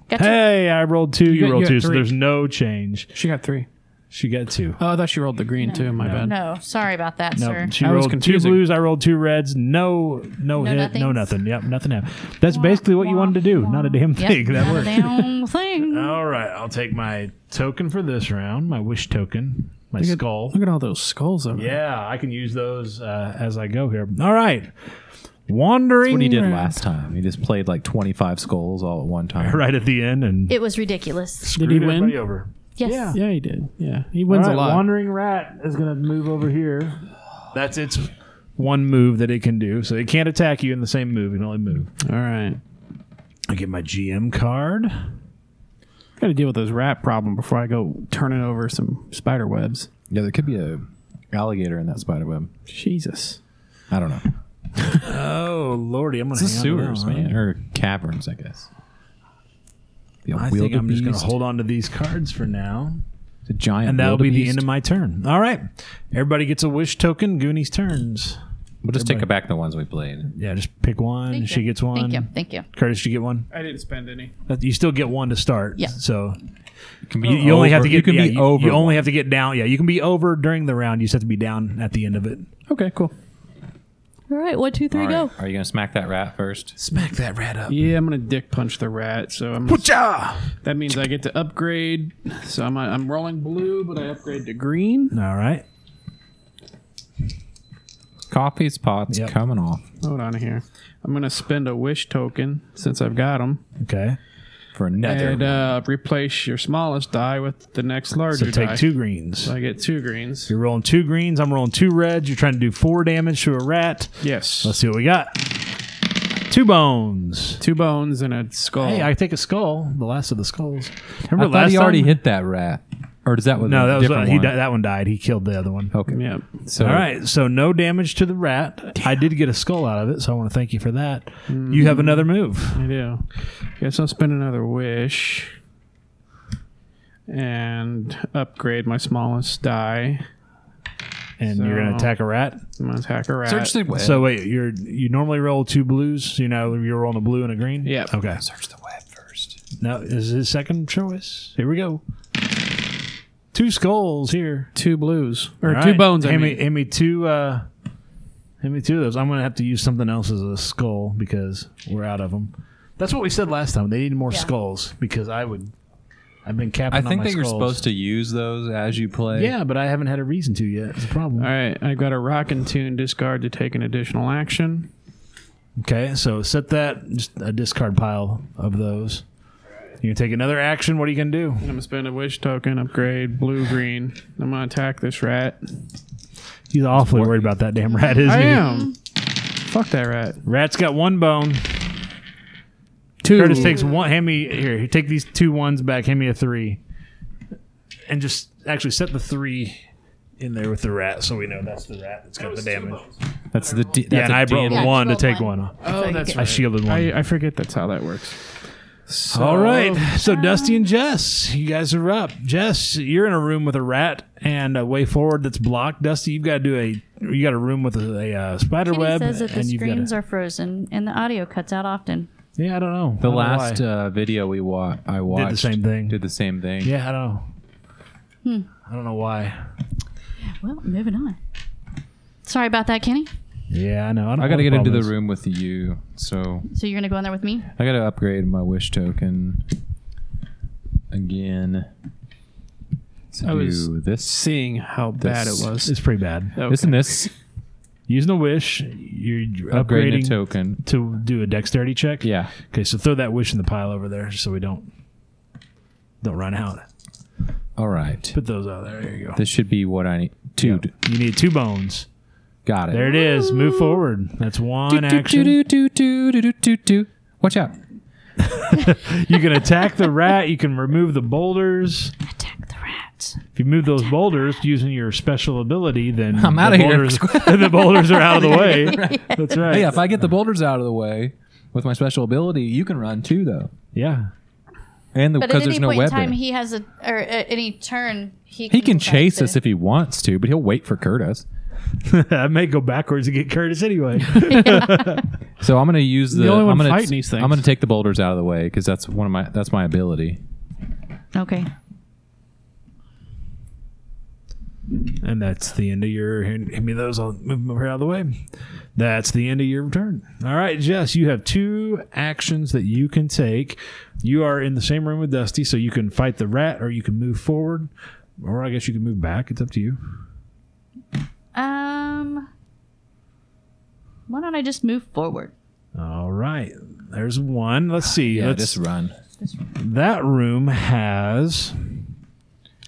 C: got you.
A: Hey, I rolled two. You,
B: got-
A: rolled
B: you got
A: two, so
B: three.
A: there's no change.
B: She got three.
A: She got two.
B: Oh, I thought she rolled the green too. My bad.
C: No, sorry about that,
A: No,
C: sir.
A: she
B: I was
A: rolled two
B: confusing.
A: blues. I rolled two reds. No, no, hit. No
C: nothings.
A: nothing. Yep, nothing happened. That's basically what you wanted to do. Not a damn
C: Yep,
A: thing. That
C: not a
A: worked.
C: damn thing.
A: All right, I'll take my token for this round. My wish token. My
B: Look at-
A: skull.
B: Look at all those skulls over there.
A: Yeah, I can use those uh, as I go here. All right, wandering.
D: What he did
A: rat.
D: last time. He just played like 25 skulls all at one time.
A: right at the end and
C: It was ridiculous.
A: screwed
B: Did he win?
A: everybody over.
C: Yes.
B: Yeah, he did. Yeah, he wins
A: All right,
B: a lot.
A: Wandering rat is going to move over here. That's its one move that it can do. So it can't attack you in the same move. It can only move.
B: All right.
A: I get my GM card.
B: Got to deal with this rat problem before I go turning over some spider webs.
D: Yeah, there could be a alligator in that spider web.
B: Jesus.
D: I don't know.
A: Oh lordy, I'm going to
D: It's sewers, man, or caverns, I guess. The
A: I think I'm just going to
D: wildebeest.
A: hold on to these cards for now,
D: the giant.
A: and that'll be the
D: wildebeest.
A: end of my turn. All right, everybody gets a wish token. Goonies turns.
D: We'll just take back the ones we played.
A: Yeah, just pick one.
C: Thank
A: she
C: you.
A: gets one.
C: Thank you. Thank you.
A: Curtis, you get one.
B: I didn't spend any.
A: That- You still get one to start.
C: Yeah.
A: So
D: You can
A: you, you only have to get.
D: You can
A: yeah,
D: be
A: you-
D: over.
A: You only have to get down. Yeah, you can be over during the round. You just have to be down at the end of it.
B: Okay, cool.
K: All right, one, two, three,
D: All right.
K: go.
D: Are you going to smack that rat first?
B: Smack that rat up. Yeah, I'm gonna dick punch the rat. So I'm. That means I get to upgrade. So I'm I'm rolling blue, but I upgrade to green.
A: All right.
D: Coffee spots
A: Yep.
D: coming off
B: Hold on here. I'm gonna spend a wish token since I've got them,
A: Okay.
D: for another.
B: and uh, replace your smallest die with the next larger
A: So take
B: die.
A: two greens.
B: So I get two greens.
A: You're rolling two greens. I'm rolling two reds. You're trying to do four damage to a rat.
B: Yes,
A: Let's see what we got. Two bones.
B: two bones and a skull.
A: Hey, I take a skull. The last of the skulls. Remember
D: I thought
A: last
D: he already
A: time?
D: hit that rat, or does that was
A: No,
D: a
A: that was uh,
D: different
A: he.
D: one? Oh,
A: Di- that one died. He killed the other one.
D: okay.
B: yeah.
D: So
A: All right, so no damage to the rat. I did get a skull out of it, so I want to thank you for that. You
D: Mm-hmm.
A: have another move.
B: I do. Guess I'll spend another wish and upgrade my smallest die.
A: and you're gonna
B: So-
A: attack a rat.
B: I'm gonna attack a rat.
D: search the web.
A: So wait, you're you normally roll two blues. So you know you're rolling a blue and a green.
B: Yeah.
A: Okay.
D: search the web first.
A: Now is his second choice. Here we go. Two skulls here.
B: two blues or
A: All
B: two
A: right.
B: bones. I
A: Hand
B: mean,
A: me, hand me two. Uh, hand me two of those. I'm gonna have to use something else as a skull because we're out of them. That's what we said last time. They need more skulls because I would. I've been capping.
D: I
A: on
D: think
A: my
D: that you're
A: skulls.
D: supposed to use those as you play.
A: Yeah, but I haven't had a reason to yet. It's a problem.
B: all right. I've got a rock and tune discard to take an additional action.
A: Okay, so set that just a discard pile of those. You can take another action. What are you gonna do?
B: I'm gonna spend a wish token, upgrade blue green. I'm gonna attack this rat.
A: He's awfully worried about that damn rat, isn't
B: I
A: he?
B: am. Fuck that rat.
A: Rat's got one bone.
B: Two.
A: Curtis takes one. Hand me here. Take these two ones back. Hand me a three, and just actually set the three in there with the rat, so we know that's the rat that's got the damage.
D: that's the. D- that's
A: Yeah, and
D: a
A: I rolled
D: DM.
C: Yeah,
A: one to
C: rolled
A: take
C: one.
A: one. off.
B: Oh, that's
A: I
B: right.
A: shielded one.
B: I, I forget that's how that works. So,
A: All right.
C: Oh.
A: So Dusty and Jess, you guys are up. Jess, you're in a room with a rat and a way forward that's blocked. Dusty, you've got to do a you got a room with a, a uh, spider
C: Kenny
A: web
C: says that the
A: and you've got
C: screens
A: to,
C: are frozen and the audio cuts out often.
A: Yeah, I don't know. I
D: The
A: don't know
D: last
A: why.
D: uh, video we wa- I watched
A: same thing.
D: Did the same thing.
A: Yeah, I don't know.
C: Hmm.
A: I don't know why.
C: Well, moving on. Sorry about that, Kenny.
A: Yeah, I know. I, don't
D: I got
A: know
D: to get
A: what
D: into
A: problem
D: the
A: is.
D: room with you, so
C: So you're gonna go in there with me?
D: I got to upgrade my wish token again. To
B: I was
D: do this.
B: seeing how bad it
D: This-
B: was.
A: It's pretty bad.
B: Okay.
D: Isn't this
A: Using a wish, you're
D: upgrading a
A: upgrading to,
D: token?
A: do a dexterity check.
D: Yeah.
A: Okay, so throw that wish in the pile over there, so we don't don't run out.
D: All right.
A: Put those out there. There you go.
D: This should be what I need. Dude,
A: You need two bones.
D: got it.
A: There it is. Move forward. That's one action.
D: Do, do, do, do, do, do, do. Watch out.
A: You can attack the rat. You can remove the boulders.
C: Attack the rat.
A: If you move those boulders using your special ability, then
D: I'm
A: the
D: outta here.
A: boulders, the boulders are out of the way. That's right.
D: Yeah,
A: Yeah.
D: if I get the boulders out of the way with my special ability, you can run too, though. And
C: But at
D: because
C: any
D: there's no
C: point in
D: web
C: time,
D: there.
C: he has a or at any turn he
D: He can
C: go back
D: chase
C: to-
D: us if he wants to, but he'll wait for Curtis.
A: I may go backwards and get Curtis anyway.
D: So I'm going to use the.
B: only one
D: I'm gonna,
B: fighting these things.
D: I'm going to take the boulders out of the way because that's one of my that's my ability.
C: Okay.
A: and that's the end of your. Hand me those. I'll move them over out of the way. That's the end of your turn. All right, Jess, you have two actions that you can take. You are in the same room with Dusty, so you can fight the rat, or you can move forward, or I guess you can move back. It's up to you.
C: Um. Why don't I just move forward?
A: All right. There's one. Let's see.
D: Yeah,
A: Let's,
D: just run.
A: that room has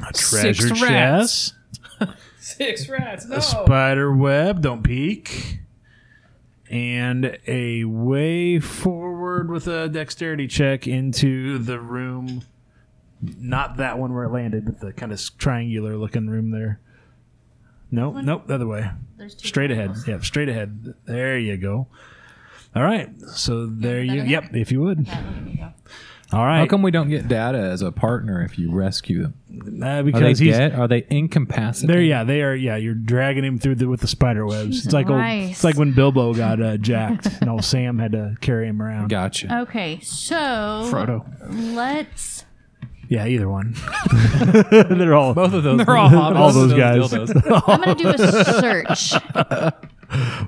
A: a treasure chest,
B: Six rats. No.
A: a spider web, don't peek, and a way forward with a dexterity check into the room. Not that one where it landed, but the kind of triangular looking room there. Nope, nope, the other way.
C: There's two
A: Straight ahead. Yep, straight ahead. There you go. All right. So there you. Yep, if you would. All
D: How
A: right.
D: come we don't get data as a partner if you rescue them?
A: Uh,
D: Are they
A: because he's
D: dead? Are they incapacitated?
A: there. Yeah, they are. Yeah, you're dragging him through the, with the spider webs. it's like old,
C: Christ.
A: it's like when Bilbo got uh, jacked and old Sam had to carry him around.
D: Gotcha.
C: Okay, so
B: Frodo.
C: let's.
A: yeah, either one. They're all
D: Both of those.
B: They're all hobbits.
A: all those guys.
D: dildos.
C: I'm gonna do a search.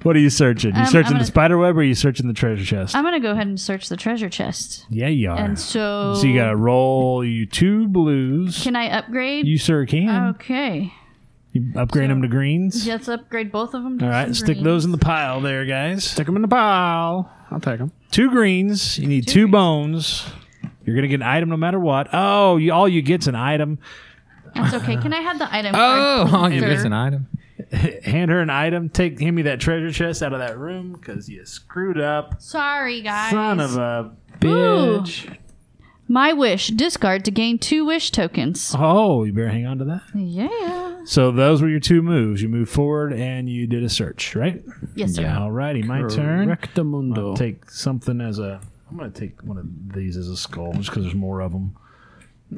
A: What are you searching? You
C: Um,
A: searching
C: I'm
A: the
C: gonna-
A: spider web or are you searching the treasure chest?
C: I'm gonna go ahead and search the treasure chest.
A: yeah, you are.
C: And so,
A: so you got to roll you two blues.
C: can Oh, I upgrade?
A: you sure can.
C: okay,
A: you upgrade them to greens.
C: let's upgrade both of them. To
A: All right,
C: some
A: stick
C: green.
A: those in the pile there, guys.
B: Stick them in the pile. I'll take them.
A: Two greens. You need two, bones. You're gonna get an item no matter what. Oh, you, all you get's an item.
C: That's okay. Can I have the item?
J: Oh,
C: card,
J: all you
C: sir?
J: get's an item.
A: Hand her an item. Take hand me that treasure chest out of that room because you screwed up,
C: Sorry, guys.
A: son of a.
C: bitch. My wish: discard to gain two wish tokens.
A: Oh, you better hang on to that.
C: Yeah.
A: So those were your two moves. You moved forward and you did a search, right?
C: Yes, sir.
A: All righty, my turn.
B: Rectamundo.
A: Take something as a. I'm gonna take one of these as a skull just because there's more of them.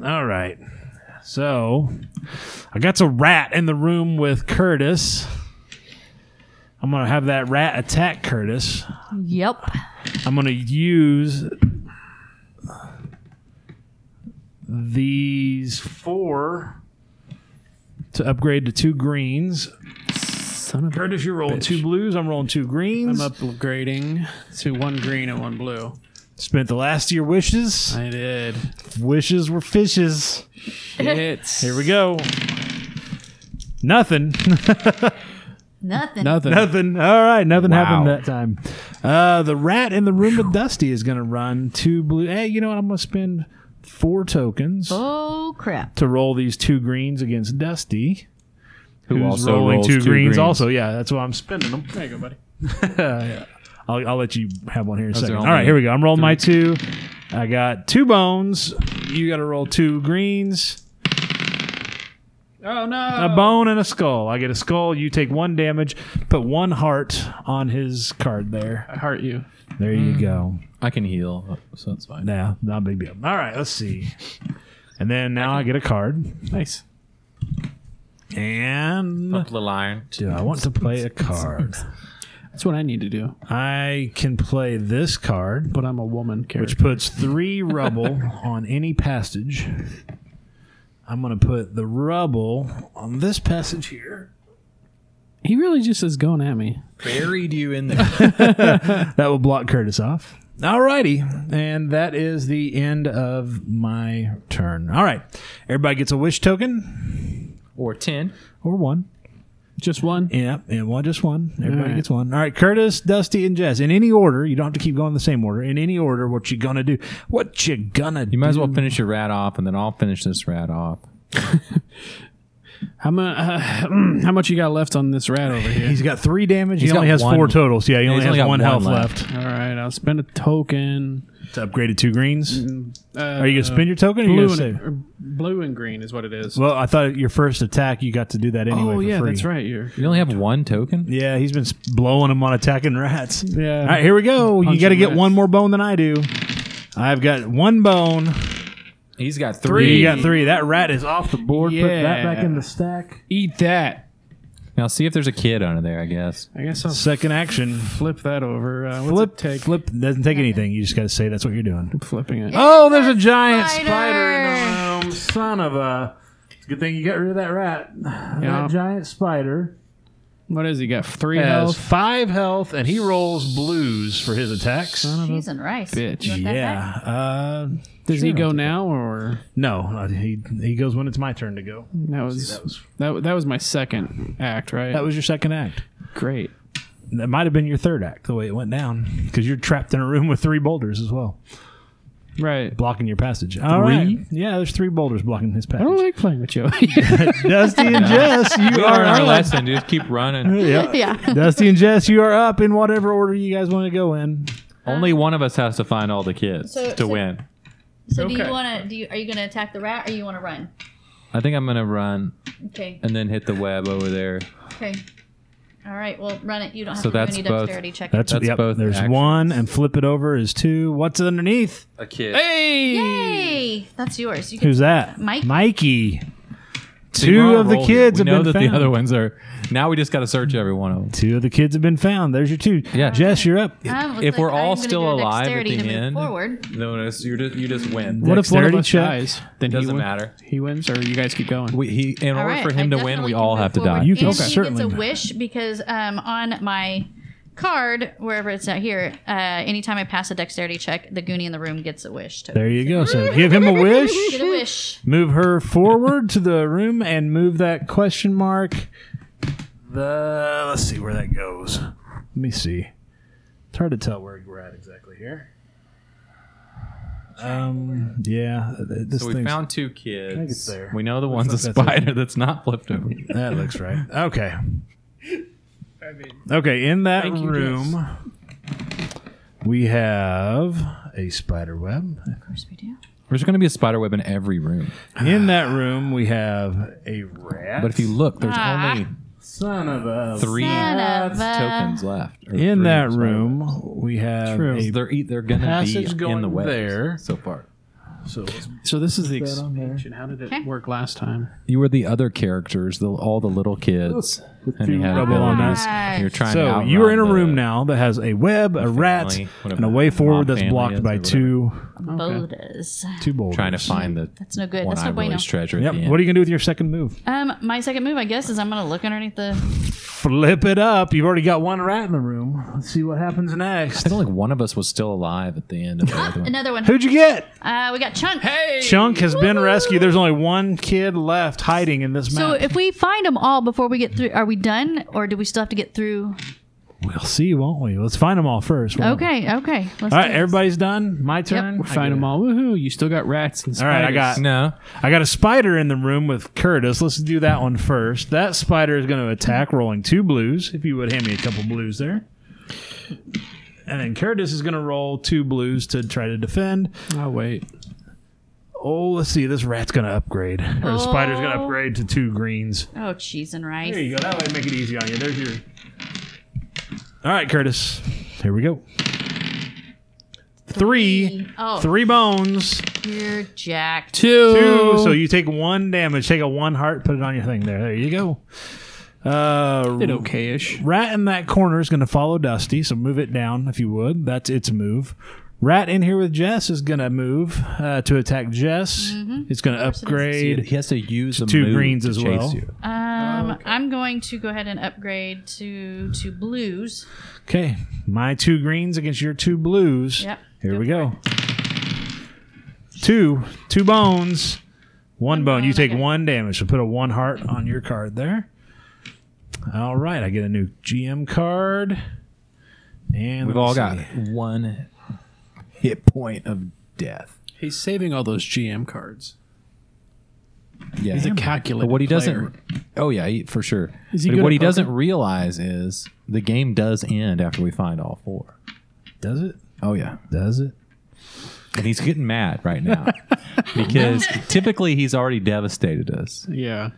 A: All right. So I got a rat in the room with Curtis. I'm gonna have that rat attack Curtis.
C: Yep.
A: I'm gonna use these four to upgrade to two greens.
B: Son of a
A: Curtis, you're rolling two blues. I'm rolling two greens.
B: I'm upgrading to one green and one blue.
A: Spent the last of your wishes.
B: I did.
A: Wishes were fishes.
B: It's
A: Here we go. Nothing.
C: Nothing.
B: nothing.
A: nothing. All right. Nothing happened
J: Wow.
A: that time. Uh, the rat in the room with Dusty is going to run two blue. Hey, you know what? I'm going to spend four tokens
C: Oh crap!
A: to roll these two greens against Dusty.
J: Who
A: who's
J: also
A: rolling
J: rolls
A: two, greens,
J: greens.
A: Also, yeah, that's why I'm spending them. There you go, buddy. I'll, I'll let you have one here in a second.
J: are
A: All
J: only
A: right, here we go. I'm rolling my two. I got two bones. You got to roll two greens,
B: Oh no.
A: a bone, and a skull. I get a skull. You take one damage. Put one heart on his card there.
B: I heart you.
A: There you go.
J: I can heal, so that's fine.
A: Nah, not a big deal. All right, let's see. And then now I get a card.
B: Nice.
A: And
J: Little iron.
A: do I want to play a card?
B: That's what I need to do.
A: I can play this card.
B: But I'm a woman
A: which
B: character.
A: puts three rubble on any passage. I'm going to put the rubble on this passage here.
B: he really just is going at me.
J: Buried you in there.
A: That will block Curtis off. Alrighty, and that is the end of my turn. All right, everybody gets a wish token
J: or 10.
A: or one.
B: Just one.
A: Yeah, and one just one. Everybody
B: right.
A: gets one. All right, Curtis, Dusty, and Jess. In any order, you don't have to keep going the same order. In any order, what you gonna do? What you gonna?
J: You might as well finish your rat off, and then I'll finish this rat off.
B: How much? Uh, how much you got left on this rat over here?
A: He's got three damage. He only
J: got
A: has
J: one.
A: four totals. Yeah, he only
J: he's
A: has
J: only got one
A: one health
J: left.
A: left.
B: All right, I'll spend a token.
A: To upgraded two greens.
B: Uh,
A: Are you gonna spend your token? Or you
B: blue
A: gonna
B: and,
A: save?
B: or blue and green is what it is.
A: Well, I thought your first attack you got to do that anyway.
B: oh
A: for
B: yeah,
A: free.
B: that's right. You're
J: You only have one token?
A: Yeah, he's been s- blowing them on attacking rats.
B: Yeah.
A: All right, here we go. you
B: Punching
A: got to get
B: rats.
A: one more bone than I do. I've got one bone.
J: He's got
A: You
J: three.
A: got three. That rat is off the board. Put that back in the stack.
B: eat that.
J: Now see if there's a kid under there, I guess.
B: I guess I'll
A: Second action.
B: flip that over. Uh, what's
A: Flip,
B: it take
A: flip doesn't take anything. You just got to say that's what you're doing.
B: flipping it.
A: Oh, there's a giant
C: Spider.
A: spider in the room. Son of a. It's a good thing you got rid of that rat.
B: Yeah.
A: That giant spider.
B: What is he got? Three
A: has
B: health.
A: five health, and he rolls blues for his attacks.
C: Cheese and rice.
B: bitch.
C: You want that back?
A: Yeah. Uh,
B: Does
A: sure,
B: he
A: I'll
B: go
A: take
B: now or
A: no, uh, he he goes when it's my turn to go.
B: that was that was that, was my second act, right?
A: That was your second act.
B: great.
A: That might have been your third act, the way it went down, because you're trapped in a room with three boulders as well,
B: Right.
A: blocking your passage. All right. Yeah, there's three boulders blocking his
B: I don't
A: passage.
B: like playing with you.
A: Dusty and Jess, you are
J: Learn our
A: up.
J: lesson. Just keep running.
A: Yeah.
C: Yeah.
A: Dusty and Jess, you are up in whatever order you guys want to go in.
J: Only one of us has to find all the kids
C: So-
J: to
C: so-
J: win.
C: So do
B: Okay.
C: you want to? Do you are you going to attack the rat or you want to run?
J: I think I'm gonna run
C: Okay.
J: and then hit the web over there.
C: Okay. All right. Well, run it. You don't have
J: So
C: to do
J: that's
C: any
J: both.
C: dexterity check.
A: That's,
J: That's
A: yep,
J: both
A: There's
J: actions.
A: one, and flip it over is two. What's underneath?
J: A kid.
B: hey.
C: Yay! That's yours. You can,
A: Who's that?
C: Mike.
A: Mikey. Two
D: we're all
A: of the
D: rolled
A: kids
D: here. We
A: have been
D: know that
A: found.
D: the other ones are. Now we just got to search every one of them.
A: Two of the kids have been found. There's your two.
D: Yeah.
A: Jess, you're up.
C: I was
D: if
C: like,
D: we're
C: I'm
D: all
C: gonna
D: still
C: do a
D: alive at
C: dexterity
D: the
C: to move
D: end,
C: Forward.
D: no, no, it's- you just you just win.
B: What if one of
A: Dexterity
B: us
A: check.
B: dies? Then he
D: Doesn't
B: win-
D: matter.
B: He wins, or you guys keep going.
D: We, he, in order
C: All
D: for
C: right,
D: him to
C: I
D: win,
C: definitely
D: we
C: can
D: all
C: move
D: have to
C: forward.
D: die.
A: You can
C: and
A: certainly
C: he gets a
A: move.
C: wish because um, on my card, wherever it's at here, uh, anytime I pass a dexterity check, the goonie in the room gets a wish. Token.
A: There you go. So give him a wish.
C: Get a wish.
A: Move her forward to the room and move that question mark. The let's see where that goes. Let me see. It's hard to tell where we're at exactly here. Um. Yeah. th- This
D: So we
A: thing's-
D: found two
A: think it's
D: kids.
A: there.
D: We know the one's a
A: That's it.
D: spider that's not flipped over.
A: That looks right. Okay. Okay, in that room, we have a spider web.
C: Of course we do.
D: There's going to be a spider web in every room.
A: In that room, we have a rat.
D: But if you look, there's
C: Ah.
D: only
A: son of a
D: three
C: Son of uh, a-
D: tokens
A: Uh,
D: left. or
A: in
D: three
A: that
D: spider
A: room, we have
D: webs.
A: a
D: They're e- they're going to be
A: passage
D: in
A: going
D: the web
A: there.
D: so far.
A: so
B: so this is the expansion. How did it
C: Okay.
B: work last time?
D: You were the other characters, the, all the little kids, and you had
A: rubble on
D: abilities.
C: us.
D: You're trying.
A: So
D: to
A: you are in a
D: outrun the-
A: room now that has a web, a rat,
D: family, whatever
A: and a way
D: that mob
A: forward that's
D: family
A: blocked
D: is
A: by
D: or
A: two
C: Bodas.
A: two boulders.
D: Trying to find the
C: That's no good.
D: one
C: That's
D: I
C: no bueno.
D: really treasure.
A: Yep.
D: At the end.
A: What are you gonna do with your second move?
C: Um, my second move, I guess, is I'm gonna look underneath the.
A: Flip it up. You've already got one rat in the room. Let's see what happens next.
D: I feel like one of us was still alive at the end of the other one.
C: Another one.
A: Who'd you get?
C: Uh, we got Chunk. Hey.
A: Chunk has been rescued. There's only one kid left hiding in this
C: So
A: map.
C: if we find them all before we get through, are we done, or do we still have to get through?
A: we'll see, won't we? Let's find them all first. won't we?
C: Okay. Okay. Let's
A: All
C: do
A: right,
C: this.
A: everybody's done. My turn. I get
B: Find them
A: it.
B: all. Woohoo! You still got rats and
A: All
B: spiders.
A: right, I got
D: No,
A: I got a spider in the room with Curtis. Let's do that one first. That spider is going to attack, rolling two blues. If you would hand me a couple blues there. And then Curtis is going to roll two blues to try to defend.
B: Oh wait.
A: Oh, let's see. This rat's going to upgrade. Or the spider's going to
C: Oh.
A: upgrade to two greens.
C: Oh, cheese and rice.
A: There you go. That way make it easy on you. There's your. All right, Curtis. Here we go. Three.
C: Oh,
A: Three bones.
C: you're jacked.
A: two. So you take one damage, take a one heart, put it on your thing there. There you go. Uh,
B: Did okay-ish.
A: rat in that corner is going to follow Dusty, so move it down if you would. That's its move. Rat in here with Jess is going to move uh, to attack Jess. It's going to upgrade.
D: he has to use a
A: Two
D: move
A: greens
D: to
A: as
D: chase
A: well.
D: You.
A: Oh,
C: Um, I'm going to go ahead and upgrade to to blues.
A: Okay, my two greens against your two blues.
C: Yep.
A: Here we go. Two, two bones, one bone. You take
C: okay.
A: one damage. So put a one heart on your card there. All right, I get a new GM card. And
D: We've
A: let me
D: all
A: see.
D: got one hit point of death.
B: He's saving all those GM cards.
D: Yeah,
B: He's a
D: But
B: calculator.
D: what he doesn't, oh yeah, he, for sure.
B: Is he
D: But
B: good
D: what
B: at
D: he doesn't
B: poker?
D: realize is the game does end after we find all four.
A: Does it?
D: Oh yeah,
A: Does it?
D: and he's getting mad right now because typically he's already devastated us.
B: Yeah.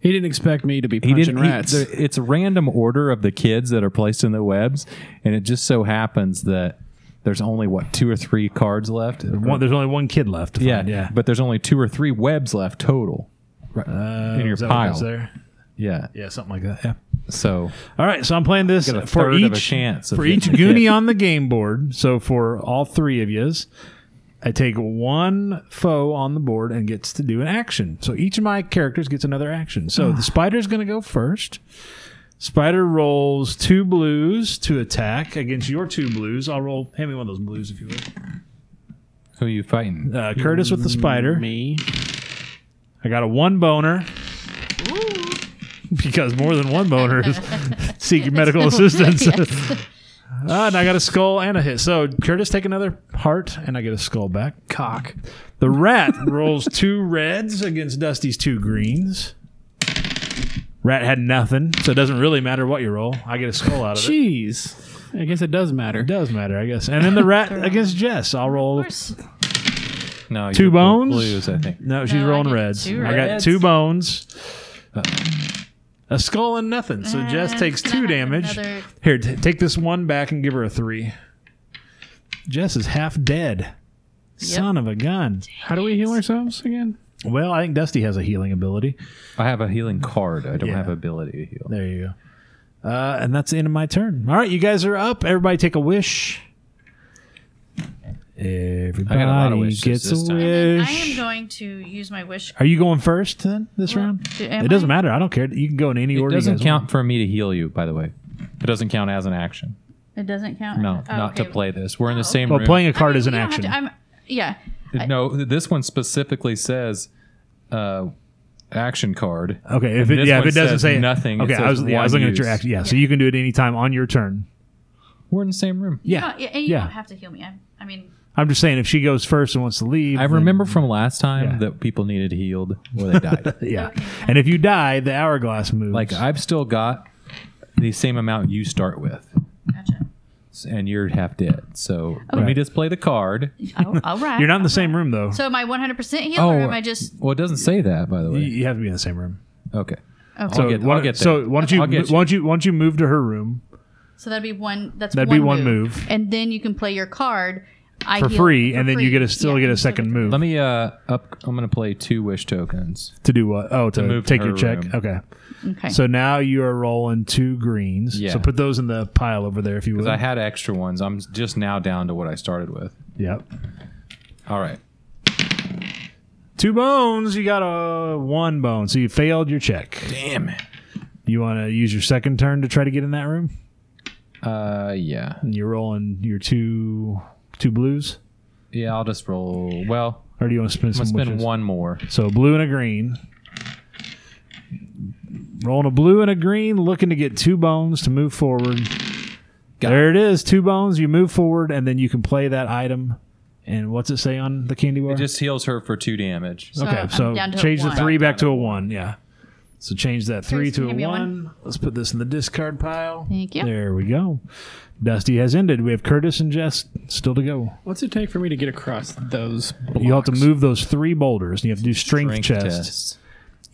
B: He didn't expect me to be
D: He
B: punching
D: didn't. he-
B: rats.
D: the- it's a random order of the kids that are placed in the webs, and it just so happens that there's only what two or three cards left.
A: One, there's only one kid left. to
D: yeah,
A: find, yeah.
D: But there's only two or three webs left total.
A: Uh,
D: in your
A: is that what it
D: pile.
A: is there.
D: Yeah.
A: Yeah, something like that. Yeah.
D: So
A: All right, so I'm playing this
D: Get a
A: for
D: third
A: each
D: of a chance of
A: for each
D: hitting a
A: Goonie
D: hit.
A: on the game board. So for all three of yous, I take one foe on the board and gets to do an action. So each of my characters gets another action. So the spider's going to go first. Spider rolls two blues to attack against your two blues. I'll roll. Hand me one of those blues if you will.
D: who are you fighting?
A: Uh, Curtis with the spider.
B: me.
A: I got a one boner. Because more than one boner is seeking medical assistance. Ah, and I got a skull and a hit. So Curtis, take another heart, and I get a skull back.
B: Cock.
A: The rat rolls two reds against Dusty's two greens. Rat had nothing, so it doesn't really matter what you roll. I get a skull out of it.
B: Jeez. I guess it does matter.
A: It does matter, I guess. And then the rat against Jess. I'll roll.
D: No,
A: Two
D: you're
A: bones?
D: Blues, I think.
A: No, she's
C: No, I
A: rolling
C: get
A: reds.
C: two
A: I got
D: reds.
A: two bones. A skull and nothing. So Jess takes
C: gonna
A: two
C: have
A: damage.
C: another-
A: Here, t- take this one back and give her a three. Jess is half dead. Son of a gun.
B: How do we heal ourselves again?
A: Well, I think Dusty has a healing ability.
D: I have a healing card. I don't
A: Yeah.
D: have ability to heal.
A: There you go. Uh, and that's the end of my turn. All right, you guys are up. Everybody take a wish. Everybody
D: lot of wishes
A: gets
D: this
A: a
D: time.
A: wish.
C: I am going to use my wish.
A: Are you going first then this
C: Well,
A: round?
C: do- am
A: It doesn't
C: I?
A: matter. I don't care. You can go in any
D: It
A: order. you
D: doesn't
A: guys
D: count for me to heal you, by the way. It doesn't count as an action.
C: It doesn't count.
D: No,
C: Oh,
D: not
C: okay.
D: to play this. We're in
C: Oh,
D: the
A: want.
D: same
A: Well,
D: room.
A: playing a
C: I
A: card
C: mean,
A: is an
C: you don't have
A: action.
C: to- I'm, yeah.
D: no, this one specifically says uh, action card.
A: okay, if
D: And
A: it,
D: this
A: yeah, if
D: one
A: it doesn't
D: says
A: say
D: nothing, it
A: Okay, I was,
D: says
A: yeah, I was
D: one
A: looking at your
D: use.
A: action. Yeah, so you can do it any time on your turn.
D: We're in the same room.
C: You
A: Yeah,
C: don't- and Oh, you
A: yeah.
C: don't have to heal me. I, I mean,
A: I'm just saying if she goes first and wants to leave,
D: I
A: then-
D: remember from last time
A: Yeah.
D: that people needed healed or they died.
A: Yeah, and if you die, the hourglass moves.
D: like I've still got the same amount you start with,
C: gotcha.
D: and you're half dead. So let me
A: Right.
D: just play the card.
C: Oh, all right.
A: you're not in the same room though.
C: So am I 100% healer
D: Oh,
C: or am I just.
D: Well, it doesn't say that, by the
A: You-
D: way.
A: you have to be in the same room.
D: Okay.
C: Okay.
A: So
C: So,
D: get-
A: why,
D: I'll get
A: so
D: there.
A: why don't you,
D: I'll get you.
A: why don't you why don't you move to her room
C: that'd be one. That's
A: That'd
C: one
A: be one
C: move.
A: move.
C: And then you can play your card. I
A: for
C: heal
A: free,
C: for
A: and then
C: free.
A: you get a still
C: Yeah,
A: get
C: you
A: a second move
D: Let me uh up. I'm gonna play two wish tokens.
A: to do what? Oh, to,
D: move to
A: take your
D: her
A: check.
D: room.
A: Okay.
C: Okay.
A: So now you are rolling two greens.
D: Yeah.
A: So put those in the pile over there if you would.
D: I had extra ones. I'm just now down to what I started with.
A: yep.
D: All right.
A: Two bones. You got a one bone. So you failed your check.
D: Damn it.
A: You want to use your second turn to try to get in that room?
D: Uh, yeah,
A: And you're rolling your two two blues,
D: yeah. I'll just roll. Well,
A: or do you want to spend
D: I'm gonna
A: some
D: spend
A: wishes?
D: one more.
A: So a blue and a green. Rolling a blue and a green, looking to get two bones to move forward.
D: Got
A: there it is, two bones. You move forward, and then you can play that item. And what's it say on the candy bar?
D: It just heals her for two damage.
C: So
A: okay,
C: I'm
A: so
C: Uh, down to a
A: change the
C: one.
A: three back to a one. Yeah. So change that three
C: Tracy,
A: to a
C: give
A: one.
C: me a
A: Let's put this in the discard pile.
C: Thank you.
A: There we go. Dusty has ended. We have Curtis and Jess still to go.
B: What's it take for me to get across those?
A: You have to
B: blocks?
A: move those three boulders. And you have to do strength,
D: Strength
A: chest.
D: test.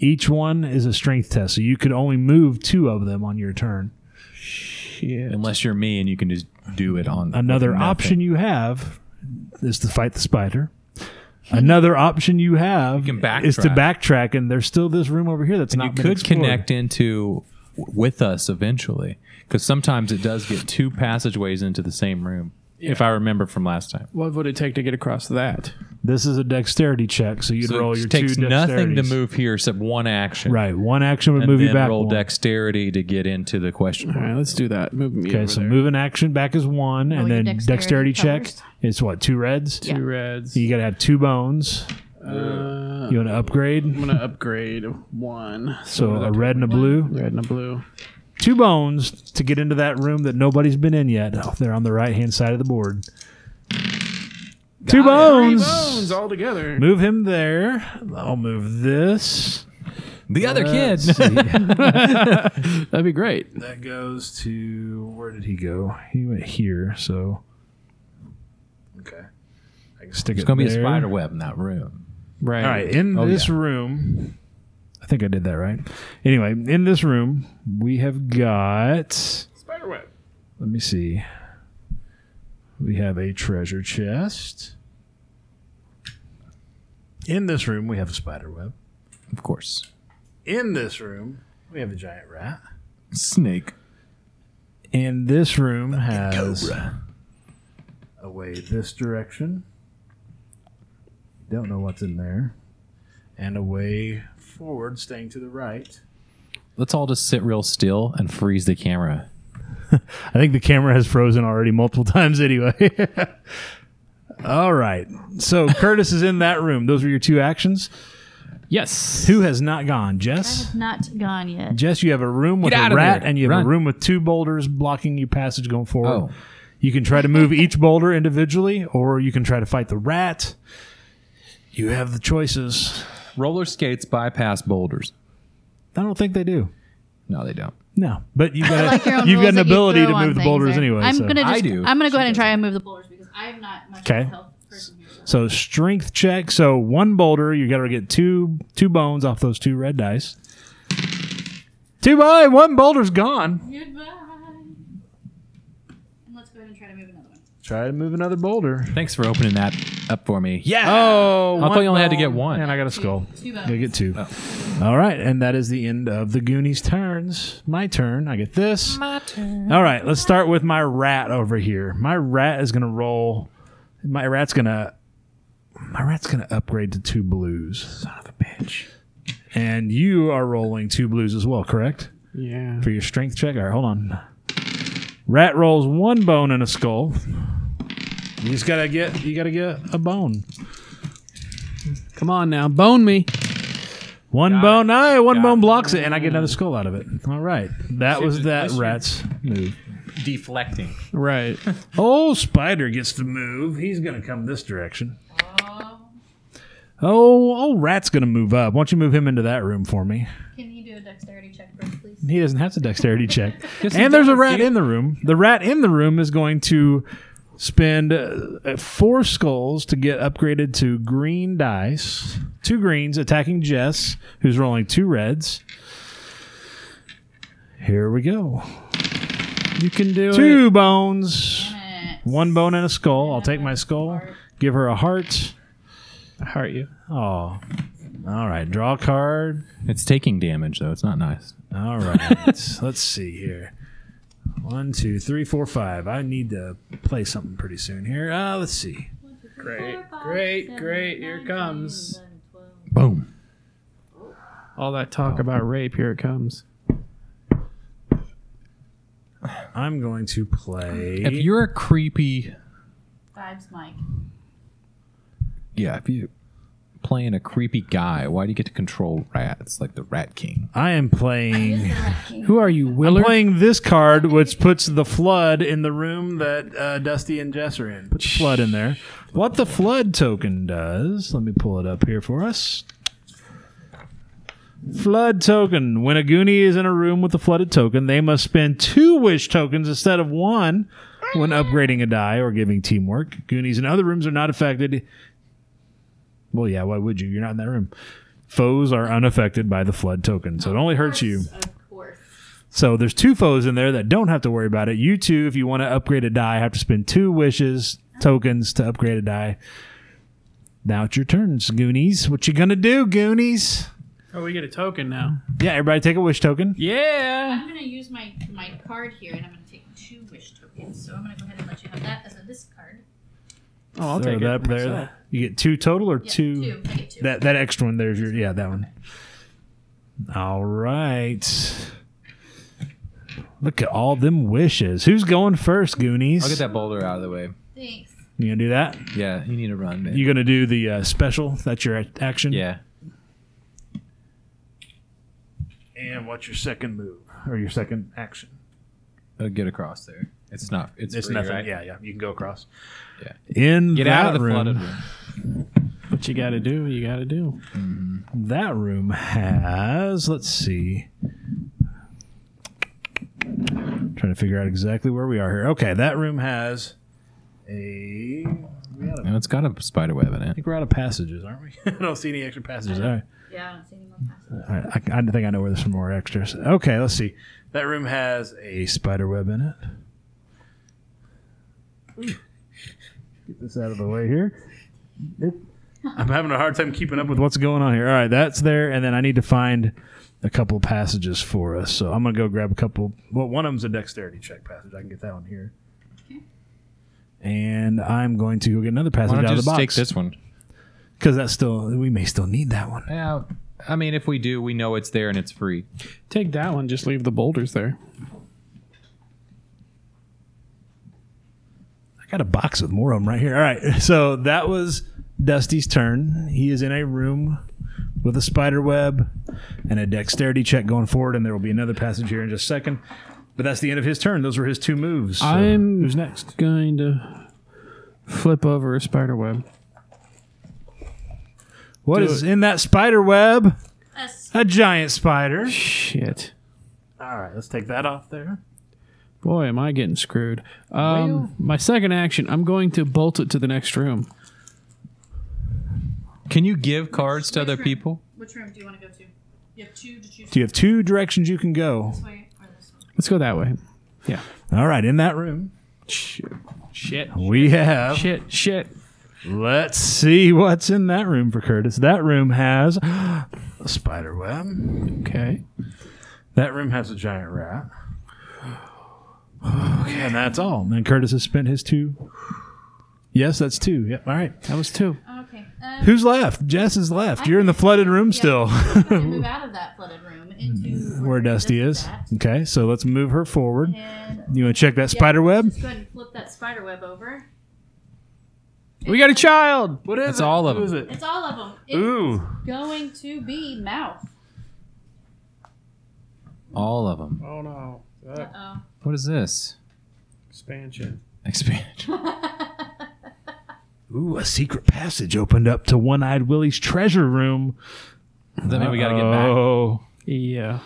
A: Each one is a strength test, so you could only move two of them on your turn.
B: Shit.
D: Unless you're me and you can just do it on
A: Another
D: with nothing.
A: option you have is to fight the spider. Another option you have
D: You can
A: is to
D: backtrack.
A: backtrack, and there's still this room over here that's
D: You
A: not been
D: could
A: explored.
D: connect into w- with us eventually, because sometimes it does get two passageways into the same room. If I remember from last time,
B: What would it take to get across that?
A: This is a dexterity check, so you'd
D: so
A: roll
D: it
A: your
D: takes
A: two
D: nothing to
A: dexterities.
D: move here except one action.
A: Right, one action would
D: and
A: move you
D: then
A: back.
D: roll
A: one.
D: dexterity to get into the question.
B: All right, let's do that. Move me
A: Okay,
B: over
A: so
B: there.
A: move an action back is one,
C: Roll
A: and
C: your
A: then dexterity,
C: dexterity
A: check.
C: first.
A: It's what two reds.
C: Yeah.
B: Two reds.
A: You got to have two bones.
B: Uh,
A: You want to upgrade?
B: I'm gonna upgrade one.
A: So a red and a blue.
B: Red and a blue.
A: two bones to get into that room that nobody's been in yet. Oh, they're on the right hand side of the board. two bones.
B: Bones all together.
A: Move him there. I'll move this.
D: The other kids.
B: That'd be great.
A: That goes to where did he go? He went here. So okay, I can stick
D: There's
A: it
D: gonna be a
A: there.
D: spider web in that room.
B: Right.
A: All right, in
D: Oh,
A: this
D: yeah.
A: room, I think I did that right. Anyway, in this room, we have got.
B: Spider web.
A: Let me see. We have a treasure chest. In this room, we have a spider web.
D: Of course.
A: In this room, we have a giant rat.
D: Snake.
A: And this room has a way this direction. Don't know what's in there. And a way forward, staying to the right.
D: Let's all just sit real still and freeze the camera.
A: I think the camera has frozen already multiple times anyway. All right. So Curtis is in that room. Those were your two actions.
B: Yes.
A: Who has not gone?
C: I
A: Jess?
C: have not gone yet.
A: Jess, you have a room with
D: Get
A: a
D: outta
A: rat,
D: there.
A: and you have
D: Run.
A: a room with two boulders blocking you passage going forward.
D: Oh.
A: You can try to move each boulder individually, or you can try to fight the rat. You have the choices.
D: Roller skates bypass boulders.
A: I don't think they do.
D: No, they don't.
A: No, but you've got,
C: Like your own
A: you've got an
C: rules that you
A: ability
C: throw
A: to
C: on
A: move the
C: things
A: boulders
C: there.
A: anyway.
C: I'm
A: so.
C: gonna just,
D: I do.
C: I'm gonna go ahead and try and move the boulders because I'm not much of
A: Okay.
C: a health person here. So
A: so strength check. So one boulder, you got to get two two bones off those two red dice. Two by one boulder's gone.
C: goodbye. Let's go ahead and try to move another one.
A: Try to move another boulder.
D: Thanks for opening that up for me. Yeah.
A: Oh,
D: I thought you only had to get one.
A: And I got a skull.
C: Two bones.
A: I get two. All right, and that is the end of the Goonies turns. My turn. I get this. My turn. All right, let's start with my rat over here. My rat is gonna roll. My rat's gonna. My rat's gonna upgrade to two blues. Son of a bitch. And you are rolling two blues as well, correct?
B: Yeah.
A: for your strength check. All right, hold on. Rat rolls one bone and a skull. You just gotta get you gotta get a bone.
B: Come on now, bone me.
A: One bone, no, one bone blocks it, and I get another skull out of it. All right, that was that rat's move.
D: Deflecting.
B: Right.
A: Oh, spider gets to move. He's gonna come this direction. Oh, oh, rat's gonna move up. Why don't you move him into that room for me?
C: Can you do a dexterity check for us, please?
A: He doesn't have to dexterity check. and there's a rat in the room. The rat in the room is going to spend uh, four skulls to get upgraded to green dice. Two greens attacking Jess, who's rolling two reds. Here we go.
B: You can do it.
A: Two
C: Uh,
A: bones, one bone and a skull. I'll take my skull, give her a heart.
B: I hurt you.
A: Oh, all right. Draw a card.
D: It's taking damage though. It's not nice.
A: All right. Let's see here. One, two, three, four, five. I need to play something pretty soon here. Uh, let's see.
B: Great, great, great. Here it comes.
D: Boom.
B: All that talk about rape, here it comes.
A: I'm going to play.
D: If you're a creepy,
C: Vibes, Mike.
D: yeah, if you playing a creepy guy, why do you get to control rats like the Rat King?
A: I am playing.
B: Who are you, Willard?
A: Playing this card, which puts the flood in the room that uh, Dusty and Jess are in. Put the flood in there. What the flood token does? Let me pull it up here for us. Flood token. When a Goonie is in a room with a flooded token, they must spend two wish tokens instead of one when upgrading a die or giving teamwork. Goonies in other rooms are not affected. Well, yeah, why would you? You're not in that room. Foes are unaffected by the flood token, so it only hurts you.
C: Of course.
A: So there's two foes in there that don't have to worry about it. You two, if you want to upgrade a die, have to spend two wishes tokens to upgrade a die. Now it's your turns, Goonies. What you gonna do, Goonies?
B: Oh, we get a token now.
A: Yeah, everybody take a wish token.
B: Yeah.
C: I'm going to use my, my card here, and I'm going to take two wish tokens. So I'm going to go ahead and let you have that as a discard.
B: Oh, I'll
A: Throw
B: take
A: it
B: it.
A: up there.
B: myself.
A: You get two total or
C: Yeah,
A: two?
C: two. I get two.
A: That that extra one there's your yeah that one. All right. Look at all them wishes. Who's going first, Goonies?
J: I'll get that boulder out of the way.
C: Thanks.
A: You gonna do that?
J: Yeah, you need to run, man.
A: You gonna do the uh, special? That's your act- action.
J: yeah.
A: And what's your second move or your second action?
J: I'll get across there. It's not. It's,
A: It's
J: free,
A: nothing.
J: right?
A: Yeah, yeah. You can go across.
J: Yeah.
A: In
J: Get out
A: that
J: of the
A: room,
J: flooded room.
B: What you got to do, you got to do.
J: Mm-hmm.
A: that room has. Let's see. Trying to figure out exactly where we are here. Okay, that room has a. We out of, I
D: And it's got a spider web in it.
A: think we're out of passages, aren't we? I don't see any extra passages. All right.
C: Yeah, I don't see any more passes.
A: All right, I, I think I know where there's some more extras. Okay, let's see. That room has a spider web in it. Get this out of the way here. It- I'm having a hard time keeping up with what's going on here. All right, that's there, and then I need to find a couple passages for us. So I'm gonna go grab a couple. Well, one of them's a dexterity check passage. I can get that one here. And I'm going to go get another
J: Why
A: passage
J: don't
A: out
J: you
A: of the
J: just take
A: box
J: this one?
A: because that's still we may still need that one.
J: Yeah. I mean, if we do, we know it's there and it's free.
B: Take that one, just leave the boulders there.
A: I got a box with more of them right here. All right. So that was Dusty's turn. He is in a room with a spider web and a dexterity check going forward, and there will be another passage here in just a second. But that's the end of his turn. Those were his two moves. So
B: I'm
A: who's next?
B: going to flip over a spider web.
A: What
B: do
A: is in that spider web?
C: A s-
A: A giant spider.
B: Shit.
A: All right, let's take that off there.
B: Boy, am I getting screwed. Um, my second action, I'm going to bolt it to the next room.
J: Can you give cards to other people?
C: Which room do you want to go to? You have two to choose
A: So you have two directions you can go.
C: this way or this way.
B: Let's go that way.
A: All right, in that room
B: Shit. Shit.
A: We have
B: Shit. Shit.
A: Let's see what's in that room for Curtis. That room has a spider web.
B: Okay.
A: That room has a giant rat. Okay, and that's all. And Curtis has spent his two. Yes, that's two. Yep. All right.
B: That was two.
C: Okay. um,
A: Who's left? Jess is left.
C: I
A: You're in the
C: think-
A: flooded room
C: yeah.
A: still, Mm,
C: move out of that flooded room into
A: where Dusty is. Okay, so let's move her forward.
C: And
A: You want to check that spider web?
C: go ahead and flip that spider web over.
B: We got a child. What is That's all of them.
C: It's all of them. It's
A: Ooh.
C: going to be mouth.
D: All of them.
B: Oh no.
C: Uh oh.
D: What is this?
B: Expansion.
D: Expansion.
A: Ooh, a secret passage opened up to One Eyed Willie's treasure room.
D: That means we got to get back.
A: Oh.
B: Yeah.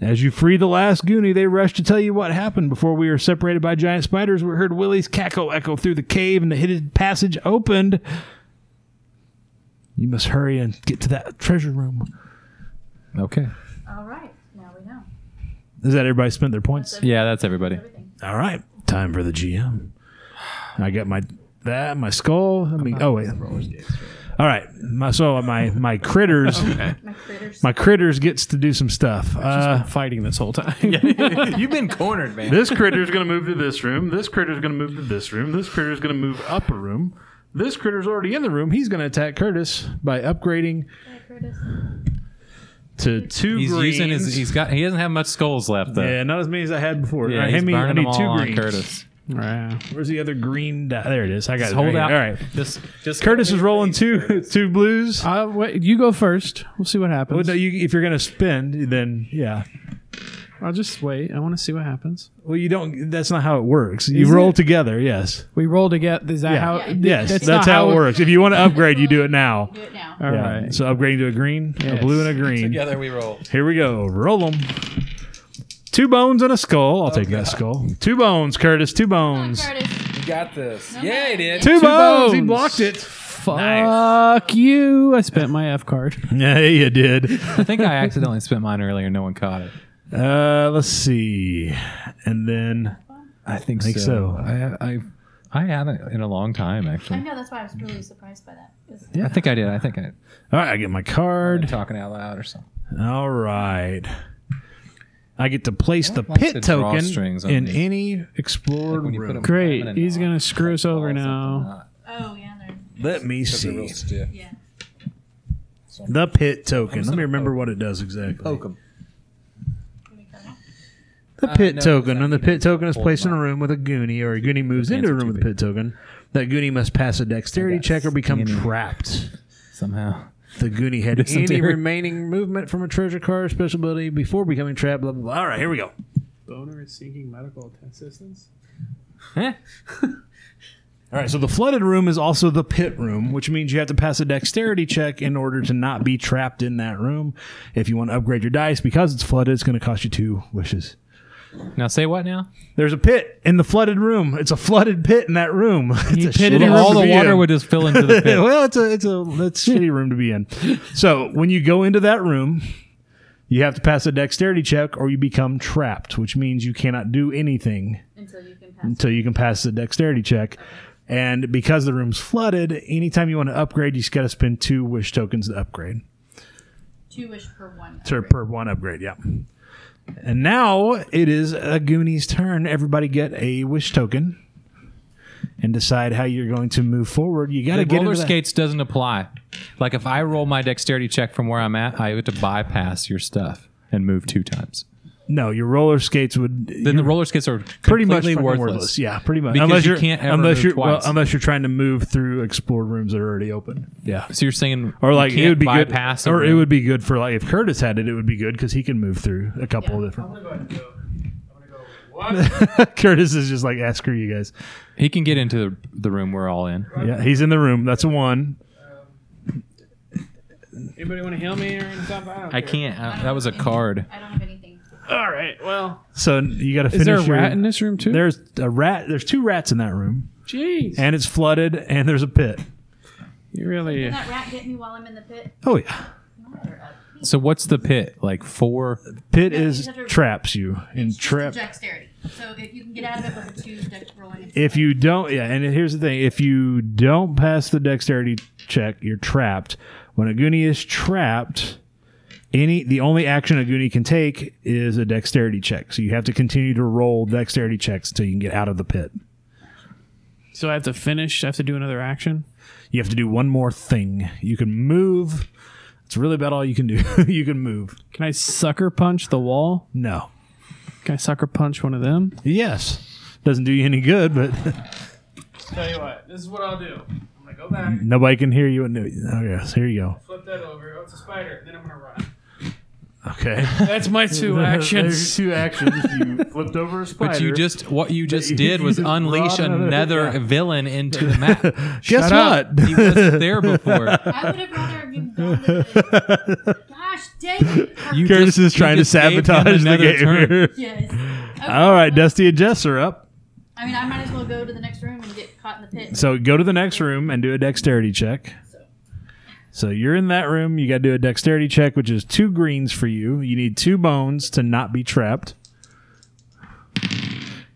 A: As you free the last Goonie, they rush to tell you what happened. Before we were separated by giant spiders, we heard Willie's cackle echo through the cave and the hidden passage opened. You must hurry and get to that treasure room.
D: Okay.
C: All right. Now we know.
A: Is that everybody spent their points?
C: That's
D: Yeah, that's everybody.
C: everything.
A: All right. Time for the GM. I got my that, my skull. I mean, oh wait. All right. My so my my critters
C: My critters.
A: my critters gets to do some stuff. Uh,
B: Fighting this whole time.
J: You've been cornered, man.
A: this critter's gonna move to this room. This critter's gonna move to this room. This critter's gonna move up a room. This critter's already in the room. He's gonna attack Curtis by upgrading to two
D: He's
A: greens.
D: using his. He's got. He doesn't have much skulls left though.
A: yeah, not as many as I had before.
D: Yeah,
A: All right,
D: he's
A: hand me, I
D: burning
A: need
D: them
A: two
D: all on
A: greens.
D: Curtis.
B: Right.
A: Where's the other green? Di- there it is. I got
D: Just
A: it.
D: hold
A: right
D: out.
A: here. All right.
D: Just, just
A: Curtis is rolling two two blues.
B: Uh, wait, you go first. We'll see what happens.
A: Well, no, you, if you're gonna spend, then yeah.
B: I'll just wait. I want to see what happens.
A: Well, you don't. That's not how it works. You
B: Isn't
A: roll
B: it?
A: together. Yes.
B: We roll to get. Is that
A: Yeah.
B: how?
A: Yes. That's,
B: That's not
A: how
B: how
A: it
B: it-
A: works. If you want to upgrade, you do it now.
C: Do it now.
B: All right.
A: Yeah. So upgrading to a green, a
B: Yes.
A: blue, and a green.
J: Together we roll.
A: Here we go. Roll them. Two bones and a skull. I'll take that skull. Two bones, Curtis. Two
C: Come on,
A: bones.
C: Curtis.
J: You got this.
C: No
J: yeah,
C: matter.
J: it is.
A: Two, bones. He
B: bones.
A: blocked it.
B: Fuck you! I spent my F card.
A: Yeah, you did.
D: I think I accidentally spent mine earlier. No one caught it.
A: Uh, let's see. And then
D: I think,
A: think so.
D: I, I I haven't in a long time
C: I
D: actually.
C: know. That's why I was really surprised by that. 'Cause
D: I think I did. I think I
A: all right, I get my
D: heard
A: card.
D: talking out loud or something.
A: All right. I get to place the
D: like
A: pit
D: the
A: token
D: drawstrings on
A: in
D: these.
A: any explored
D: when you put
A: room.
D: 'em-
B: Great.
D: I'm gonna
B: He's
D: knock.
B: gonna screw us over now.
C: Oh yeah, there.
A: Let me
J: They're real
A: see.
J: stiff.
C: Yeah.
A: The pit token. Let me remember what it does exactly.
D: Oh,
J: Poke 'em.
A: The
J: Uh,
A: pit
J: no,
A: token.
J: it's
A: When the
J: like, you
A: pit
J: know,
A: token is
J: hold
A: placed in a
J: mine.
A: room with a goonie, or a goonie moves into a
D: are
A: room
D: too
A: with a pit token, that goonie must pass a dexterity check or become trapped.
D: Somehow.
A: The goonie had any
D: Dysentery.
A: remaining movement from a treasure card or special ability before becoming trapped. Blah blah blah. All right, here we go.
B: Boner is seeking medical assistance.
A: All right, so the flooded room is also the pit room, which means you have to pass a dexterity check in order to not be trapped in that room. If you want to upgrade your dice because it's flooded, it's going to cost you two wishes.
D: Now say what now?
A: There's a pit in the flooded room. It's a flooded pit in that room. It's a shitty
B: pitted it
A: room
D: All
A: to
D: the
A: be
D: water
A: in.
D: would just fill into the
A: Yeah,
D: pit.
A: well, it's a it's a that's a shitty room to be in. So when you go into that room, you have to pass a dexterity check, or you become trapped, which means you cannot do anything
C: Until you can pass.
A: until you can pass the dexterity check. And because the room's flooded, anytime you want to upgrade, you just got to spend two wish tokens to upgrade
C: Two wish per one.
A: to, per one upgrade. Yeah. And now it is a Goonie's turn. Everybody get a wish token. And decide how you're going to move forward. You got to
D: The
A: get
D: roller
A: into that-
D: skates doesn't apply. Like if I roll my dexterity check from where I'm at, I have to bypass your stuff and move two times.
A: No, your roller skates would.
D: Then the roller skates are
A: pretty
D: pretty
A: much
D: much
A: fucking
D: worthless.
A: Yeah, pretty much.
D: Because
A: unless
D: you
A: are
D: can't ever
A: unless
D: move
A: you're well,
D: twice.
A: unless you're trying to move through explored rooms that are already open. Yeah,
D: So you're saying
A: or like
D: you can't
A: it would be
D: bypass
A: good,
D: a
A: or it
D: room?
A: would be good for like if Curtis had it, it would be good because he can move through a couple of different. Curtis is just like, ah, screw you guys.
D: he can get into the, the room we're all in.
A: Yeah, he's in the room. That's a one.
B: Anybody want to heal me or something?
D: I can't. uh, I, that was a card.
C: I don't have anything.
B: All right. Well,
A: So you got to finish.
B: is there a
A: your-
B: rat in this room too?
A: There's a rat. There's two rats in that room,
B: Jeez.
A: and it's flooded, and there's a pit.
B: You really.
C: Can that rat get me while I'm in the pit?
A: Oh yeah.
C: Mother of
D: So what's the pit like? Four.
A: Pit
C: No,
A: is
C: you have to-
A: traps you and trap.
C: Dexterity. So if you can get out of it with a two dex rolling.
A: If you don't, yeah, and here's the thing: if you don't pass the dexterity check, you're trapped. When a Goonie is trapped, any the only action a Goonie can take is a dexterity check. So you have to continue to roll dexterity checks until you can get out of the pit.
B: So I have to finish. I have to do another action.
A: You have to do one more thing. You can move. That's really about all you can do. you can move.
B: Can I sucker punch the wall?
A: No.
B: Can I sucker punch one of them?
A: Yes. Doesn't do you any good, but
B: Tell you what, this is what I'll do. I'm gonna go back,
A: nobody can hear you. Oh yes, here you go.
B: flip that over. Oh, it's a spider. Then I'm gonna run.
A: Okay.
B: That's my two actions.
A: two actions. You flipped over a spider.
D: But you just what you just
A: you
D: did was
A: just
D: unleash
A: brought another-
D: another
A: yeah.
D: villain into the map.
A: guess
D: Shut up.
A: what?
D: He wasn't there before.
C: I would have rather given gone with it. Gosh, dang it.
D: You
A: Curtis
D: just-
A: is
D: you
A: trying to
D: just gave him
A: sabotage the
D: another
A: game.
D: turn.
A: here.
C: Yes. Okay,
A: All right,
C: well,
A: Dusty and Jess are up.
C: I mean, I might as well go to the next room and get caught in the pit.
A: So go to the next room and do a dexterity check. So you're in that room. You got to do a dexterity check, which is two greens for you. You need two bones to not be trapped.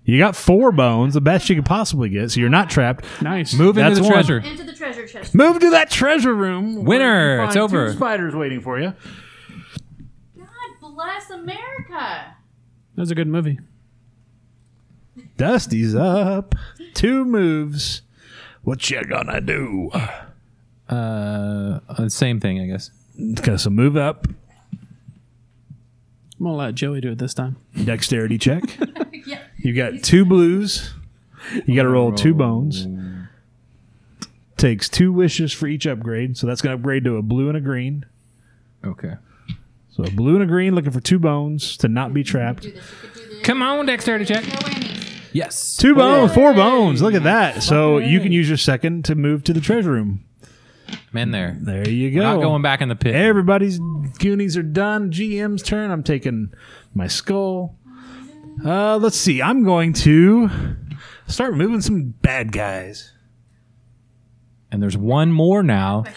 A: You got four bones, the best you could possibly get. So you're not trapped.
B: Nice.
D: Move into
A: That's
D: the
A: one.
D: treasure.
C: Into the treasure chest.
A: Move to that treasure room. where
D: Winner,
A: you can
D: it's
A: find
D: over.
A: Two spiders waiting for you.
C: God bless America. Oh,
B: That was a good movie.
A: Dusty's up. Two moves. What you gonna do?
D: Uh, uh, same thing, I guess.
A: Okay, so move up.
B: I'm gonna let Joey do it this time.
A: Dexterity check.
C: Yeah.
A: You got two blues. You got to roll two bones. Takes two wishes for each upgrade, so that's going to upgrade to a blue and a green.
D: Okay.
A: So a blue and a green, looking for two bones to not be trapped.
C: Do this. You could do this.
D: Come on, dexterity check.
C: No whammies.
D: Yes.
A: Two bones, four bones. Look at that. So you can use your second to move to the treasure room.
D: I'm in there.
A: There you go.
D: Not going back in the pit.
A: Everybody's Goonies are done. GM's turn. I'm taking my skull. Uh, let's see. I'm going to start moving some bad guys.
D: and there's one more now.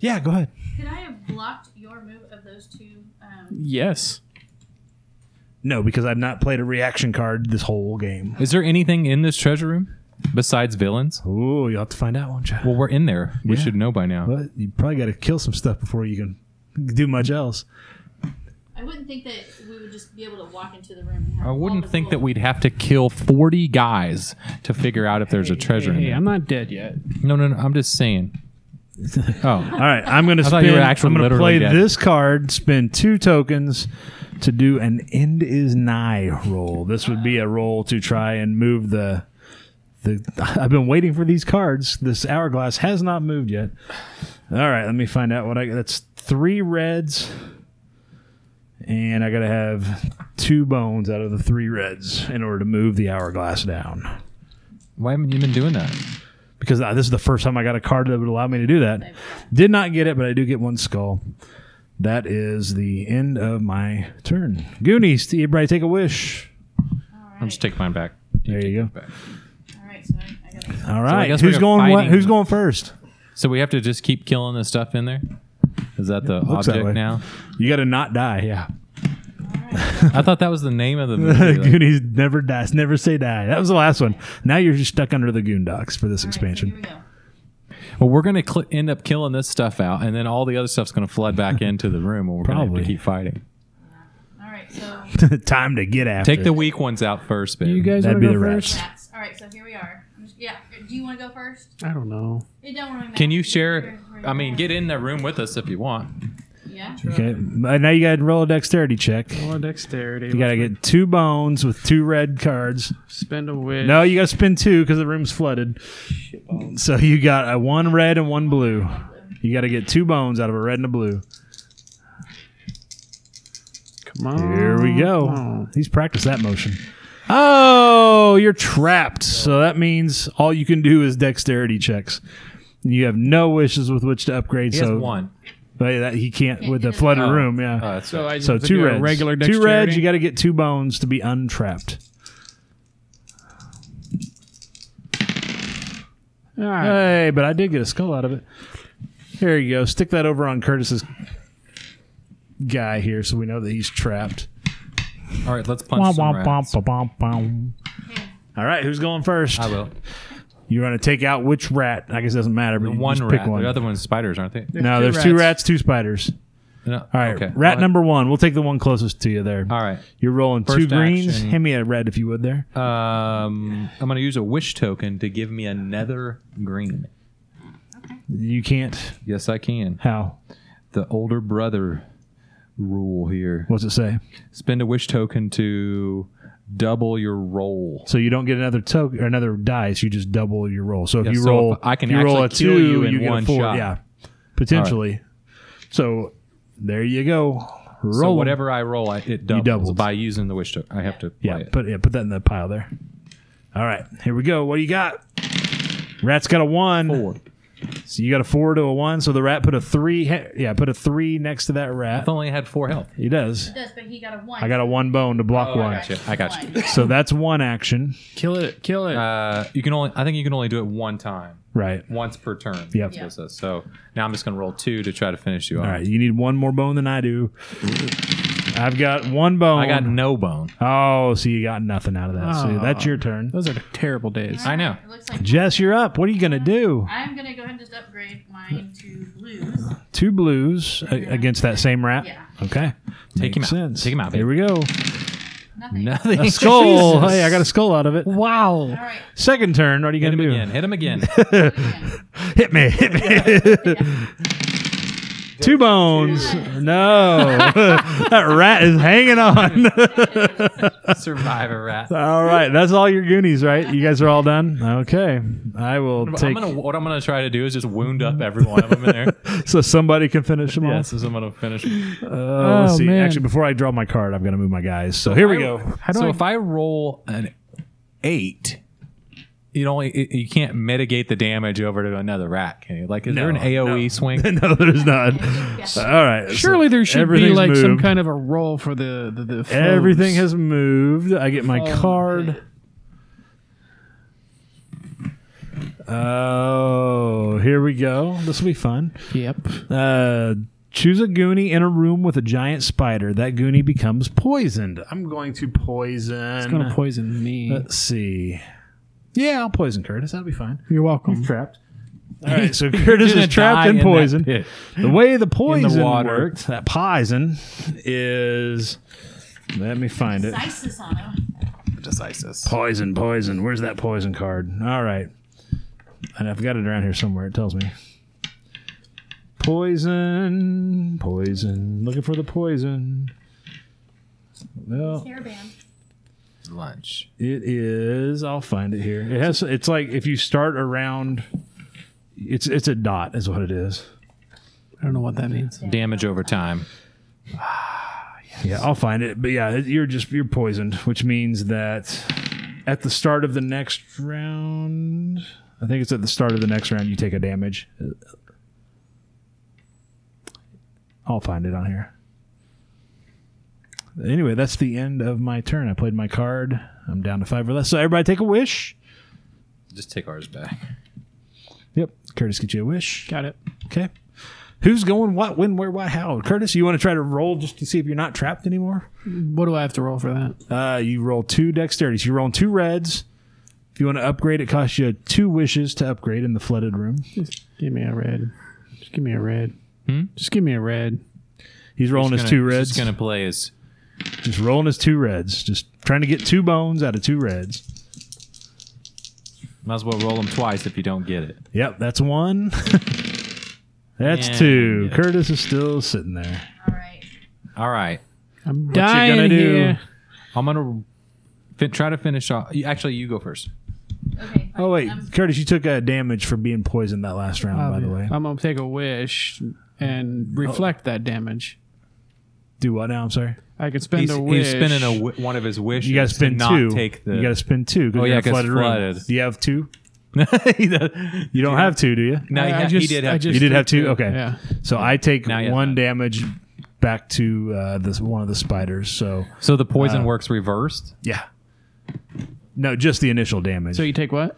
A: Yeah, go ahead.
C: Could I have blocked your move of those two? Um,
B: Yes.
A: No, because I've not played a reaction card this whole game.
D: Is there anything in this treasure room besides villains?
A: Ooh, you'll have to find out, won't you?
D: Well, we're in there. We
A: Yeah.
D: should know by now.
A: But you probably got to kill some stuff before you can do much else.
C: I wouldn't think that we would just be able to walk into the room. And have
D: I
C: all
D: wouldn't
C: the
D: think that
C: rules.
D: we'd have to kill 40 guys to figure out if there's a treasure
B: Hey,
D: in there.
B: I'm not dead yet.
D: No, no, no. I'm just saying. Oh,
A: All right, I'm going to
D: thought
A: spin.
D: you were actually
A: I'm going to play
D: literally dead.
A: this card, spend two tokens to do an end is nigh roll. This would be a roll to try and move the the I've been waiting for these cards. This hourglass has not moved yet. All right, let me find out what I that's three reds and I got to have two bones out of the three reds in order to move the hourglass down.
D: why haven't you been doing that?
A: Because uh, this is the first time I got a card that would allow me to do that. Did not get it, but I do get one skull. That is the end of my turn. Goonies, do you- everybody take a wish.
C: All
D: I'll
C: right.
D: just take mine back.
A: There you go.
C: all right. So I, I got it.
A: All right,
D: guess
A: who's
D: we're
A: going? What,
D: fighting.
A: who's going first?
D: So we have to just keep killing the stuff in there? Is that the
A: looks that
D: object
A: way.
D: now?
A: You got to not die. Yeah,
D: I thought that was the name of the movie. like-
A: Goonies never dies. Never say die. That was the last one. Now you're just stuck under the Goon Docs for this
C: All
A: expansion.
C: right, so here
D: Well, we're going to cl- end up killing this stuff out, and then all the other stuff's going to flood back into the room, and we're going to
A: Probably.
D: have to keep fighting.
C: we go. All right. So
A: Time to get after.
D: Take the weak ones out first, babe.
B: You guys
A: That'd
B: want
A: be
B: to
A: the
B: go
A: wrap.
B: first?
C: that's all right. So here we are. I'm just- yeah. Do you want to go first?
B: I don't know.
C: It don't really matter.
D: Can you
C: Just
D: share?
C: where- where
D: I
C: you
D: mean,
C: are.
D: get in the room with us if you want.
C: Yeah.
A: Okay, but now you got to roll a dexterity check.
B: Well, dexterity.
A: You got to get two bones with two red cards.
B: spend a wish.
A: No, you got to spin two because the room's flooded. So you got a one red and one blue. You got to get two bones out of a red and a blue.
B: Come on.
A: Here we go.
B: Oh.
A: He's practiced that motion. Oh, you're trapped. So that means all you can do is dexterity checks. You have no wishes with which to upgrade.
D: He
A: so
D: has one.
A: But that he can't with the
C: do that.
A: flooded
D: Oh.
A: room. Yeah.
D: Oh, that's
B: So
D: right.
B: I just
A: so
B: have to
A: two
B: do a
A: reds.
B: regular
A: two reds.
B: dexterity?
A: You got to get two bones to be untrapped.
B: All right. Ah,
A: Hey, but I did get a skull out of it. Here you go. Stick that over on Curtis's guy here so we know that he's trapped.
D: All right, let's punch
A: Womp,
D: some
A: womp,
D: rats.
A: womp, womp, womp. All right, who's going first?
D: I will.
A: You're going to take out which rat? I guess it doesn't matter, but you
D: One
A: just
D: rat.
A: pick one.
D: The other one's spiders, aren't they?
A: no, there's two rats, two spiders.
D: No.
A: All right, rat number one. We'll take the one closest to you there.
D: All right.
A: You're rolling two
D: First
A: greens.
D: action.
A: Hand me a red if you would there.
D: Um, I'm going to use a wish token to give me another green.
A: You can't.
D: Yes, I can.
A: How?
D: The older brother rule here.
A: What's it say?
D: Spend a wish token to double your roll.
A: So you don't get another token or another dice. You just double your roll. So if
D: Yeah,
A: you
D: so
A: roll,
D: if I can
A: if you roll a
D: actually kill
A: two,
D: you in
A: get a
D: one
A: four.
D: shot.
A: Yeah, potentially. So there you go. Roll
D: So
A: 'em.
D: whatever I roll, I, it doubles
A: doubles.
D: by using the wish token. I have to play
A: Yeah,
D: it.
A: put yeah, put that in the pile there. All right, here we go. What do you got? Rat's got a one.
D: Four.
A: So you got a four to a one. So the rat put a three. he- Yeah, put a three next to that rat.
D: I've only had four health.
A: He does.
C: does, but he got a one.
A: I got a one bone to block one.
D: Gotcha. Oh, I got you.
A: So that's one action,
B: Kill it. Kill it.
D: Uh, you can only. I think you can only do it one time,
A: right?
D: once per turn.
A: Yep.
D: That's what it says. So now I'm just going to roll two to try to finish you off.
A: All right, you need one more bone than I do. I've got one bone.
D: I got no bone.
A: Oh, so you got nothing out of that. So
B: Oh.
A: that's your turn.
B: Those are terrible days.
D: I know.
C: It looks like
A: Jess, you're up. What are you gonna do?
C: I'm gonna go ahead and just upgrade mine to blues.
A: Two blues a- against that same rat.
C: Yeah.
A: Okay.
D: Take him out. Take him out, baby.
A: Here we go.
C: Nothing.
D: Nothing.
A: A skull. Hey, I got a skull out of it.
B: Wow.
C: All right.
A: Second turn. What are you
D: Hit
A: gonna
D: him
A: do?
D: again. Hit him again.
A: Hit me. Hit me. Two bones. No. that rat is hanging on.
D: Survivor rat.
A: all right. That's all your Goonies, right? You guys are all done? Okay. I will
D: I'm
A: take
D: gonna, what I'm going to try to do is just wound up every one of them in there.
A: so somebody can finish them all.
D: Yes, I'm going to finish.
A: Uh, let's
B: Oh,
A: see.
B: man.
A: Actually, before I draw my card, I'm going to move my guys. So here we go.
B: How do
D: So
B: I?
D: if I roll an eight, you don't. you- You can't mitigate the damage over to another rat. Can you? Like, is there an
A: No,
D: AOE swing?
A: no, there's not. All right. so
B: Surely there should be
A: everything's
B: like some
A: moved.
B: kind of a roll for the the, the foes.
A: Everything has moved. I get my
B: Oh,
A: card. Oh, here we go. This will be fun.
B: Yep.
A: Uh, choose a goonie in a room with a giant spider. That goonie becomes poisoned. I'm going to poison.
B: It's gonna poison me.
A: Let's see. Yeah, I'll poison Curtis. That'll be fine.
B: You're welcome.
A: trapped. All right, so Curtis is trapped in poison. the way the poison
D: water.
A: worked, that poison is. Let me find it.
C: Isis on him.
D: Decisive.
A: Poison, poison. Where's that poison card? All right, and I've got it around here somewhere. It tells me. Poison, poison. Looking for the poison. Well,
C: Hairband.
D: Lunch.
A: It is. I'll find it here. It has. It's like if you start around. It's it's a dot is what it is.
B: I don't know what that means.
D: Damage over time.
A: Yeah, I'll find it. But yeah, you're just you're poisoned, which means that at the start of the next round, I think it's at the start of the next round you take a damage. I'll find it on here. Anyway, that's the end of my turn. I played my card. I'm down to five or less. So everybody take a wish.
D: Just take ours back.
A: Yep. Curtis, get you a wish.
B: Got it.
A: Okay. Who's going what, when, where, why, how? Curtis, you want to try to roll just to see if you're not trapped anymore?
B: What do I have to roll for that?
A: Uh, you roll two dexterities. You're rolling two reds. If you want to upgrade, it costs you two wishes to upgrade in the flooded room.
B: Just give me a red. Just give me a red.
A: Hmm?
B: Just give me a red.
A: He's rolling his two reds.
D: Just
A: Just,
D: gonna play as
A: rolling his two reds. Just trying to get two bones out of two reds.
D: might as well roll them twice if you don't get it.
A: Yep, that's one. that's
D: Yeah,
A: two.
D: yeah.
A: Curtis is still sitting there.
C: All right.
D: All right,
B: I'm
A: you
B: dying
A: gonna do?
B: here.
D: I'm gonna fin- try to finish off. you- Actually, you go first.
C: Okay.
A: Oh wait,
C: I'm-
A: Curtis, you took uh, damage for being poisoned that last round. by the way,
B: I'm gonna take a wish
A: Oh.
B: and reflect that damage.
A: do what now? I'm sorry.
B: I could spend
D: he's,
B: a wish.
D: he's spinning a wi- one of his wishes.
A: You got to spend
D: not
A: two.
D: Take the.
A: you got to spend two. 'cause
D: Oh,
A: you're
D: yeah,
A: in a
D: 'cause
A: flooded room.
D: flooded.
A: Do you have two?
D: He does-
A: You don't have two, do you?
D: no,
B: I-
D: he,
B: I
D: ha- he
B: just-
D: did
B: I
D: have.
B: just-
A: You did have two. Okay.
B: Yeah.
A: So I take
D: Now you have
A: one
D: nine.
A: damage back to uh, this one of the spiders. So
D: so the poison works reversed.
A: yeah. No, just the initial damage.
B: So you take what?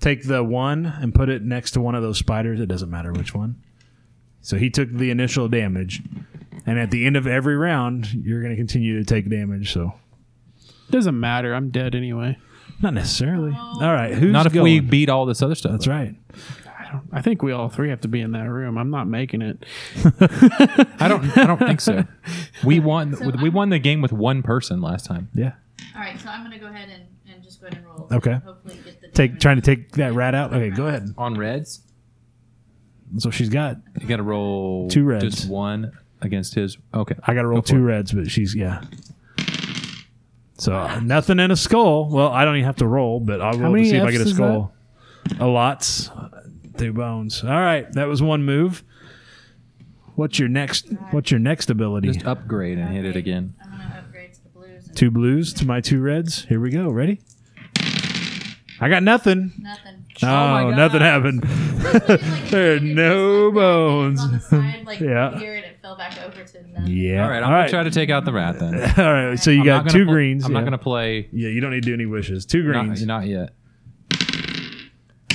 A: take the one and put it next to one of those spiders. It doesn't matter which one. So he took the initial damage, and at the end of every round, you're going to continue to take damage. So
B: Doesn't matter. I'm dead anyway.
A: not necessarily. All right, who's
D: Not if
A: going?
D: we beat all this other stuff.
A: That's right.
B: I think we all three have to be in that room. I'm not making it.
D: I don't. I don't think so. We won. we won the game with one person last time.
A: Yeah.
C: All right, so I'm going to go ahead and, and just go ahead and roll.
A: Okay.
C: Hopefully get the
A: Take
C: damage.
A: trying to take that rat out. Okay, go ahead.
D: On reds,
A: That's what she's got.
D: you got to roll
A: Two reds.
D: Just one against his. Okay.
A: I got to roll
D: Go for
A: two reds, but she's yeah. So nothing in a skull. Well, I don't even have to roll, but I'll roll to
B: many
A: see if I get a
B: Fs is
A: skull. A lots, two bones. All right, that was one move. What's your next? What's your next ability?
D: Just uh, upgrade and hit it again.
C: I'm going to upgrade to the blues and
A: two blues to my two reds. Here we go. Ready? I got nothing.
C: nothing.
D: Oh
A: No, Oh, nothing happened. there are no bones.
C: On the side, like,
A: Yeah.
C: you hear it, it fell back over to nothing.
A: Yeah.
D: All right. I'm gonna try to take out the rat then.
A: All right. So you
D: I'm not
A: got
D: gonna
A: two
D: pl-
A: greens.
D: I'm
A: yeah.
D: not going to play.
A: Yeah, you don't need to do any wishes. Two
D: not-
A: greens.
D: not yet.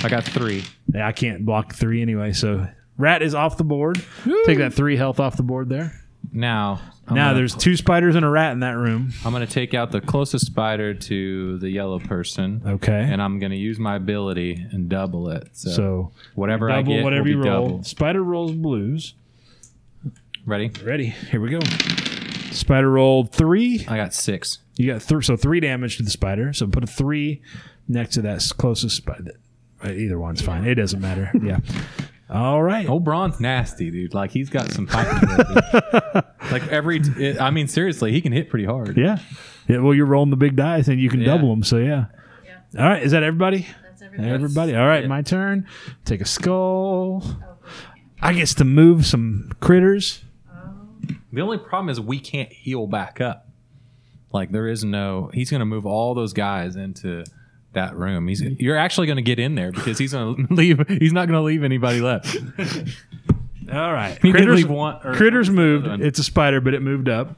D: I got three.
A: Yeah, I can't block three anyway, so rat is off the board. Take that three health off the board there.
D: Now. I'm
A: now
D: gonna-
A: there's two spiders and a rat in that room.
D: I'm going to take out the closest spider to the yellow person.
A: Okay.
D: And I'm going to use my ability and double it. So,
A: so
D: whatever I
A: double
D: get,
A: whatever
D: will
A: you
D: be
A: roll.
D: double.
A: Spider rolls blues.
D: Ready?
A: Ready? Here we go. Spider rolled three.
D: I got six.
A: You got three, so three damage to the spider. So put a three next to that s- closest spider. Either one's fine. It doesn't matter. yeah. All right.
D: Old Braun's Oh, nasty, dude. Like he's got some fighting. ability. like every, it, I mean, seriously, he can hit pretty hard.
A: Yeah. yeah. Well, you're rolling the big dice and you can
D: Yeah.
A: double them. So yeah. All right. Is that everybody?
C: That's
A: Everybody. All right,
D: Yeah.
A: my turn. Take a skull. I gets to move some critters.
D: The only problem is we can't heal back up. Like there is no. He's going to move all those guys into that room. He's you're actually going to get in there because he's going to leave. He's not going to leave anybody left.
A: All right.
D: You can
A: Critters,
D: leave one- or-
A: critters moved.
D: other one.
A: It's a spider, but it moved up.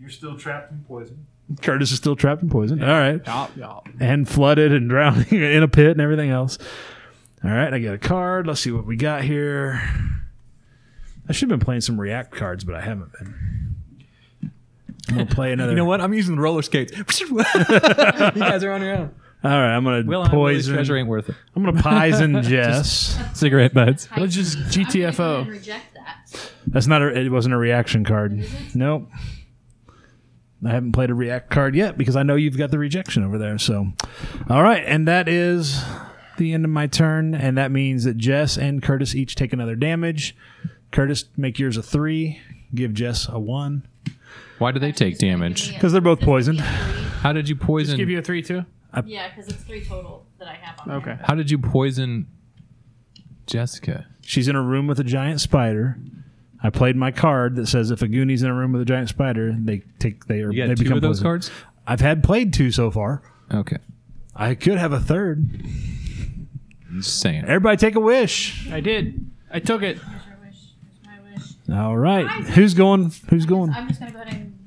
I: You're still trapped in poison.
A: Curtis is still trapped in poison. All right.
B: Yup, yup.
A: And flooded and drowning in a pit and everything else. All right. I got a card. Let's see what we got here. I should have been playing some React cards, but I haven't been. I'm going to play another.
D: You know what? I'm using roller skates. you guys are on your own.
A: All right. I'm going
D: Will
A: to
D: poison
A: poison.
D: treasure ain't worth it.
A: I'm going to poison Jess.
D: Cigarette butts.
B: Let's just
C: I'm gonna
B: GTFO.
C: reject that.
A: That's not a. It wasn't a reaction card. Nope. I haven't played a react card yet because I know you've got the rejection over there. So, all right, and that is the end of my turn, and that means that Jess and Curtis each take another damage. Curtis, make yours a three. Give Jess a one
D: Why do they take damage?
A: because they're both poisoned.
D: How did you poison?
B: Give you a three two.
C: Yeah, because it's three total that I have on. there.
B: Okay.
D: how did you poison Jessica?
A: She's in a room with a giant spider. I played my card that says if a Goonie's in a room with a giant spider, they take they are
D: You
A: they
D: got two
A: become
D: of those
A: poisoned.
D: cards.
A: I've had played two so far.
D: Okay,
A: I could have a third.
D: I'm just saying.
A: Everybody take a wish.
B: I did. I took it.
C: Here's your wish. Here's my wish.
A: All right. Who's going? Who's going?
C: I'm just gonna go ahead and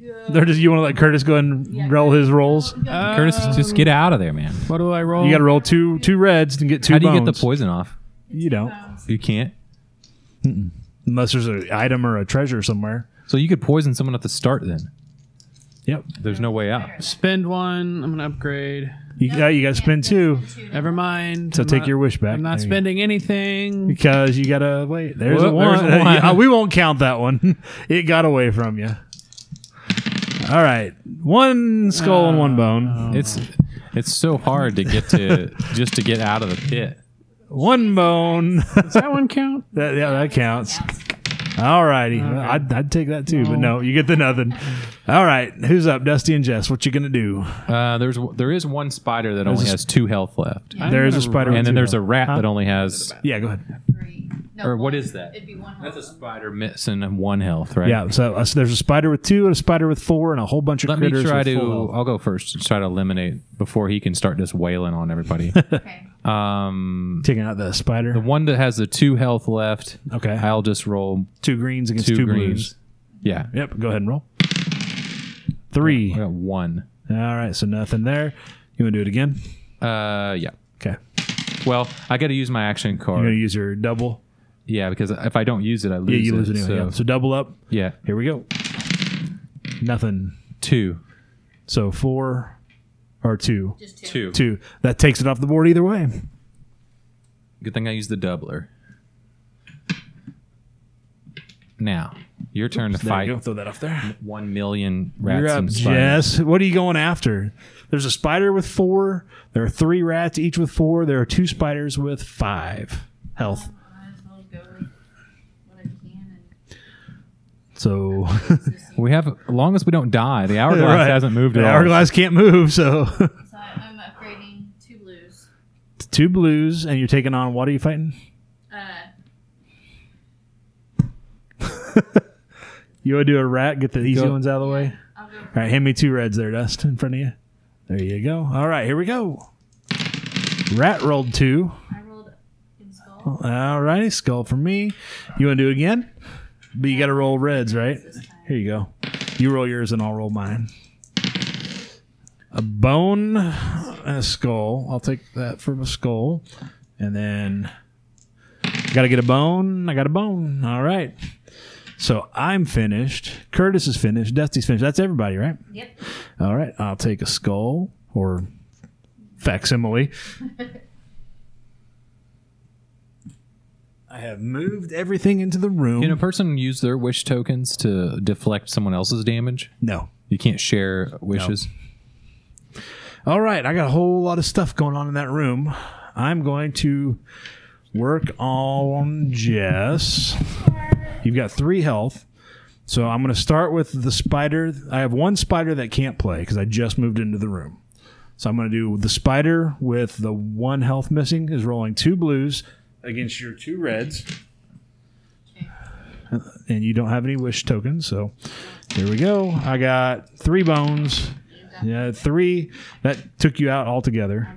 C: go.
A: They're just you want to let Curtis go ahead and
C: Yeah,
A: roll his rolls.
C: Go-
D: Curtis, just get out of there, man.
B: What do I roll?
A: You got to roll two two reds and get two
D: How do you get
A: bones.
D: the poison off?
A: You don't
C: bones.
D: You can't.
A: unless there's an item or a treasure somewhere.
D: So you could poison someone at the start then.
A: Yep.
D: There's no way out.
B: Spend one. I'm gonna upgrade.
A: You got you got to spend two.
B: Never mind.
A: So
B: I'm
A: take
B: not-
A: your wish back.
B: I'm not
A: There you go.
B: spending anything.
A: because you got to wait. There's a
D: Well,
A: one.
D: there's a one.
A: Yeah, we won't count that one. it got away from you. All right. One skull and
B: Uh,
A: one bone.
D: It's it's so hard to get to just to get out of the pit.
A: One bone.
B: Does that one count?
A: That, yeah, that counts. All righty. Well, I'd, I'd take that
B: Oh.
A: too, but no, you get the nothing. All right. Who's up? Dusty and Jess. What you going to do?
D: Uh, there's there is one spider that only
A: a
D: has two health left,
B: I'm
A: There is a
B: gonna
A: spider. with
D: and then
A: two
D: there's a
A: health.
D: rat
A: Huh?
D: that only has.
A: Yeah, go ahead.
C: Three. No,
D: Or what
C: one.
D: is that?
C: It'd be one.
D: That's a
C: whole.
D: spider missing one health, right?
A: Yeah, so uh, so there's a spider with two, and a spider with four, and a whole bunch of
D: Let me
A: critters.
D: try
A: with full
D: to.
A: health.
D: I'll go first. and Try to eliminate before he can start just wailing on everybody.
C: Okay.
D: um,
A: taking out the spider.
D: the one that has the two health left,
A: okay,
D: I'll just roll
A: two greens against
D: two,
A: two, blues.
D: greens. Yeah,
A: Yep, go ahead and roll. Three.
D: I got one.
A: All right, so nothing there. You want to do it again?
D: Uh, yeah.
A: Okay,
D: Well, I got to use my action
A: you're
D: card.
A: gonna use your double.
D: Yeah, because if I don't use it, I lose
A: Yeah, you
D: it.
A: lose it anyway.
D: So,
A: yeah. so double up.
D: yeah,
A: Here we go. Nothing.
D: two.
A: So four or two.
D: Two.
A: Two. That takes it off the board either way.
D: Good thing I used the doubler. Now, your turn to
A: There
D: fight
A: you go. Throw that off there.
D: one million rats
A: You're up,
D: and spiders.
A: Jess. What are you going after? There's a spider with four. There are three rats, each with four. There are two spiders with five health.
C: Um,
A: So
D: We have, as long as we don't die, the hourglass
A: Right.
D: hasn't moved
A: the
D: at all.
A: hourglass can't move. So
C: I'm upgrading two blues.
A: two blues, and you're taking on what are you fighting?
C: Uh,
A: You want to do a rat? Get the easy
D: Go.
A: ones out of the way. All right, hand me two reds there, Dust, in front of you. There you go. All right, here we go. Rat rolled two.
C: I rolled in skull.
A: All righty, skull for me. You want to do it again? But you got to roll reds, right? Here you go. You roll yours and I'll roll mine. A bone, and a skull. I'll take that from a skull. And then got to get a bone. I got a bone. All right. So I'm finished. Curtis is finished. Dusty's finished. That's everybody, right? Yep. All right. I'll take a skull or facsimile. I have moved everything into the room.
D: Can a person use their wish tokens to deflect someone else's damage?
A: no.
D: You can't share wishes.
A: All right, I got a whole lot of stuff going on in that room. I'm going to work on Jess. You've got three health. So I'm going to start with the spider. I have one spider that can't play because I just moved into the room. So I'm going to do the spider with the one health missing is rolling two blues against your two reds. And you don't have any wish tokens. So here we go. I got three bones. Yeah, three. That took you out altogether.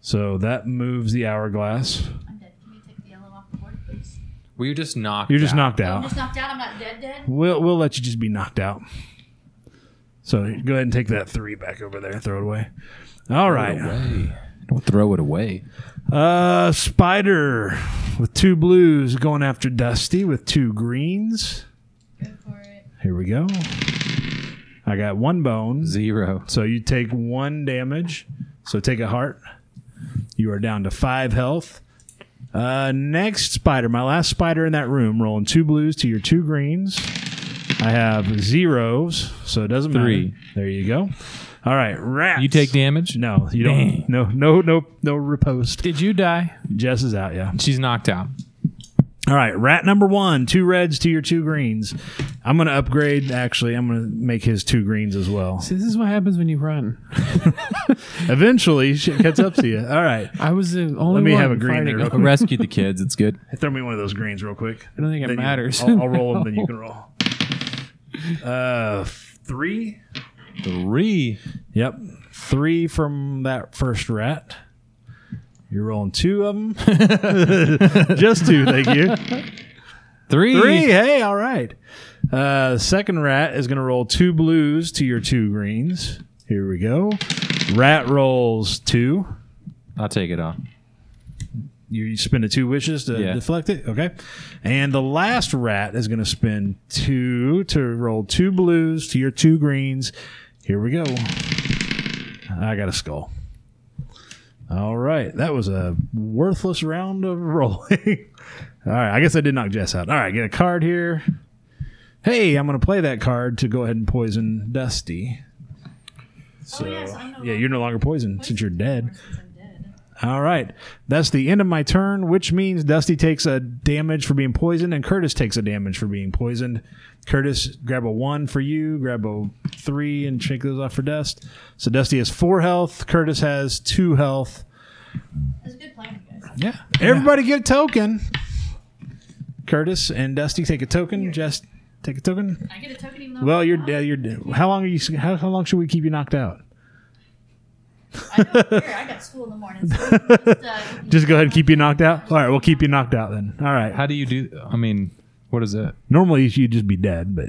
A: So that moves the hourglass.
C: I'm dead. Can you take the yellow off the board, please?
D: Were you just knocked?
A: You're just
D: out?
A: knocked
C: I'm
A: out.
C: just knocked out. I'm not dead, dead.
A: We'll we'll let you just be knocked out. So go ahead and take that three back over there. Throw it away. All right.
D: Don't throw it away.
A: Uh, spider with two blues going after Dusty with two greens.
C: Go for it.
A: Here we go. I got one bone.
D: Zero.
A: So you take one damage. So take a heart. You are down to five health. Uh, next spider, my last spider in that room, rolling two blues to your two greens. I have zeros, so it doesn't
D: Three.
A: matter. There you go. All right, rats.
D: You take damage.
A: No, you don't.
D: Dang.
A: No, no, no, no riposte.
B: Did you die?
A: Jess is out. Yeah.
D: She's knocked out.
A: All right, rat number one, two reds to your two greens. I'm gonna upgrade. Actually, I'm gonna make his two greens as well.
B: See, this is what happens when you run.
A: Eventually, shit catches up to you. All right,
B: I was the only
A: let me
B: one
A: have a green
B: fighting
A: there.
B: it.
A: real quick.
D: Rescue the kids. It's good.
A: Throw me one of those greens real quick.
B: I don't think it
A: Then you-
B: matters.
A: I'll, I'll roll them, then you can roll. Uh, f- three.
D: Three.
A: Yep, three from that first rat. You're rolling two of them. Just two, thank you.
D: Three.
A: Three. Hey, all right. Uh, the second rat is going to roll two blues to your two greens. Here we go. Rat rolls two.
D: I'll take it off.
A: You spend the two wishes to
D: Yeah.
A: deflect it. Okay. And the last rat is going to spend two to roll two blues to your two greens. Here we go. I got a skull. All right. That was a worthless round of rolling. All right. I guess I did knock Jess out. All right. Get a card here. Hey, I'm going to play that card to go ahead and poison Dusty. So,
C: yes, I'm no
A: yeah, you're no longer poisoned since you're dead.
C: Since I'm dead.
A: All right. That's the end of my turn, which means Dusty takes a damage for being poisoned and Curtis takes a damage for being poisoned. Curtis, grab a one for you, grab a three and shake those off for Dust. So Dusty has four health, Curtis has two health.
C: That's a good plan, you guys.
A: Yeah. Everybody get a token. Curtis and Dusty take a token. Just take a token.
C: I get a token even though
A: Well,
C: I'm
A: you're
C: not.
A: dead. You're dead. How long are you? How, how long should we keep you knocked out?
C: I don't care. I got school in the morning. So just, uh,
A: Just go ahead and keep you knocked out. All right, we'll keep you knocked out then. All right.
D: How do you do? I mean, what is it?
A: Normally you'd just be dead, but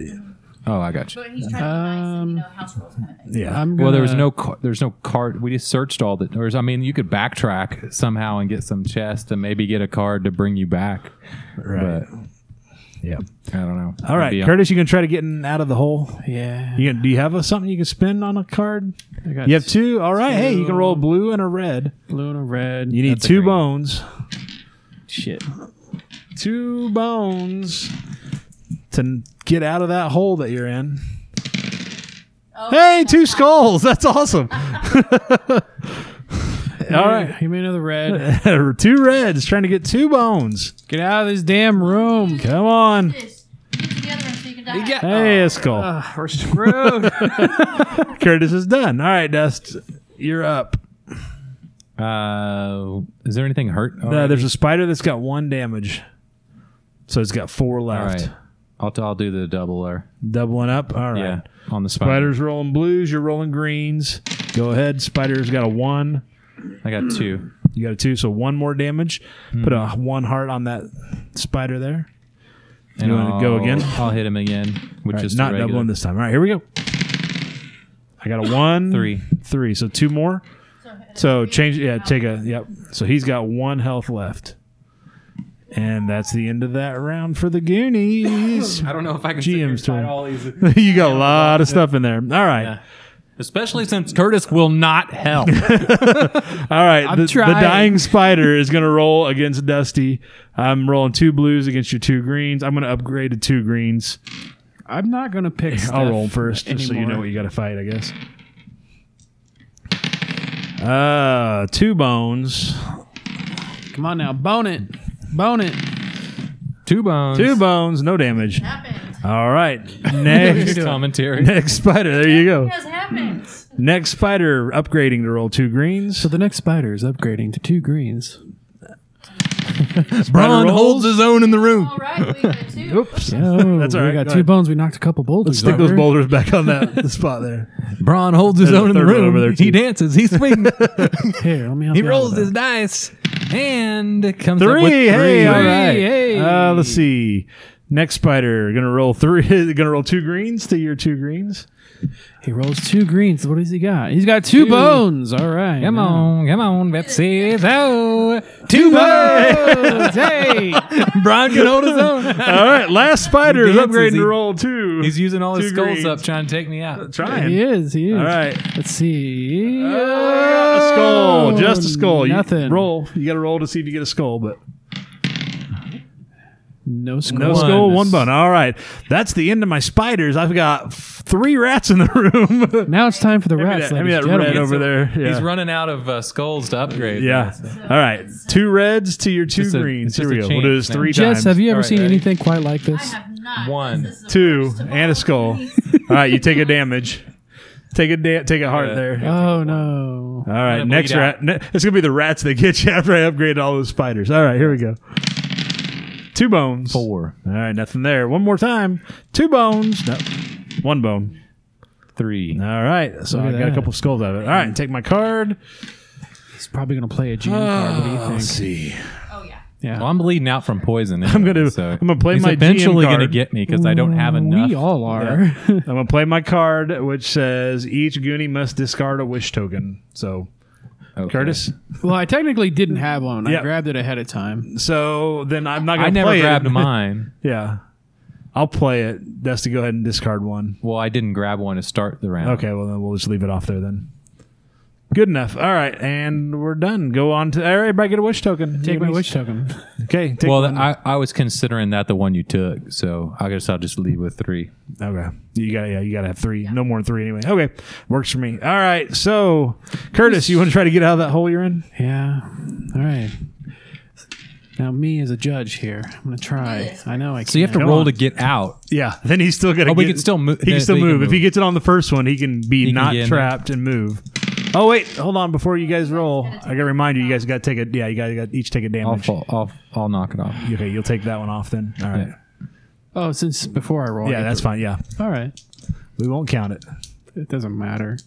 D: Oh, I got you.
C: But he's trying to be nice,
A: Um,
C: and, you know, house rules kind of thing.
A: Yeah.
B: I'm
D: Well, there was
B: gonna-
D: no ca- there's no card. We just searched all the. Or I mean, you could backtrack somehow and get some chest and maybe get a card to bring you back.
A: right. yeah.
D: But I don't know.
A: All right,
D: Maybe I'm-
A: Curtis, you gonna try to get in out of the hole?
B: Yeah.
A: You gonna, do you have a, something you can spend on a card?
B: I got
A: You have two. All right. Hey, you can roll a blue and a red.
B: blue and a red.
A: You need
D: That's a
A: two
D: green.
A: bones.
B: shit.
A: Two bones to n- get out of that hole that you're in. hey, two skulls. That's awesome. All right.
B: You made another red.
A: two reds trying to get two bones.
B: Get out of this damn room.
A: Come on.
C: This. Get to the other one so you can die.
A: Hey, a skull.
B: We're screwed.
A: Curtis is done. All right, Dust. You're up.
D: Uh, is there anything hurt?
A: No,
D: already?
A: there's a spider that's got one damage. So it's got four
D: All
A: left.
D: right. I'll, I'll do the doubler.
A: Doubling up. All right.
D: Yeah. On the spider.
A: Spiders rolling blues, you're rolling greens. Go ahead. Spider's got a one.
D: I got two.
A: You got a two, so one more damage.
D: Hmm.
A: Put a one heart on that spider there.
D: And
A: You wanna go
D: I'll-
A: again?
D: I'll hit him again, which
A: All right,
D: is
A: not doubling this time. All right, here we go. I got a one,
D: Three.
A: three. So two more. So change. Yeah, take a. Yep. So he's got one health left, and that's the end of that round for the Goonies.
D: I don't know if I can
A: sit here GM's and find turn.
D: all these,
A: you got a lot of stuff in there. All right.
D: especially since Curtis will not help.
A: All right, the, the
B: trying.
A: dying spider is going to roll against Dusty. I'm rolling two blues against your two greens. I'm going to upgrade to two greens.
B: I'm not gonna pick. Steph.
A: I'll roll 'em first, just so you know
B: anymore.
A: what you got to fight, I guess. Uh, two bones,
B: Come on now, bone it, bone it.
D: two bones.
A: two bones, no damage.
C: Happens.
A: All right, next,
D: Commentary.
A: next spider. There you go.
C: Yes, happens.
A: Next spider upgrading to roll two greens.
B: So the next spider is upgrading to two greens.
A: Spider rolls.
D: his own in the room.
C: All right, we got two.
A: Oops,
B: Oh,
A: That's all
B: we
A: right,
B: got
A: go
B: two
A: ahead.
B: bones. We knocked a couple boulders.
A: stick
B: over.
A: those boulders back on that the spot there.
D: Braun holds his
A: There's a
D: own in the
A: third one
D: room.
A: over there,
D: he
A: too.
D: dances. He swings.
B: Here, let me help
D: he
B: you out
D: rolls
B: with
D: his
B: that.
D: dice and comes
A: three.
D: up with three.
A: Hey, all right.
D: Hey.
A: Uh, let's see. Next spider gonna roll three. Gonna roll two greens to your two greens.
B: He rolls two greens. What does he got? He's got two, bones. All right.
D: Come
B: now.
D: on, come on, Betsy. Oh,
A: Two
D: bones. hey, Brian can hold his own.
A: All right, last spider is
D: He dances,
A: upgrading
D: he-
A: to roll two.
D: He's using all his
A: Two
D: skulls
A: greens.
D: up, trying to take me out.
A: trying.
B: He is. He is.
A: All right,
B: Let's see. Oh,
A: Uh, a skull, just a skull. You
B: Nothing.
A: roll. You got to roll to see if you get a skull, but
B: No skull.
A: no skull, one bone. All right, that's the end of my spiders. I've got f- three rats in the room.
B: Now it's time for the
A: me
B: rats.
A: that, give me
B: ladies
A: that
B: and
A: red
B: gentlemen.
A: over there. Yeah.
D: He's running out of uh, skulls to upgrade.
A: Yeah. All right. Two reds to your two
D: Just a-
A: greens.
D: it's
A: Here we go.
D: just a
A: We'll do this
D: chance now.
A: three
B: Jess,
A: times.
B: have you ever
D: All right,
B: seen
D: ready?
B: anything quite like
C: I
B: this?
C: have not.
D: One.
C: This is the
A: two
C: first of
A: and
C: all.
A: a skull. All right, you take a damage. Take a da- take a heart
D: Yeah.
A: there.
B: Oh no.
A: All right,
D: I'm gonna
A: next
D: bleed
A: rat.
D: out.
A: Ne- it's gonna be the rats that get you after I upgraded all those spiders. All right, here we go. Two bones.
D: Four,
A: All right, nothing there. One more time. Two bones. No, one bone.
D: three.
A: All right, so I
B: Look at
A: got a
B: that.
A: couple skulls out of it. All right, take my card.
B: He's probably gonna play a jam card. What do you think?
A: Let's see.
C: Oh, yeah.
B: Yeah.
D: Well, I'm bleeding out from poison.
A: I'm
D: anyway,
A: gonna-
D: so
A: I'm gonna play
D: he's
A: my GM
D: eventually gonna
A: card.
D: get me because I don't have enough.
B: We all are.
A: I'm gonna play my card, which says each Goonie must discard a wish token. So,
D: Okay.
A: Curtis.
B: well, I technically didn't have one.
A: Yeah.
B: I grabbed it ahead of time.
A: So then I'm not gonna.
D: I never
A: play
D: grabbed
A: it.
D: mine.
A: Yeah. I'll play it. Dusty, go ahead and discard one.
D: Well, I didn't grab one to start the round.
A: Okay, well then we'll just leave it off there then. Good enough. All right, and we're done. Go on to all right, everybody get a wish token.
B: Take my
A: Goonies.
B: wish token.
A: Okay. Take
D: Well,
A: one.
D: I, I was considering that the one you took, so I guess I'll just leave with three.
A: okay. You got to yeah, you got to have 3. No more than 3 anyway. Okay. Works for me. All right. So, Curtis, you want to try to get out of that hole you're in?
B: Yeah. All right. Now me as a judge here, I'm gonna try. I know I can.
D: So you have to
A: Come
D: roll
A: on.
D: to get out.
A: Yeah. Then he's still going to
D: Oh, we can still mo-
A: He
D: then
A: can still
D: he can
A: move. If he
D: move.
A: gets it on the first one, he can be
D: can
A: not
D: get in.
A: trapped and move. Oh wait, hold on before you guys roll. I got to remind you you guys got to take a yeah, you guys got each take a
D: I'll,
A: damage.
D: fall, I'll, I'll knock it off.
A: Okay, you'll take that one off then. All right.
B: Oh, since before I roll.
A: Yeah, that's fine. Yeah,
B: all right.
A: we won't count it.
B: It doesn't matter.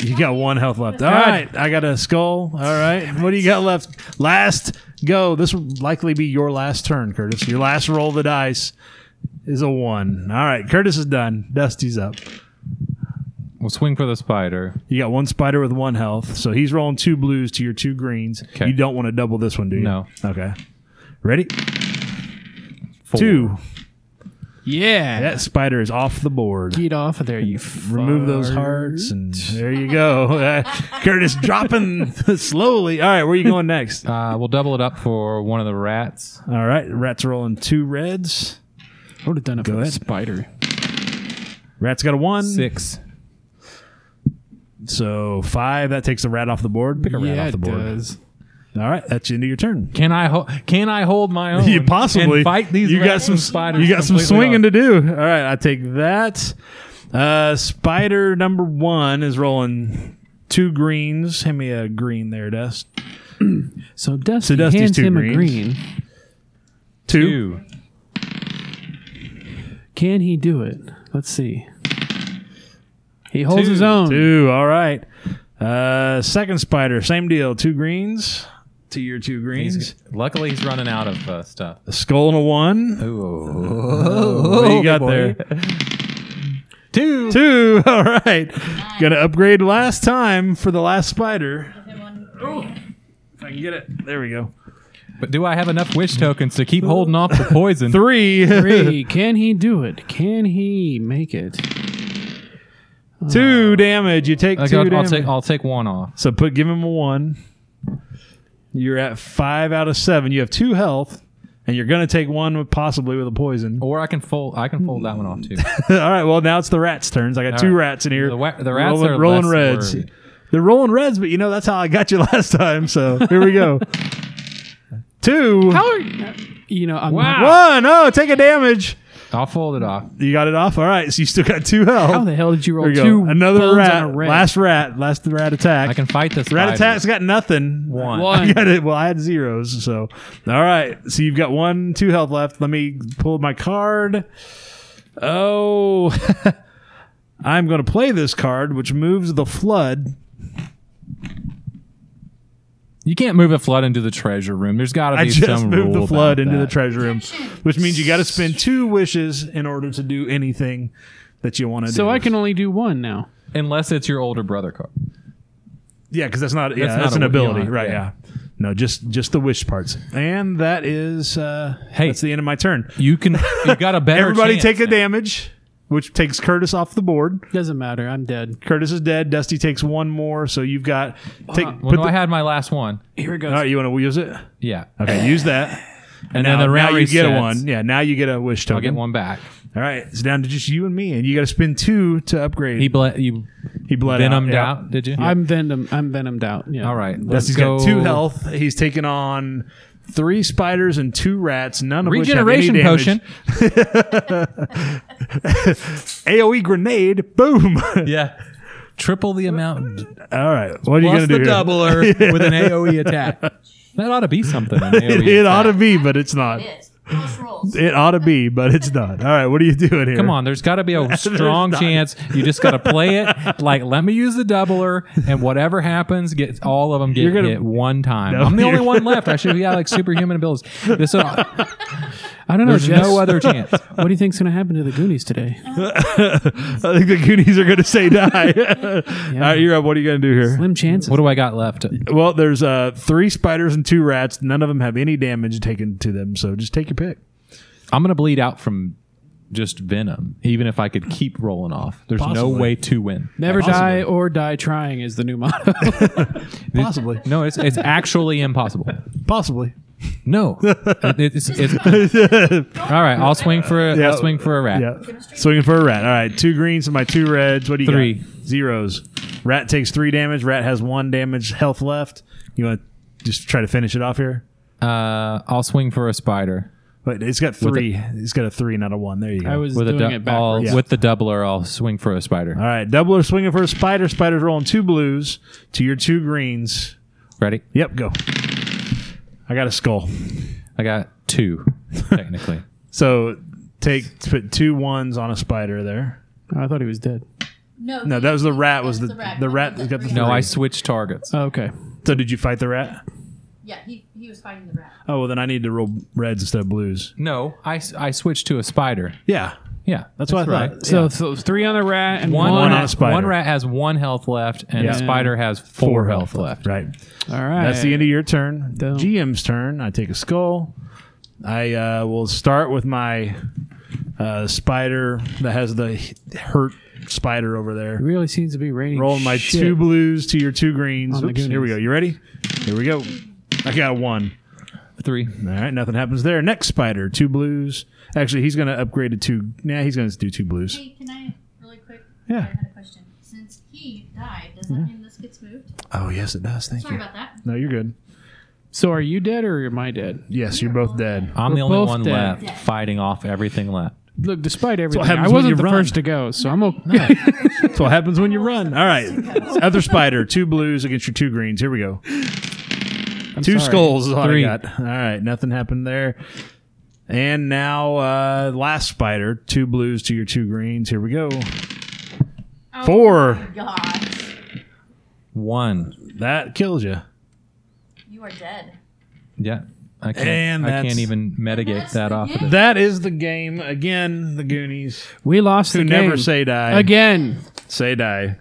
A: You got one health left. All right, I got a skull. All right, what do you got left? Last go. This will likely be your last turn, Curtis. Your last roll of the dice. is a one. All right, Curtis is done. Dusty's up.
D: We'll swing for the spider.
A: You got one spider with one health, so he's rolling two blues to your two greens.
D: Okay.
A: You don't want to double this one, do you?
D: No.
A: Okay. Ready?
D: Four.
A: Two.
B: Yeah.
A: That spider is off the board.
B: Get off of there, you. F-
A: Remove those hearts, and there you go. Uh, Curtis dropping slowly. All right, where you going next?
D: Uh, we'll double it up for one of the rats.
A: All right, rat's rolling two reds.
B: I would have done it for the
A: ahead.
B: spider.
A: Rat's got a one,
D: Six.
A: so five. That takes the rat off the board. Pick a rat
B: yeah,
A: off the
B: it
A: board.
B: does.
A: All right, that's the end of your turn.
D: Can I hold? Can I hold my own?
A: you possibly
D: and fight these.
A: You got
D: rats
A: some
D: and spiders.
A: You got some
D: completely
A: swinging
D: off?
A: to do. All right, I take that. Uh, spider number one is rolling two greens. Hand me a green there, Dust.
B: So Dusty,
A: Dusty's
B: hands
A: two
B: him a
A: greens.
B: green.
A: Two.
D: Two.
B: Can he do it? Let's see. He holds
D: Two.
B: his own.
A: Two. All right. Uh, second spider, same deal. Two greens. To your two greens.
D: He's, luckily, he's running out of uh, stuff.
A: A skull and a one.
D: Oh,
A: what do you got there?
D: Two.
A: Two. All right. Gonna upgrade last time for the last spider. If I can get it. There we go.
D: But do I have enough wish tokens to keep holding off the poison?
A: Three.
B: Three. Can he do it? Can he make it?
A: two damage. You take
D: Okay,
A: two
D: I'll, I'll
A: damage.
D: take. I'll take one off.
A: so put give him a one. You're at five out of seven. You have two health, and you're gonna take one with possibly with a poison.
D: Or I can fold. I can fold that one off too.
A: All right. Well, now it's the rats' turns. I got
D: All
A: two
D: right.
A: rats in here.
D: The wa- the rats
A: rolling,
D: are
A: rolling
D: less
A: reds.
D: worried.
A: They're rolling reds, but you know that's how I got you last time. So here we go. two,
B: How are you? You know, I'm wow.
A: one. Oh, take a damage.
D: I'll fold it off.
A: You got it off. All right. So you still got two health.
B: How the hell did you roll
A: There you Oh. go.
B: two?
A: Another
B: buns
A: rat.
B: On a red?
A: Last rat. Last rat attack.
D: I can fight this.
A: rat
D: spider.
A: attack's got nothing.
D: One.
A: I
B: one.
A: got it. Well, I had zeros. So, all right. So you've got one, two health left. Let me pull my card. Oh, I'm going to play this card, which moves the flood.
D: You can't move a flood into the treasure room. There's got to be
A: I just
D: some
A: moved
D: rule
A: the flood
D: about
A: into the
D: that.
A: treasure room, which means you got to spend two wishes in order to do anything that you want to do.
B: So I can only do one now.
D: unless it's your older brother card.
A: Yeah, because that's not yeah, that's,
D: not
A: an
D: a-
A: ability,
D: yeah,
A: right? Yeah.
D: yeah.
A: No, just just the wish parts, and that is uh,
D: Hey.
A: that's the end of my turn.
D: You can. You got a better.
A: Everybody
D: chance
A: take a
D: now.
A: damage, which takes Curtis off the board.
B: Doesn't matter. I'm dead.
A: Curtis is dead. Dusty takes one more, so you've got take.
D: Well,
A: put
D: no,
A: the-
D: I had my last one.
B: Here it goes.
A: all right, you want to use it?
D: Yeah,
A: Okay, use that.
D: and
A: now,
D: then the round
A: now you get a
D: resets.
A: one. Yeah, now you get a wish token.
D: I'll get one back.
A: All right, it's down to just you and me, and you got to spend two to upgrade.
D: He ble- you
A: he bled
D: venomed
A: yeah.
D: out. Did you?
B: I'm venom. I'm venomed out. Yeah.
D: All right. Let's
A: Dusty's
D: go.
A: got two health. He's taken on three spiders and two rats, none of
D: Regeneration
A: which have any damage.
D: potion.
A: AOE E grenade. Boom.
D: Yeah. Triple the amount
A: All right. What are you going to
D: plus the
A: do? here?
D: doubler with an AOE attack. That ought to be something. An AOE
A: It, it ought to
D: attack.
A: be, but it's not. It ought to be, but it's not. All right. What are you doing here?
D: Come on, there's got to be a strong
A: not.
D: chance. You just got to play it. Like, let me use the doubler, and whatever happens, get all of them get
A: You're gonna-
D: hit one time.
A: No,
D: I'm the
A: you're-
D: only one left. I should be got like superhuman abilities. This- uh, So,
B: I don't know.
D: there's
B: Jess.
D: no other chance.
B: What do you think's going to happen to the Goonies today?
D: Uh,
A: I think the Goonies are going to say die. All right. You're up. What are you going to do here?
B: Slim chances.
D: What do I got left?
A: Well, there's uh, three spiders and two rats. None of them have any damage taken to them, so just take your pick.
D: I'm gonna bleed out from just venom, even if I could keep rolling off. There's
A: Possibly.
D: no way to win.
B: Never die or die trying is the new motto.
A: Possibly.
D: No, it's it's actually impossible.
A: Possibly.
D: No, It- it's, it's, all right. I'll swing for a,
A: Yeah.
D: will swing for a rat.
A: Yeah. Swinging for a rat. All right. Two greens and my two reds. What do you
D: Three.
A: got? Zeros. Rat takes three damage. Rat has one damage health left. You want to just try to finish it off here?
D: Uh, I'll swing for a spider.
A: But it's got three. it's got a three, not a one. There you go.
B: I was
D: with
B: doing
D: a du-
B: it
D: I'll-
B: backwards.
A: Yeah.
D: with the doubler, I'll swing for a spider.
A: All right. Doubler swinging for a spider. Spider's rolling two blues to your two greens.
D: Ready?
A: Yep. Go. I got a skull.
D: I got two, technically.
A: So take put two ones on a spider there.
B: I thought he was dead.
C: No,
A: No, that was the rat. Was the the
C: one
A: rat
C: with
A: that got the
C: green.
D: No,
A: three.
D: I switched targets.
B: Okay.
A: So did you fight the rat?
C: Yeah, he, he was fighting the rat.
A: Oh well, then I need to roll reds instead of blues.
D: No, I, s- I switched to a spider.
A: Yeah,
D: Yeah,
A: that's what I
D: right.
A: thought.
B: So, so three on the rat and
D: One,
B: one.
A: on
D: one,
A: a spider.
D: one rat has one health left, and
A: Yeah.
D: a spider has four, health left.
A: Right.
B: All right.
A: That's the end of your turn.
B: Dope.
A: GM's turn. I take a skull. I uh, will start with my uh, spider that has the h- hurt spider over
B: It
A: there.
B: really seems to be raining.
A: Rolling my
B: shit.
A: two blues to your two greens.
B: On the
A: Oops, here we
B: Goonies.
A: go. You ready? Here we go. I got one.
D: Three.
A: All right, nothing happens there. Next spider, two blues. Actually, he's going to upgrade to two. Nah, he's going to do two blues.
C: Hey, can I really quick?
A: Yeah.
C: I had a question. Since he died, does that mean this gets moved?
A: Oh, yes, it does. Thank
C: Sorry
A: you.
C: about that.
A: No, you're good.
B: So are you dead or am I dead?
A: Yes, you're both dead.
D: I'm
B: We're
D: the only
B: both
D: one
B: dead.
D: left, fighting off everything left.
B: Look, despite everything, I
A: happens when you
B: wasn't the
A: run.
B: first to go, so I'm okay.
A: That's what happens when you run. All right. Other spider, two blues against your two greens. Here we go. two
B: sorry.
A: skulls is all
D: Three.
A: I got. All right, nothing happened there. And now uh last spider, two blues to your two greens. Here we go. Four.
C: Oh Gosh,
D: One.
A: That kills you.
C: you are dead.
D: Yeah, I can't.
A: And
D: I
A: that's-
D: can't even mitigate
C: That's
D: that
C: the
D: off of
C: game.
D: it.
A: That is the game again, the Goonies.
B: We lost
A: Who
B: the
A: never
B: game.
A: say die.
B: again.
A: Say die.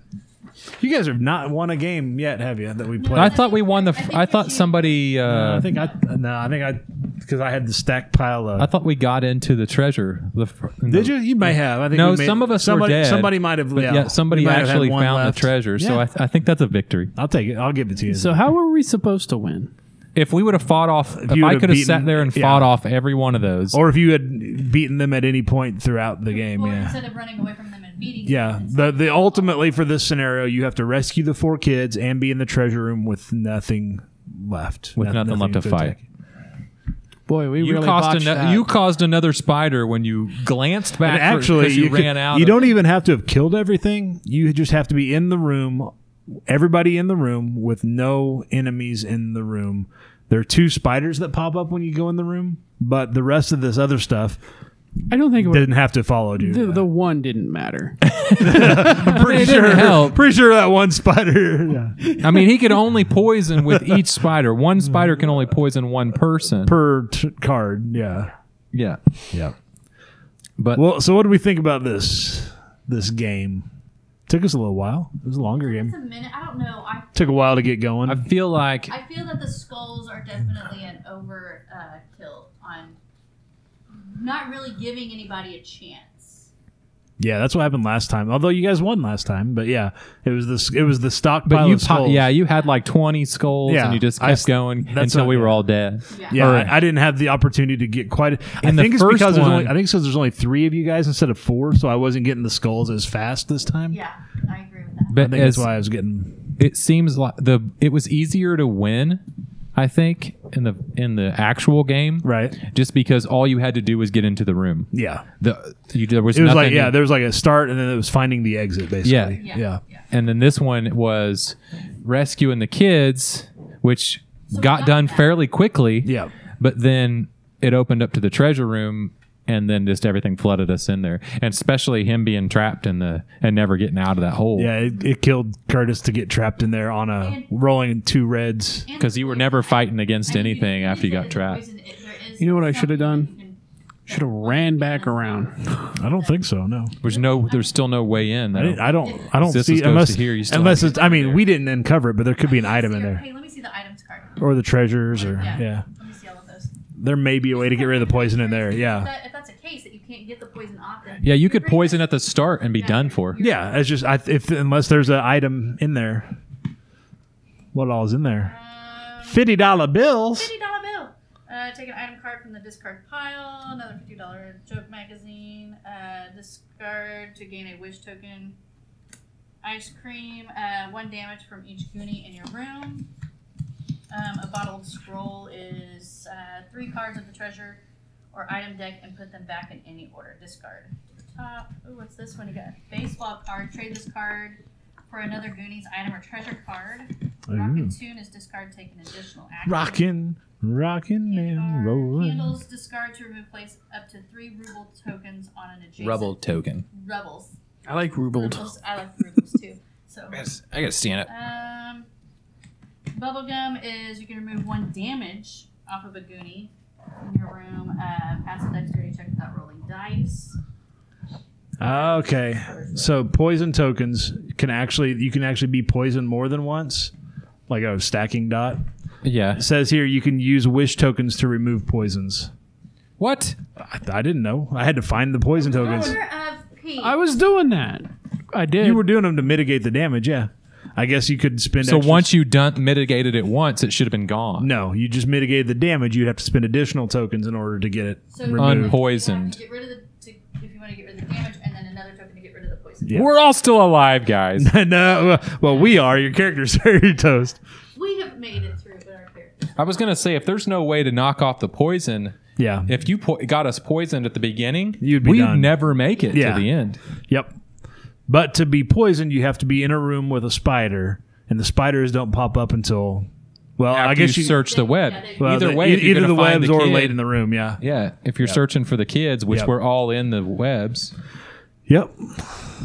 A: You guys have not won a game yet, have you? That we played.
D: I thought we won the. F- I thought somebody.
A: I
D: Uh,
A: think I no, I think I because I had the stack pile of.
D: I thought we got into the treasure. The fr-
A: Did you? You may have. I think
D: No,
A: we may-
D: some of us were
A: somebody,
D: dead,
A: Somebody might have.
D: But yeah, somebody
A: we might have had
D: actually
A: one
D: found
A: left.
D: the treasure. So
A: Yeah.
D: I, I think that's a victory.
A: I'll take it. I'll give it to you.
B: So how were we supposed to win?
D: If we would have fought off, if,
A: you
D: I
A: would've
D: could have
A: beaten-
D: sat there and
A: yeah.
D: fought off every one of those,
A: or if you had beaten them at any point throughout the game,
C: Or
A: yeah.
C: instead of running away from them and beating
A: Yeah,
C: them,
A: the the ultimately for this scenario, you have to rescue the four kids and be in the treasure room with nothing left.
D: with
A: No-
D: nothing, left to fight.
A: attack.
B: Boy, we
D: You
B: really
D: caused
B: botched
D: ano-
B: that.
D: you caused another spider when you glanced
A: And
D: back. for- 'cause
A: actually,
D: you,
A: you,
D: ran
A: could-
D: out.
A: you
D: of-
A: don't even have to have killed everything. You just have to be in the room, everybody in the room with no enemies in the room. There are two spiders that pop up when you go in the room, but the rest of this other stuff
B: I don't think it was,
A: didn't have to follow you.
B: the, the one didn't matter.
A: I'm pretty sure,
D: help.
A: pretty sure that one spider. yeah,
D: I mean, he could only poison with each spider. One spider can only poison one person.
A: Hmm. per t- card. Yeah,
D: yeah.
A: yeah.
D: But-
A: well, so what do we think about this this game? Took us a little while. It was a longer
C: It's
A: game.
C: a minute. I don't know. I
A: Took a while to get going.
D: I feel like
C: I feel that the skulls are definitely an over uh, kill on not really giving anybody a chance.
A: Yeah, that's what happened last time. Although you guys won last time, but yeah, it was this. It was the stock.
D: But you,
A: of
D: po-
A: skulls.
D: yeah, you had like twenty skulls,
A: Yeah,
D: and you just
A: I
D: kept
A: s-
D: going
A: that's
D: until
A: what-
D: we were all dead.
A: yeah.
D: or-
A: I, I didn't have the opportunity to get quite. I
D: In the
A: think it's
D: first
A: because there's
D: one-
A: only. I think it's because there's only three of you guys instead of four, so I wasn't getting the skulls as fast this time.
C: Yeah, I agree with that.
A: I
D: But
A: think
D: as,
A: that's why I was getting.
D: it seems like the it was easier to win, I think, in the in the actual game,
A: Right.
D: Just because all you had to do was get into the room.
A: Yeah.
D: The you, there was
A: It was
D: nothing
A: like yeah, there was like a start, and then it was finding the exit basically.
D: Yeah.
A: Yeah. Yeah.
D: and then this one was rescuing the kids, which got done fairly quickly.
A: Yeah.
D: But then it opened up to the treasure room and then just everything flooded us in there. And especially him being trapped in the and never getting out of that hole.
A: it, it killed Curtis to get trapped in there on a rolling two reds.
C: And
D: Because you were never fighting against anything after you got trapped.
B: You know what I should've done? Should have ran back around.
A: I don't think so. No.
D: There's no there's still no way in.
A: I,
D: though.
A: didn't, I don't. I don't
D: This
A: see
D: was goes
A: unless
D: to here, you still
A: unless
D: have
A: it's. I mean, we didn't uncover it, but there could be an item in there,
C: Hey, let me see the items card.
A: or the treasures, or yeah.
C: Yeah. Let me see all of those.
A: There may be a way to get rid of the poison in there.
C: If,
A: Yeah,
C: that, if that's a case that you can't get the poison off, then
D: Yeah, you could
C: pretty
D: poison
C: much-
D: at the start and be done for.
A: yeah. It's just I, if unless there's an item in there, what all is in there?
C: Um,
A: Fifty dollar bills.
C: fifty dollar bill. Uh, take an item card from the discard pile. Another fifty dollar joke magazine. Uh, discard to gain a wish token. Ice cream. Uh, one damage from each goonie in your room. Um, a bottled scroll is uh, three cards of the treasure or item deck and put them back in any order. Discard. To the top. Ooh, what's this one? You got a baseball card. Trade this card for another Goonies item or treasure card. Rockin' tune is discard. Take an additional action.
A: Rocking, rocking and rolling.
C: Handles discard to remove place up to three ruble tokens on an adjacent
D: Rubble token.
C: Rubbles.
B: I like rubled.
C: Rubles. I like rubles too. So
D: I gotta stand up.
C: um Bubblegum is you can remove one damage off of a Goonie in your room. Uh, pass a dexterity check without rolling dice.
A: Okay, so poison tokens can actually you can actually be poisoned more than once, like a stacking dot.
D: Yeah.
A: It says here you can use wish tokens to remove poisons.
D: What?
A: I, I didn't know. I had to find the poison tokens.
C: Order of Peace.
B: I was doing that. I did.
A: You were doing them to mitigate the damage. Yeah, I guess you could spend.
D: So
A: extra-
D: once you done mitigated it once, it should have been gone.
A: no, you just mitigated the damage. You'd have to spend additional tokens in order to get it
C: So you have to-
A: removed.
D: Unpoisoned.
C: You have to get rid of the, to, if you want to get rid of the damage, and then another token to get rid of the poison.
A: Yeah.
D: We're all still alive, guys.
A: no, uh, well we are. Your character's very toast.
C: We have made it through, but our characters.
D: I was gonna say if there's no way to knock off the poison,
A: Yeah.
D: if you po- got us poisoned at the beginning,
A: You'd be
D: we'd
A: done.
D: never make it
A: Yeah.
D: to the end.
A: Yep. But to be poisoned, you have to be in a room with a spider, and the spiders don't pop up until. Well,
D: After
A: I guess you,
D: you search the web.
C: yeah, they-
A: well,
D: either
A: the-
D: way,
A: e-
D: if you're
A: either
D: gonna
A: the
D: find
A: webs or
D: kid-
A: late in the room. Yeah.
D: Yeah, if you're searching for the kids, which
A: Yep.
D: we're all in the webs.
A: Yep.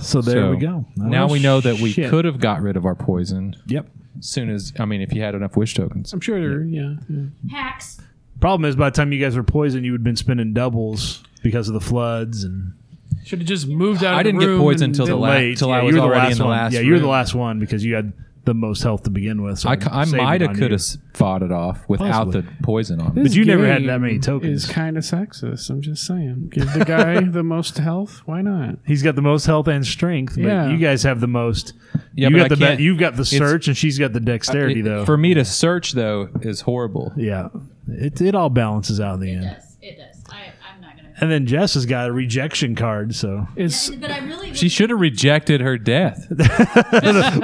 A: So there
D: so
A: we go.
D: Now
A: Oh,
D: we know that we
A: shit.
D: could have got rid of our poison
A: Yep.
D: soon as I mean, if you had enough wish tokens.
B: I'm sure. there- Yeah. yeah.
C: Hacks.
A: Problem is, by the time you guys were poisoned, you would have been spending doubles because of the floods and
B: Should have just moved out. of
D: I
B: the
D: didn't get
B: room
D: poisoned
B: and
D: till the
B: did-
D: la-
A: late.
D: till I
A: Yeah, you
D: was
A: were the
D: already
A: last
D: in the
A: one.
D: last
A: Yeah, you were the
D: room.
A: last one because you had the most health to begin with. So
D: I, c- I
A: saved it
D: might
A: on
D: have
A: you.
D: could have fought it off without
A: Possibly.
D: the poison on it.
A: But
B: This
A: you never had that
B: game
A: many tokens.
B: Is kind of sexist. I'm just saying. Give the guy the most health. Why not?
A: He's got the most health and strength, but
B: Yeah.
A: you guys have the most.
D: Yeah,
A: you
D: but
A: got
D: I
A: the
D: can't-
A: be- you've got the search, and she's got the dexterity,
D: It-
A: though.
D: For me to search though is horrible.
A: Yeah, it it all balances out in the end.
C: Yes, it does. I, I'm not gonna.
A: And then Jess has got a rejection card, so
B: It's
C: But I really.
D: She should have rejected her death.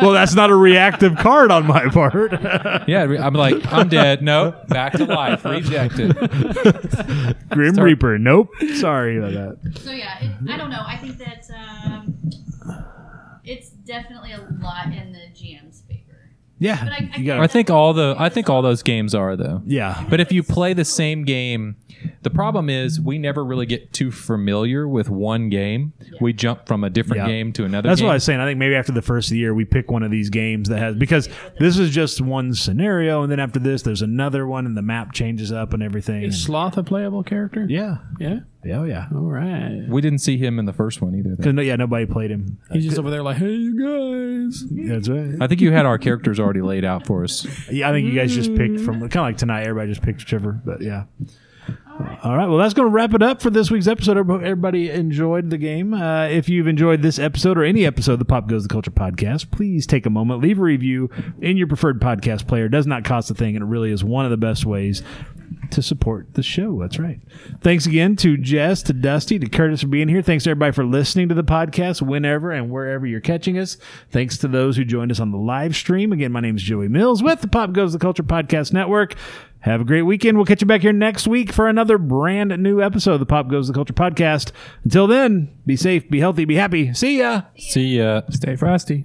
A: well, that's not a reactive card on my part.
D: Yeah, re- I'm like, I'm dead. Nope, back to life. Rejected.
A: Grim
D: Start-
A: Reaper, nope. Sorry about that.
C: So yeah, it, I don't know. I think that um, it's definitely a lot in the GM's favor.
A: Yeah,
C: But I- I
A: you got.
D: I think all the I think all those games are though.
A: yeah,
D: But if you play the same game, the problem is we never really get too familiar with one game. We jump from a different
A: Yeah.
D: game to another.
A: that's
D: game.
A: what I was saying. I think maybe after the first of the year, we pick one of these games that has because this is just one scenario, and then after this, there's another one, and the map changes up and everything.
B: is Sloth a playable character?
A: yeah,
B: Yeah.
A: yeah, oh, yeah.
B: All right.
D: We didn't see him in the first one either. Though.
A: Because no, yeah, nobody played him.
B: He's just over there like, hey, you guys.
A: That's right.
D: I think you had our characters already laid out for us.
A: Yeah, I think you guys just picked from kind of like tonight. Everybody just picked Trevor, but yeah. All right. Well, that's going to wrap it up for this week's episode. Everybo- Everybody enjoyed the game. Uh, if you've enjoyed this episode or any episode of the Pop Goes the Culture podcast, please take a moment, leave a review in your preferred podcast player. It does not cost a thing, and it really is one of the best ways to support the show. That's right. Thanks again to Jess, to Dusty, to Curtis for being here. Thanks to everybody for listening to the podcast whenever and wherever you're catching us. Thanks to those who joined us on the live stream. Again, my name is Joey Mills with the Pop Goes the Culture Podcast Network. Have a great weekend. We'll catch you back here next week for another brand new episode of the Pop Goes the Culture Podcast. Until then, be safe, be healthy, be happy. See ya.
D: See ya.
B: Stay frosty.